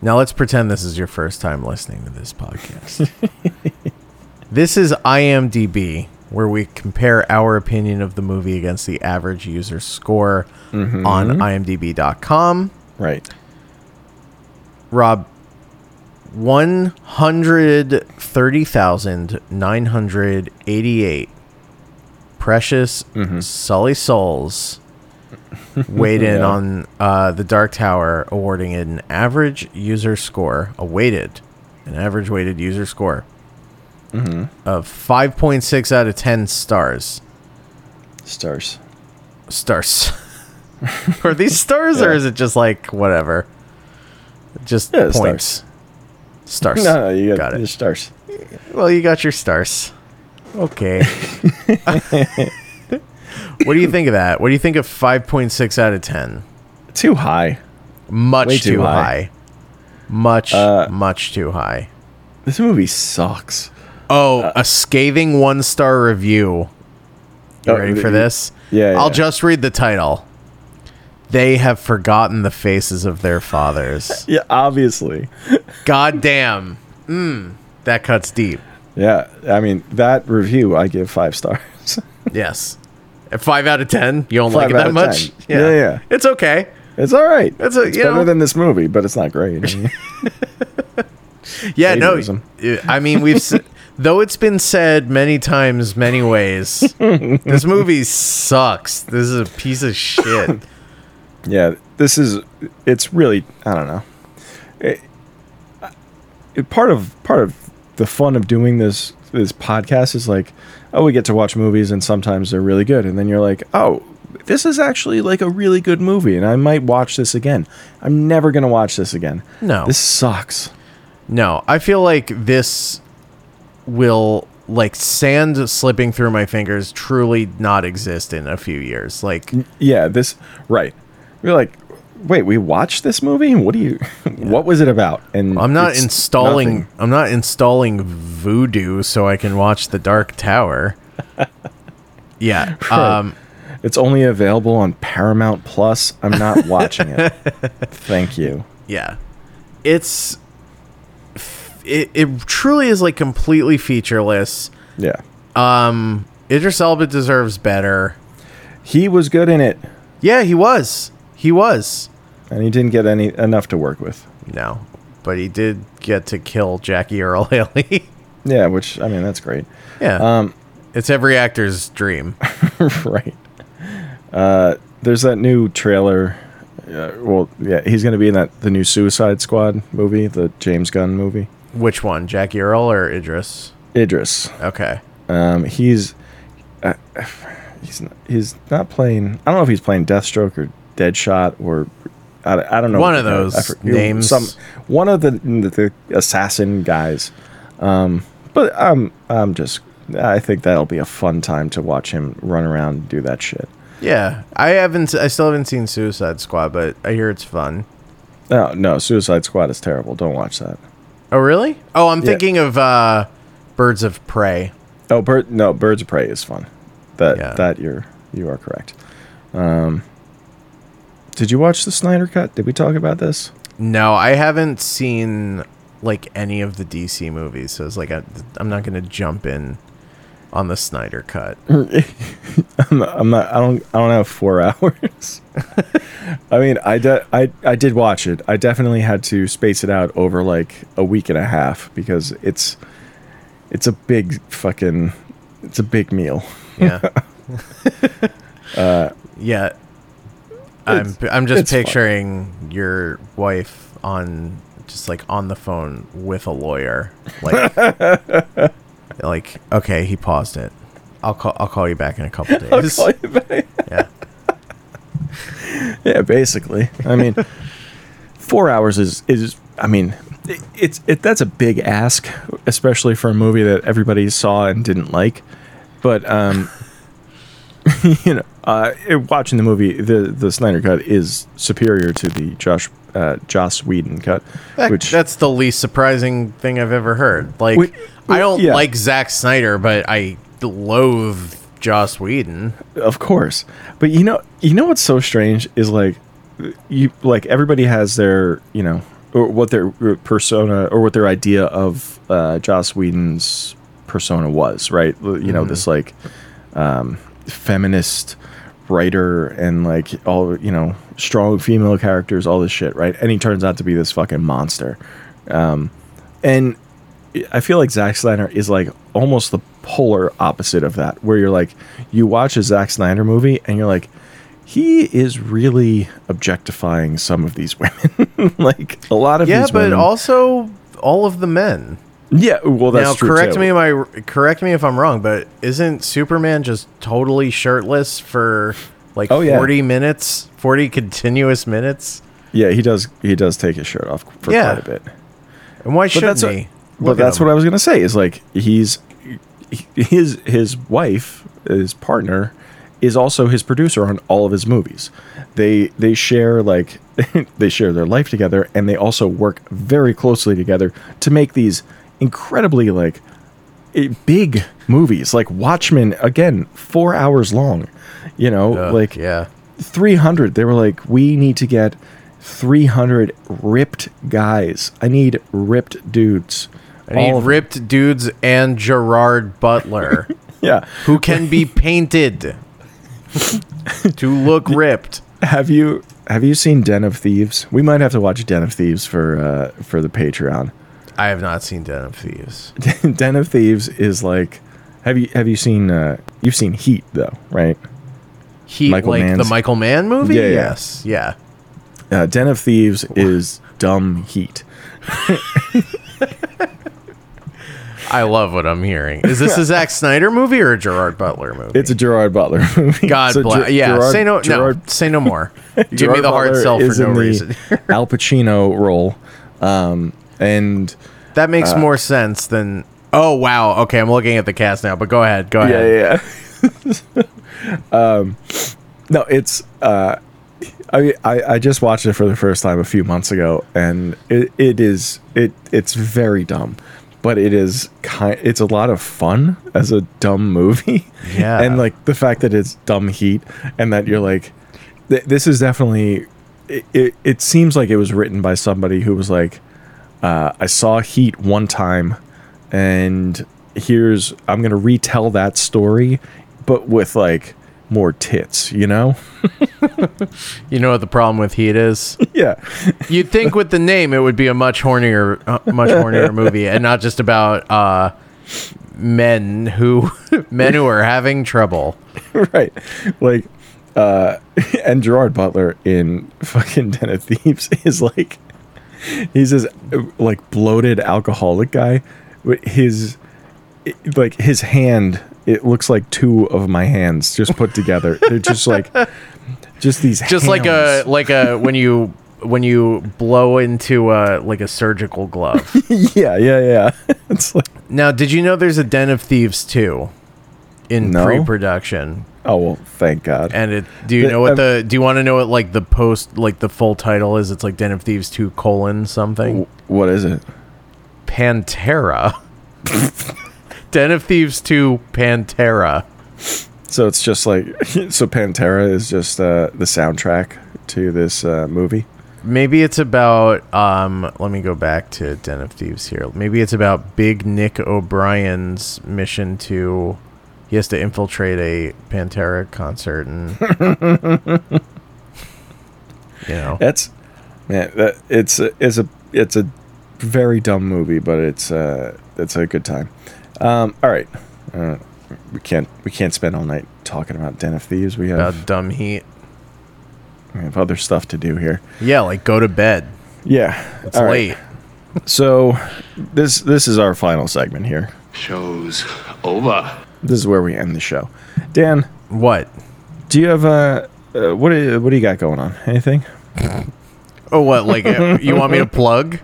[SPEAKER 1] Now let's pretend this is your first time listening to this podcast. this is IMDb, where we compare our opinion of the movie against the average user score on imdb.com.
[SPEAKER 2] right.
[SPEAKER 1] Rob, 130,988 precious Sully souls weighed in
[SPEAKER 2] Yeah.
[SPEAKER 1] on uh, the Dark Tower, awarding it an average user score, a weighted, an average weighted user score of 5.6 out of 10 stars.
[SPEAKER 2] Stars.
[SPEAKER 1] Stars. Are these stars or
[SPEAKER 2] Yeah.
[SPEAKER 1] is it just like whatever? Just
[SPEAKER 2] Yeah,
[SPEAKER 1] points. Stars.
[SPEAKER 2] No, no, you got,
[SPEAKER 1] got it.
[SPEAKER 2] Stars.
[SPEAKER 1] Well, you got your stars. Okay. what do you think of that? What do you think of 5.6 out of 10?
[SPEAKER 2] Too high.
[SPEAKER 1] Much
[SPEAKER 2] Way
[SPEAKER 1] too,
[SPEAKER 2] too
[SPEAKER 1] high.
[SPEAKER 2] high. Uh,
[SPEAKER 1] Much, much too high.
[SPEAKER 2] This movie sucks.
[SPEAKER 1] Oh,
[SPEAKER 2] Uh,
[SPEAKER 1] a scathing one star review. You
[SPEAKER 2] Oh,
[SPEAKER 1] ready for
[SPEAKER 2] you-
[SPEAKER 1] this?
[SPEAKER 2] yeah,
[SPEAKER 1] I'll
[SPEAKER 2] yeah.
[SPEAKER 1] just read the title. They have forgotten the faces of their fathers.
[SPEAKER 2] Yeah, obviously.
[SPEAKER 1] God damn. Mm, that cuts deep.
[SPEAKER 2] Yeah, I mean that review I give five stars.
[SPEAKER 1] Yes. At five out of ten, you don't
[SPEAKER 2] Five
[SPEAKER 1] like it
[SPEAKER 2] out
[SPEAKER 1] that
[SPEAKER 2] of
[SPEAKER 1] much.
[SPEAKER 2] 10. Yeah, yeah.
[SPEAKER 1] It's okay.
[SPEAKER 2] it's all right.
[SPEAKER 1] It's a-
[SPEAKER 2] it's
[SPEAKER 1] you
[SPEAKER 2] better
[SPEAKER 1] know-
[SPEAKER 2] than this movie, but it's not great.
[SPEAKER 1] Yeah, no.
[SPEAKER 2] Plagiarism.
[SPEAKER 1] uh, I mean, we've s- though it's been said many times, many ways. this movie sucks. This is a piece of shit.
[SPEAKER 2] yeah, this is. It's really. I don't know. It- it- part of part of the fun of doing this this podcast is like, oh, we get to watch movies, and sometimes they're really good, and then you're like, oh, this is actually like a really good movie, and I might watch this again. I'm never gonna watch this again.
[SPEAKER 1] No.
[SPEAKER 2] this sucks.
[SPEAKER 1] No, I feel like this will like sand slipping through my fingers truly not exist in a few years. Like
[SPEAKER 2] Yeah, this right. You're like, wait, we watched this movie. What do you? What was it about? And
[SPEAKER 1] I'm not
[SPEAKER 2] it's
[SPEAKER 1] installing
[SPEAKER 2] nothing.
[SPEAKER 1] I'm not installing voodoo so I can watch The Dark Tower. yeah. Um
[SPEAKER 2] It's only available on Paramount Plus. I'm not watching it. Thank you.
[SPEAKER 1] yeah. It's it, it truly is like completely featureless.
[SPEAKER 2] Yeah,
[SPEAKER 1] Um Idris Elba deserves better.
[SPEAKER 2] he was good in it,
[SPEAKER 1] Yeah, he was. He was.
[SPEAKER 2] and he didn't get any enough to work with.
[SPEAKER 1] No, but he did get to kill Jackie Earl Haley.
[SPEAKER 2] Yeah, which I mean, that's great.
[SPEAKER 1] yeah, it's every actor's dream.
[SPEAKER 2] right. Uh, there's that new trailer. Uh, well, yeah, he's gonna be in that the new Suicide Squad movie, the James Gunn movie.
[SPEAKER 1] Which one, Jackie Earl or Idris?
[SPEAKER 2] Idris.
[SPEAKER 1] Okay,
[SPEAKER 2] Um, he's uh, he's n- he's not playing. I don't know if he's playing Deathstroke or Deadshot or I, I don't know.
[SPEAKER 1] One of those
[SPEAKER 2] I for-
[SPEAKER 1] names.
[SPEAKER 2] Some one of the the assassin guys. Um, but I'm I'm just I think that'll be a fun time to watch him run around and do that shit.
[SPEAKER 1] yeah, I haven't, I still haven't seen Suicide Squad, but I hear it's fun.
[SPEAKER 2] No, no, Suicide Squad is terrible. Don't watch that.
[SPEAKER 1] Oh, really? Oh, I'm
[SPEAKER 2] Yeah.
[SPEAKER 1] thinking of uh, Birds of Prey.
[SPEAKER 2] Oh, bird no, Birds of Prey is fun. That
[SPEAKER 1] Yeah.
[SPEAKER 2] that you're you are correct. Um, did you watch the Snyder Cut? Did we talk about this?
[SPEAKER 1] No, I haven't seen like any of the DC movies, so it's like I, I'm not gonna jump in on the Snyder cut.
[SPEAKER 2] I'm not. I don't. I don't have four hours. I mean, I, de- I I did watch it. I definitely had to space it out over like a week and a half because it's it's a big fucking it's a big meal.
[SPEAKER 1] Yeah. Uh, yeah. I'm I'm
[SPEAKER 2] it's
[SPEAKER 1] just
[SPEAKER 2] fine.
[SPEAKER 1] picturing your wife on just like on the phone with a lawyer. Like like okay, he paused it. I'll call I'll call you back in a couple days. yeah.
[SPEAKER 2] yeah, basically. I mean, four hours is is I mean, it, it's it that's a big ask, especially for a movie that everybody saw and didn't like. But um, you know, uh, it- watching the movie, the the Snyder cut is superior to the Josh uh, Joss Whedon cut,
[SPEAKER 1] That-
[SPEAKER 2] which
[SPEAKER 1] that's the least surprising thing I've ever heard. Like,
[SPEAKER 2] Wait,
[SPEAKER 1] I don't
[SPEAKER 2] yeah.
[SPEAKER 1] like Zack Snyder, but I loathe Joss Whedon.
[SPEAKER 2] of course. But you know, you know what's so strange is like you like everybody has their you know or what their uh, persona or what their idea of uh, Joss Whedon's persona was, right? You know, this like feminist writer and like all you know strong female characters all this shit right and he turns out to be this fucking monster um and i feel like Zack Snyder is like almost the polar opposite of that where you're like you watch a Zack Snyder movie and you're like he is really objectifying some of these women like a lot of
[SPEAKER 1] Yeah,
[SPEAKER 2] these
[SPEAKER 1] but
[SPEAKER 2] women-
[SPEAKER 1] also all of the men.
[SPEAKER 2] yeah well that's
[SPEAKER 1] now,
[SPEAKER 2] true
[SPEAKER 1] correct
[SPEAKER 2] too.
[SPEAKER 1] me if I correct me if I'm wrong, but isn't Superman just totally shirtless for like
[SPEAKER 2] Oh, yeah.
[SPEAKER 1] 40 minutes, 40 continuous minutes?
[SPEAKER 2] yeah he does he does take his shirt off for
[SPEAKER 1] Yeah.
[SPEAKER 2] quite a bit
[SPEAKER 1] And why
[SPEAKER 2] but
[SPEAKER 1] shouldn't
[SPEAKER 2] that's,
[SPEAKER 1] he?
[SPEAKER 2] what, but that's what I was gonna say. Is like he's he- his his wife, his partner, is also his producer on all of his movies. They they share like they share their life together, and they also work very closely together to make these incredibly like eh, big movies. Like Watchmen, again, four hours long. You know, like
[SPEAKER 1] yeah.
[SPEAKER 2] 300 they were like we need to get 300 ripped guys i need ripped dudes
[SPEAKER 1] I need
[SPEAKER 2] All of them.
[SPEAKER 1] ripped dudes and Gerard Butler,
[SPEAKER 2] yeah
[SPEAKER 1] who can be painted to look ripped.
[SPEAKER 2] have you have you seen den of thieves we might have to watch den of thieves for uh for the patreon
[SPEAKER 1] I have not seen Den of Thieves.
[SPEAKER 2] den of thieves is like have you have you seen uh you've seen heat though right
[SPEAKER 1] He
[SPEAKER 2] Michael
[SPEAKER 1] like the
[SPEAKER 2] Mann's-
[SPEAKER 1] Michael Mann movie.
[SPEAKER 2] Yeah, yeah.
[SPEAKER 1] Yes, yeah.
[SPEAKER 2] uh, den of thieves is dumb heat
[SPEAKER 1] I love what I'm hearing. Is this a Zack Snyder movie or a Gerard Butler movie?
[SPEAKER 2] it's a gerard butler movie
[SPEAKER 1] God
[SPEAKER 2] So
[SPEAKER 1] bless.
[SPEAKER 2] Ger-
[SPEAKER 1] yeah,
[SPEAKER 2] Gerard-
[SPEAKER 1] say no.
[SPEAKER 2] Gerard
[SPEAKER 1] no, say no more. Give me
[SPEAKER 2] Gerard
[SPEAKER 1] the hard
[SPEAKER 2] Butler
[SPEAKER 1] sell for
[SPEAKER 2] is
[SPEAKER 1] no
[SPEAKER 2] in the
[SPEAKER 1] reason.
[SPEAKER 2] Al Pacino role, um, and
[SPEAKER 1] that makes
[SPEAKER 2] uh,
[SPEAKER 1] more sense than. Oh wow. Okay, I'm looking at the cast now. But go ahead. Go ahead.
[SPEAKER 2] yeah. um, no, it's uh, I, I I just watched it for the first time a few months ago, and it, it is it it's very dumb, but it is kind. It's a lot of fun as a dumb movie.
[SPEAKER 1] Yeah.
[SPEAKER 2] and like the fact that it's dumb heat, and that you're like, th- this is definitely. It, it, it seems like it was written by somebody who was like, uh, I saw Heat one time, and here's I'm gonna retell that story, but with like more tits, you know?
[SPEAKER 1] You know what the problem with Heat is?
[SPEAKER 2] yeah,
[SPEAKER 1] You'd think with the name it would be a much hornier, uh, much hornier movie, and not just about uh, men who men who are having trouble.
[SPEAKER 2] right. Like, uh, and Gerard Butler in fucking Den of Thieves is like, he's this uh, like bloated alcoholic guy. with His it- like his hand, it looks like two of my hands just put together. They're just like, just these,
[SPEAKER 1] Just like a
[SPEAKER 2] hands.
[SPEAKER 1] like a when you when you blow into a like a surgical glove.
[SPEAKER 2] yeah, yeah, yeah. It's like.
[SPEAKER 1] Now, did you know there's a Den of Thieves too in
[SPEAKER 2] No.
[SPEAKER 1] pre-production?
[SPEAKER 2] Oh well, thank God.
[SPEAKER 1] And it, do you
[SPEAKER 2] The-
[SPEAKER 1] know what
[SPEAKER 2] um,
[SPEAKER 1] the do you want to know what like the post like the full title is? It's like Den of Thieves two colon something
[SPEAKER 2] what is it?
[SPEAKER 1] Pantera. Den of Thieves two Pantera.
[SPEAKER 2] So it's just like so Pantera is just uh, the soundtrack to this uh, movie.
[SPEAKER 1] Maybe it's about um. Let me go back to Den of Thieves here. Maybe it's about Big Nick O'Brien's mission to. He has to infiltrate a Pantera concert and. you know.
[SPEAKER 2] That's man, that, it's a, it's a it's a very dumb movie, but it's uh, it's a good time. Um, all right, uh, we can't we can't spend all night talking about Den of Thieves. We have
[SPEAKER 1] About dumb heat.
[SPEAKER 2] we have other stuff to do here.
[SPEAKER 1] Yeah, like go to bed.
[SPEAKER 2] Yeah,
[SPEAKER 1] It's
[SPEAKER 2] all right.
[SPEAKER 1] late.
[SPEAKER 2] So this this is our final segment here.
[SPEAKER 8] Show's over.
[SPEAKER 2] This is where we end the show. Dan,
[SPEAKER 1] What?
[SPEAKER 2] Do you have uh, uh what do you, what do you got going on? Anything?
[SPEAKER 1] Oh, what? Like uh, you want me to plug?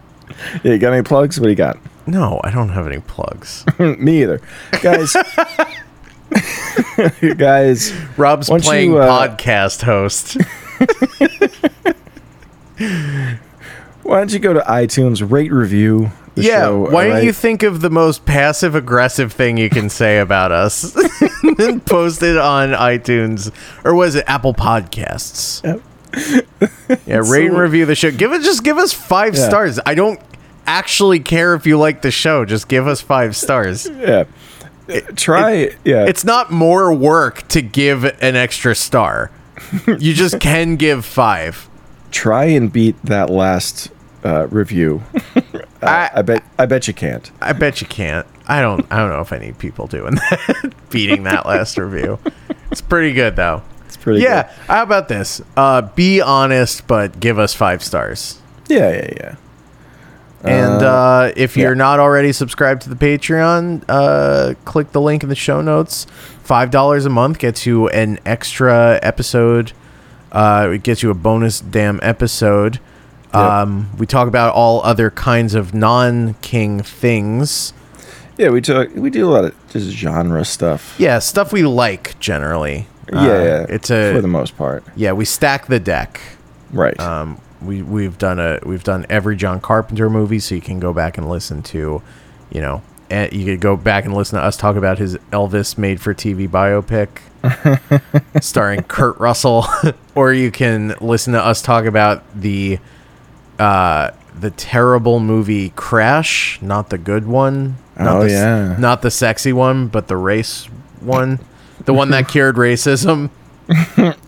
[SPEAKER 2] Yeah, you got any plugs? What do you got?
[SPEAKER 1] No, I don't have any plugs.
[SPEAKER 2] Me either, guys. guys,
[SPEAKER 1] Rob's
[SPEAKER 2] Why don't
[SPEAKER 1] playing
[SPEAKER 2] you, uh,
[SPEAKER 1] podcast host.
[SPEAKER 2] why don't you go to iTunes, rate, review the
[SPEAKER 1] yeah.
[SPEAKER 2] show?
[SPEAKER 1] why don't
[SPEAKER 2] alright?
[SPEAKER 1] you think of the most passive aggressive thing you can say about us? and then post it on iTunes or was it Apple Podcasts? yeah, rate and
[SPEAKER 2] So-
[SPEAKER 1] review the show. Give it just give us five
[SPEAKER 2] Yeah.
[SPEAKER 1] stars. I don't actually care if you like the show. Just give us five stars.
[SPEAKER 2] yeah. Try yeah.
[SPEAKER 1] it's not more work to give an extra star. You just can give five.
[SPEAKER 2] try and beat that last uh, review. Uh, I, I bet I bet you can't.
[SPEAKER 1] I bet you can't. I don't. I don't know if any people doing that, beating that last review. It's pretty good though. It's
[SPEAKER 2] pretty
[SPEAKER 1] Yeah. How about this? Uh, be honest, but give us five stars.
[SPEAKER 2] Yeah, yeah, yeah.
[SPEAKER 1] And uh, if you're
[SPEAKER 2] yeah.
[SPEAKER 1] not already subscribed to the Patreon, uh, click the link in the show notes. Five dollars a month gets you an extra episode. Uh, it gets you a bonus damn episode. Um, we talk about all other kinds of non-king things.
[SPEAKER 2] Yeah, we talk we do a lot of just genre stuff.
[SPEAKER 1] Yeah, stuff we like generally.
[SPEAKER 2] Yeah,
[SPEAKER 1] Uh,
[SPEAKER 2] yeah.
[SPEAKER 1] it's a
[SPEAKER 2] for the most part.
[SPEAKER 1] yeah. We stack the deck.
[SPEAKER 2] Right.
[SPEAKER 1] Um, we we've done a we've done every John Carpenter movie, so you can go back and listen to, you know, and you could go back and listen to us talk about his Elvis made for TV biopic, starring Kurt Russell, or you can listen to us talk about the, uh, the terrible movie Crash, not the good one, not
[SPEAKER 2] Oh,
[SPEAKER 1] the, s-
[SPEAKER 2] yeah.
[SPEAKER 1] not the sexy one, but the race one, the one that cured racism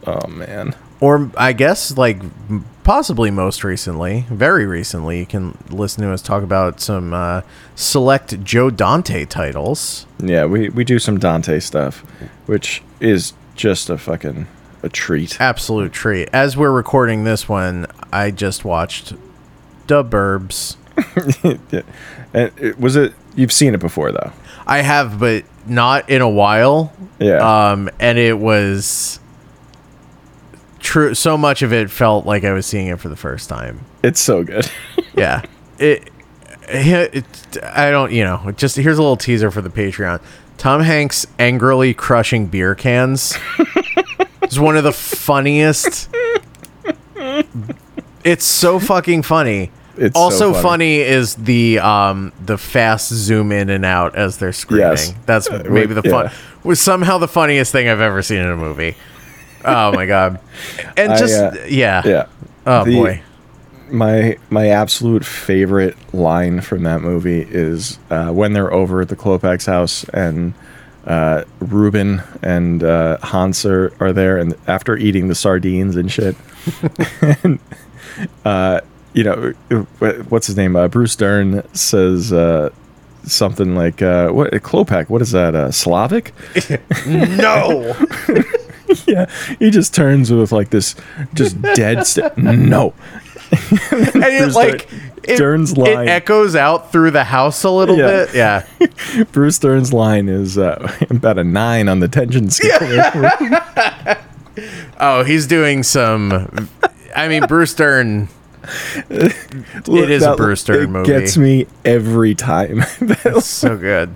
[SPEAKER 2] oh man.
[SPEAKER 1] or I guess like m- possibly most recently, very recently, you can listen to us talk about some uh, select Joe Dante titles.
[SPEAKER 2] Yeah, we we do some Dante stuff, which is just a fucking a treat.
[SPEAKER 1] Uh, Absolute treat. As we're recording this one, I just watched Burbs.
[SPEAKER 2] And it, was it you've seen it before though?
[SPEAKER 1] I have, but not in a while.
[SPEAKER 2] Yeah.
[SPEAKER 1] Um, and it was true. So much of it felt like I was seeing it for the first time.
[SPEAKER 2] It's so good.
[SPEAKER 1] yeah it, it, it- i don't you know just here's a little teaser for the patreon tom hanks angrily crushing beer cans is one of the funniest it's so fucking funny
[SPEAKER 2] It's so
[SPEAKER 1] also
[SPEAKER 2] funny.
[SPEAKER 1] funny. is the um the fast zoom in and out as they're screaming
[SPEAKER 2] Yes. Uh,
[SPEAKER 1] that's maybe the fun
[SPEAKER 2] yeah.
[SPEAKER 1] was somehow the funniest thing i've ever seen in a movie oh my god and
[SPEAKER 2] I,
[SPEAKER 1] just
[SPEAKER 2] uh,
[SPEAKER 1] yeah
[SPEAKER 2] yeah.
[SPEAKER 1] oh
[SPEAKER 2] The-
[SPEAKER 1] boy
[SPEAKER 2] My my absolute favorite line from that movie is uh, when they're over at the Klopex house and uh, Ruben and uh, Hans are, are there, and after eating the sardines and shit, and, uh, you know, wh- what's his name? Uh, Bruce Dern says uh, something like, uh, "What Klopek? What is that? Uh, Slavic?"
[SPEAKER 1] no
[SPEAKER 2] yeah, he just turns with like this, just dead. St- no,
[SPEAKER 1] and it
[SPEAKER 2] Bruce
[SPEAKER 1] like
[SPEAKER 2] Dern-
[SPEAKER 1] it,
[SPEAKER 2] Dern's
[SPEAKER 1] it
[SPEAKER 2] line.
[SPEAKER 1] echoes out through the house a little
[SPEAKER 2] Yeah.
[SPEAKER 1] bit. Yeah,
[SPEAKER 2] Bruce Stern's line is uh, about a nine on the tension scale.
[SPEAKER 1] Oh, he's doing some. I mean, Bruce Dern. It is a Bruce Dern
[SPEAKER 2] it
[SPEAKER 1] movie.
[SPEAKER 2] Gets me every time.
[SPEAKER 1] It's so good.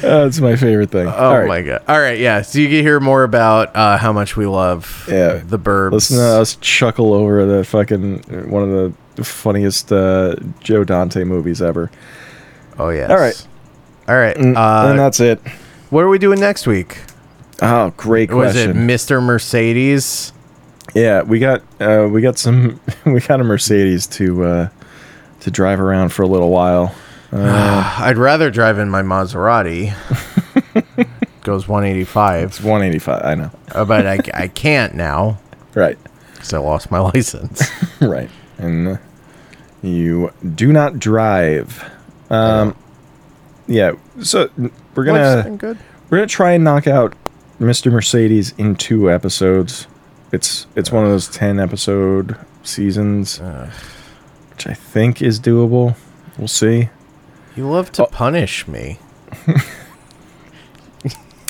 [SPEAKER 2] That's my favorite thing.
[SPEAKER 1] Oh my god! All right, yeah. So you can hear more about uh, how much we love
[SPEAKER 2] Yeah.
[SPEAKER 1] the Burbs.
[SPEAKER 2] Listen uh, to us chuckle over the fucking one of the funniest uh, Joe Dante movies ever.
[SPEAKER 1] Oh yes.
[SPEAKER 2] All right. Mm,
[SPEAKER 1] All right.
[SPEAKER 2] and
[SPEAKER 1] Uh,
[SPEAKER 2] that's it.
[SPEAKER 1] what are we doing next week?
[SPEAKER 2] Oh, great
[SPEAKER 1] Was it
[SPEAKER 2] question.
[SPEAKER 1] Mr. Mercedes?
[SPEAKER 2] yeah, we got uh, we got some we got a Mercedes to uh, to drive around for a little while. Mm.
[SPEAKER 1] Uh, I'd rather drive in my Maserati. Goes 185,
[SPEAKER 2] It's 185. I know.
[SPEAKER 1] uh, but I, I can't now
[SPEAKER 2] Right.
[SPEAKER 1] because I lost my license.
[SPEAKER 2] Right. And uh, you do not drive. Um, yeah. So n- we're gonna
[SPEAKER 1] good.
[SPEAKER 2] we're gonna try and knock out Mr. Mercedes in two episodes. It's it's one of those ten episode seasons, which I think is doable. We'll see.
[SPEAKER 1] You love to punish me.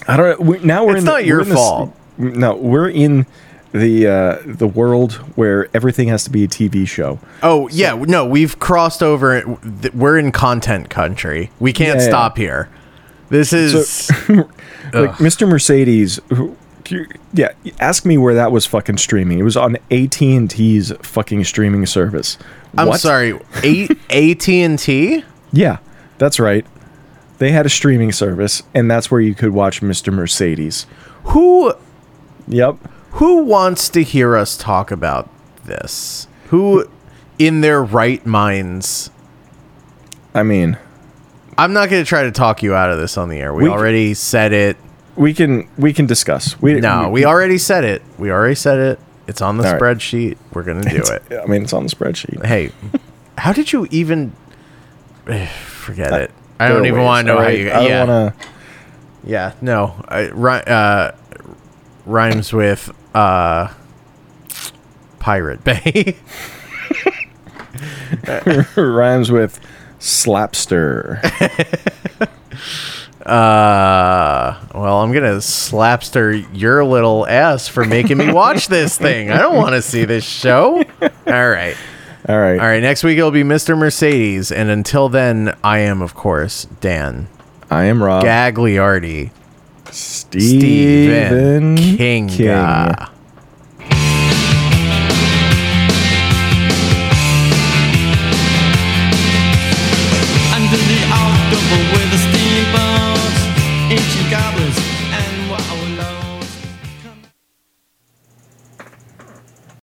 [SPEAKER 2] I don't. We, now we're
[SPEAKER 1] It's
[SPEAKER 2] in. the-
[SPEAKER 1] not your
[SPEAKER 2] we're in this-
[SPEAKER 1] fault.
[SPEAKER 2] no, we're in the uh, the world where everything has to be a TV show.
[SPEAKER 1] Oh yeah, no, we've crossed over. th- We're in content country. We can't
[SPEAKER 2] Yeah.
[SPEAKER 1] stop here. This is
[SPEAKER 2] Like Mr. Mercedes, who, yeah, ask me where that was fucking streaming. It was on AT and T's fucking streaming service.
[SPEAKER 1] I'm
[SPEAKER 2] What?
[SPEAKER 1] sorry, AT and T.
[SPEAKER 2] Yeah, that's right. They had a streaming service, and that's where you could watch Mr. Mercedes.
[SPEAKER 1] Who
[SPEAKER 2] Yep.
[SPEAKER 1] who wants to hear us talk about this? Who in their right minds?
[SPEAKER 2] I mean,
[SPEAKER 1] I'm not going to try to talk you out of this on the air. We,
[SPEAKER 2] We-
[SPEAKER 1] already said it.
[SPEAKER 2] we can we can discuss. We
[SPEAKER 1] No, we already said it. We already said it. It's on the
[SPEAKER 2] All right.
[SPEAKER 1] spreadsheet. We're going to do it.
[SPEAKER 2] I mean, it's on the spreadsheet.
[SPEAKER 1] Hey, how did you even eh, forget it? I
[SPEAKER 2] There
[SPEAKER 1] don't
[SPEAKER 2] are
[SPEAKER 1] even
[SPEAKER 2] ways,
[SPEAKER 1] want to know
[SPEAKER 2] all
[SPEAKER 1] how
[SPEAKER 2] right?
[SPEAKER 1] you.
[SPEAKER 2] I don't
[SPEAKER 1] yeah,
[SPEAKER 2] wanna-
[SPEAKER 1] yeah, no. I, ri- uh, rhymes with uh, Pirate Bay.
[SPEAKER 2] rhymes with slapster.
[SPEAKER 1] Uh, well, I'm gonna slapster your little ass for making me watch this thing. I don't want to see this show. All right,
[SPEAKER 2] All right.
[SPEAKER 1] all right. Next week it'll be Mr. Mercedes, and until then, I am of course Dan
[SPEAKER 2] I am Rob.
[SPEAKER 1] Gagliardi,
[SPEAKER 2] Stephen
[SPEAKER 1] Kinga.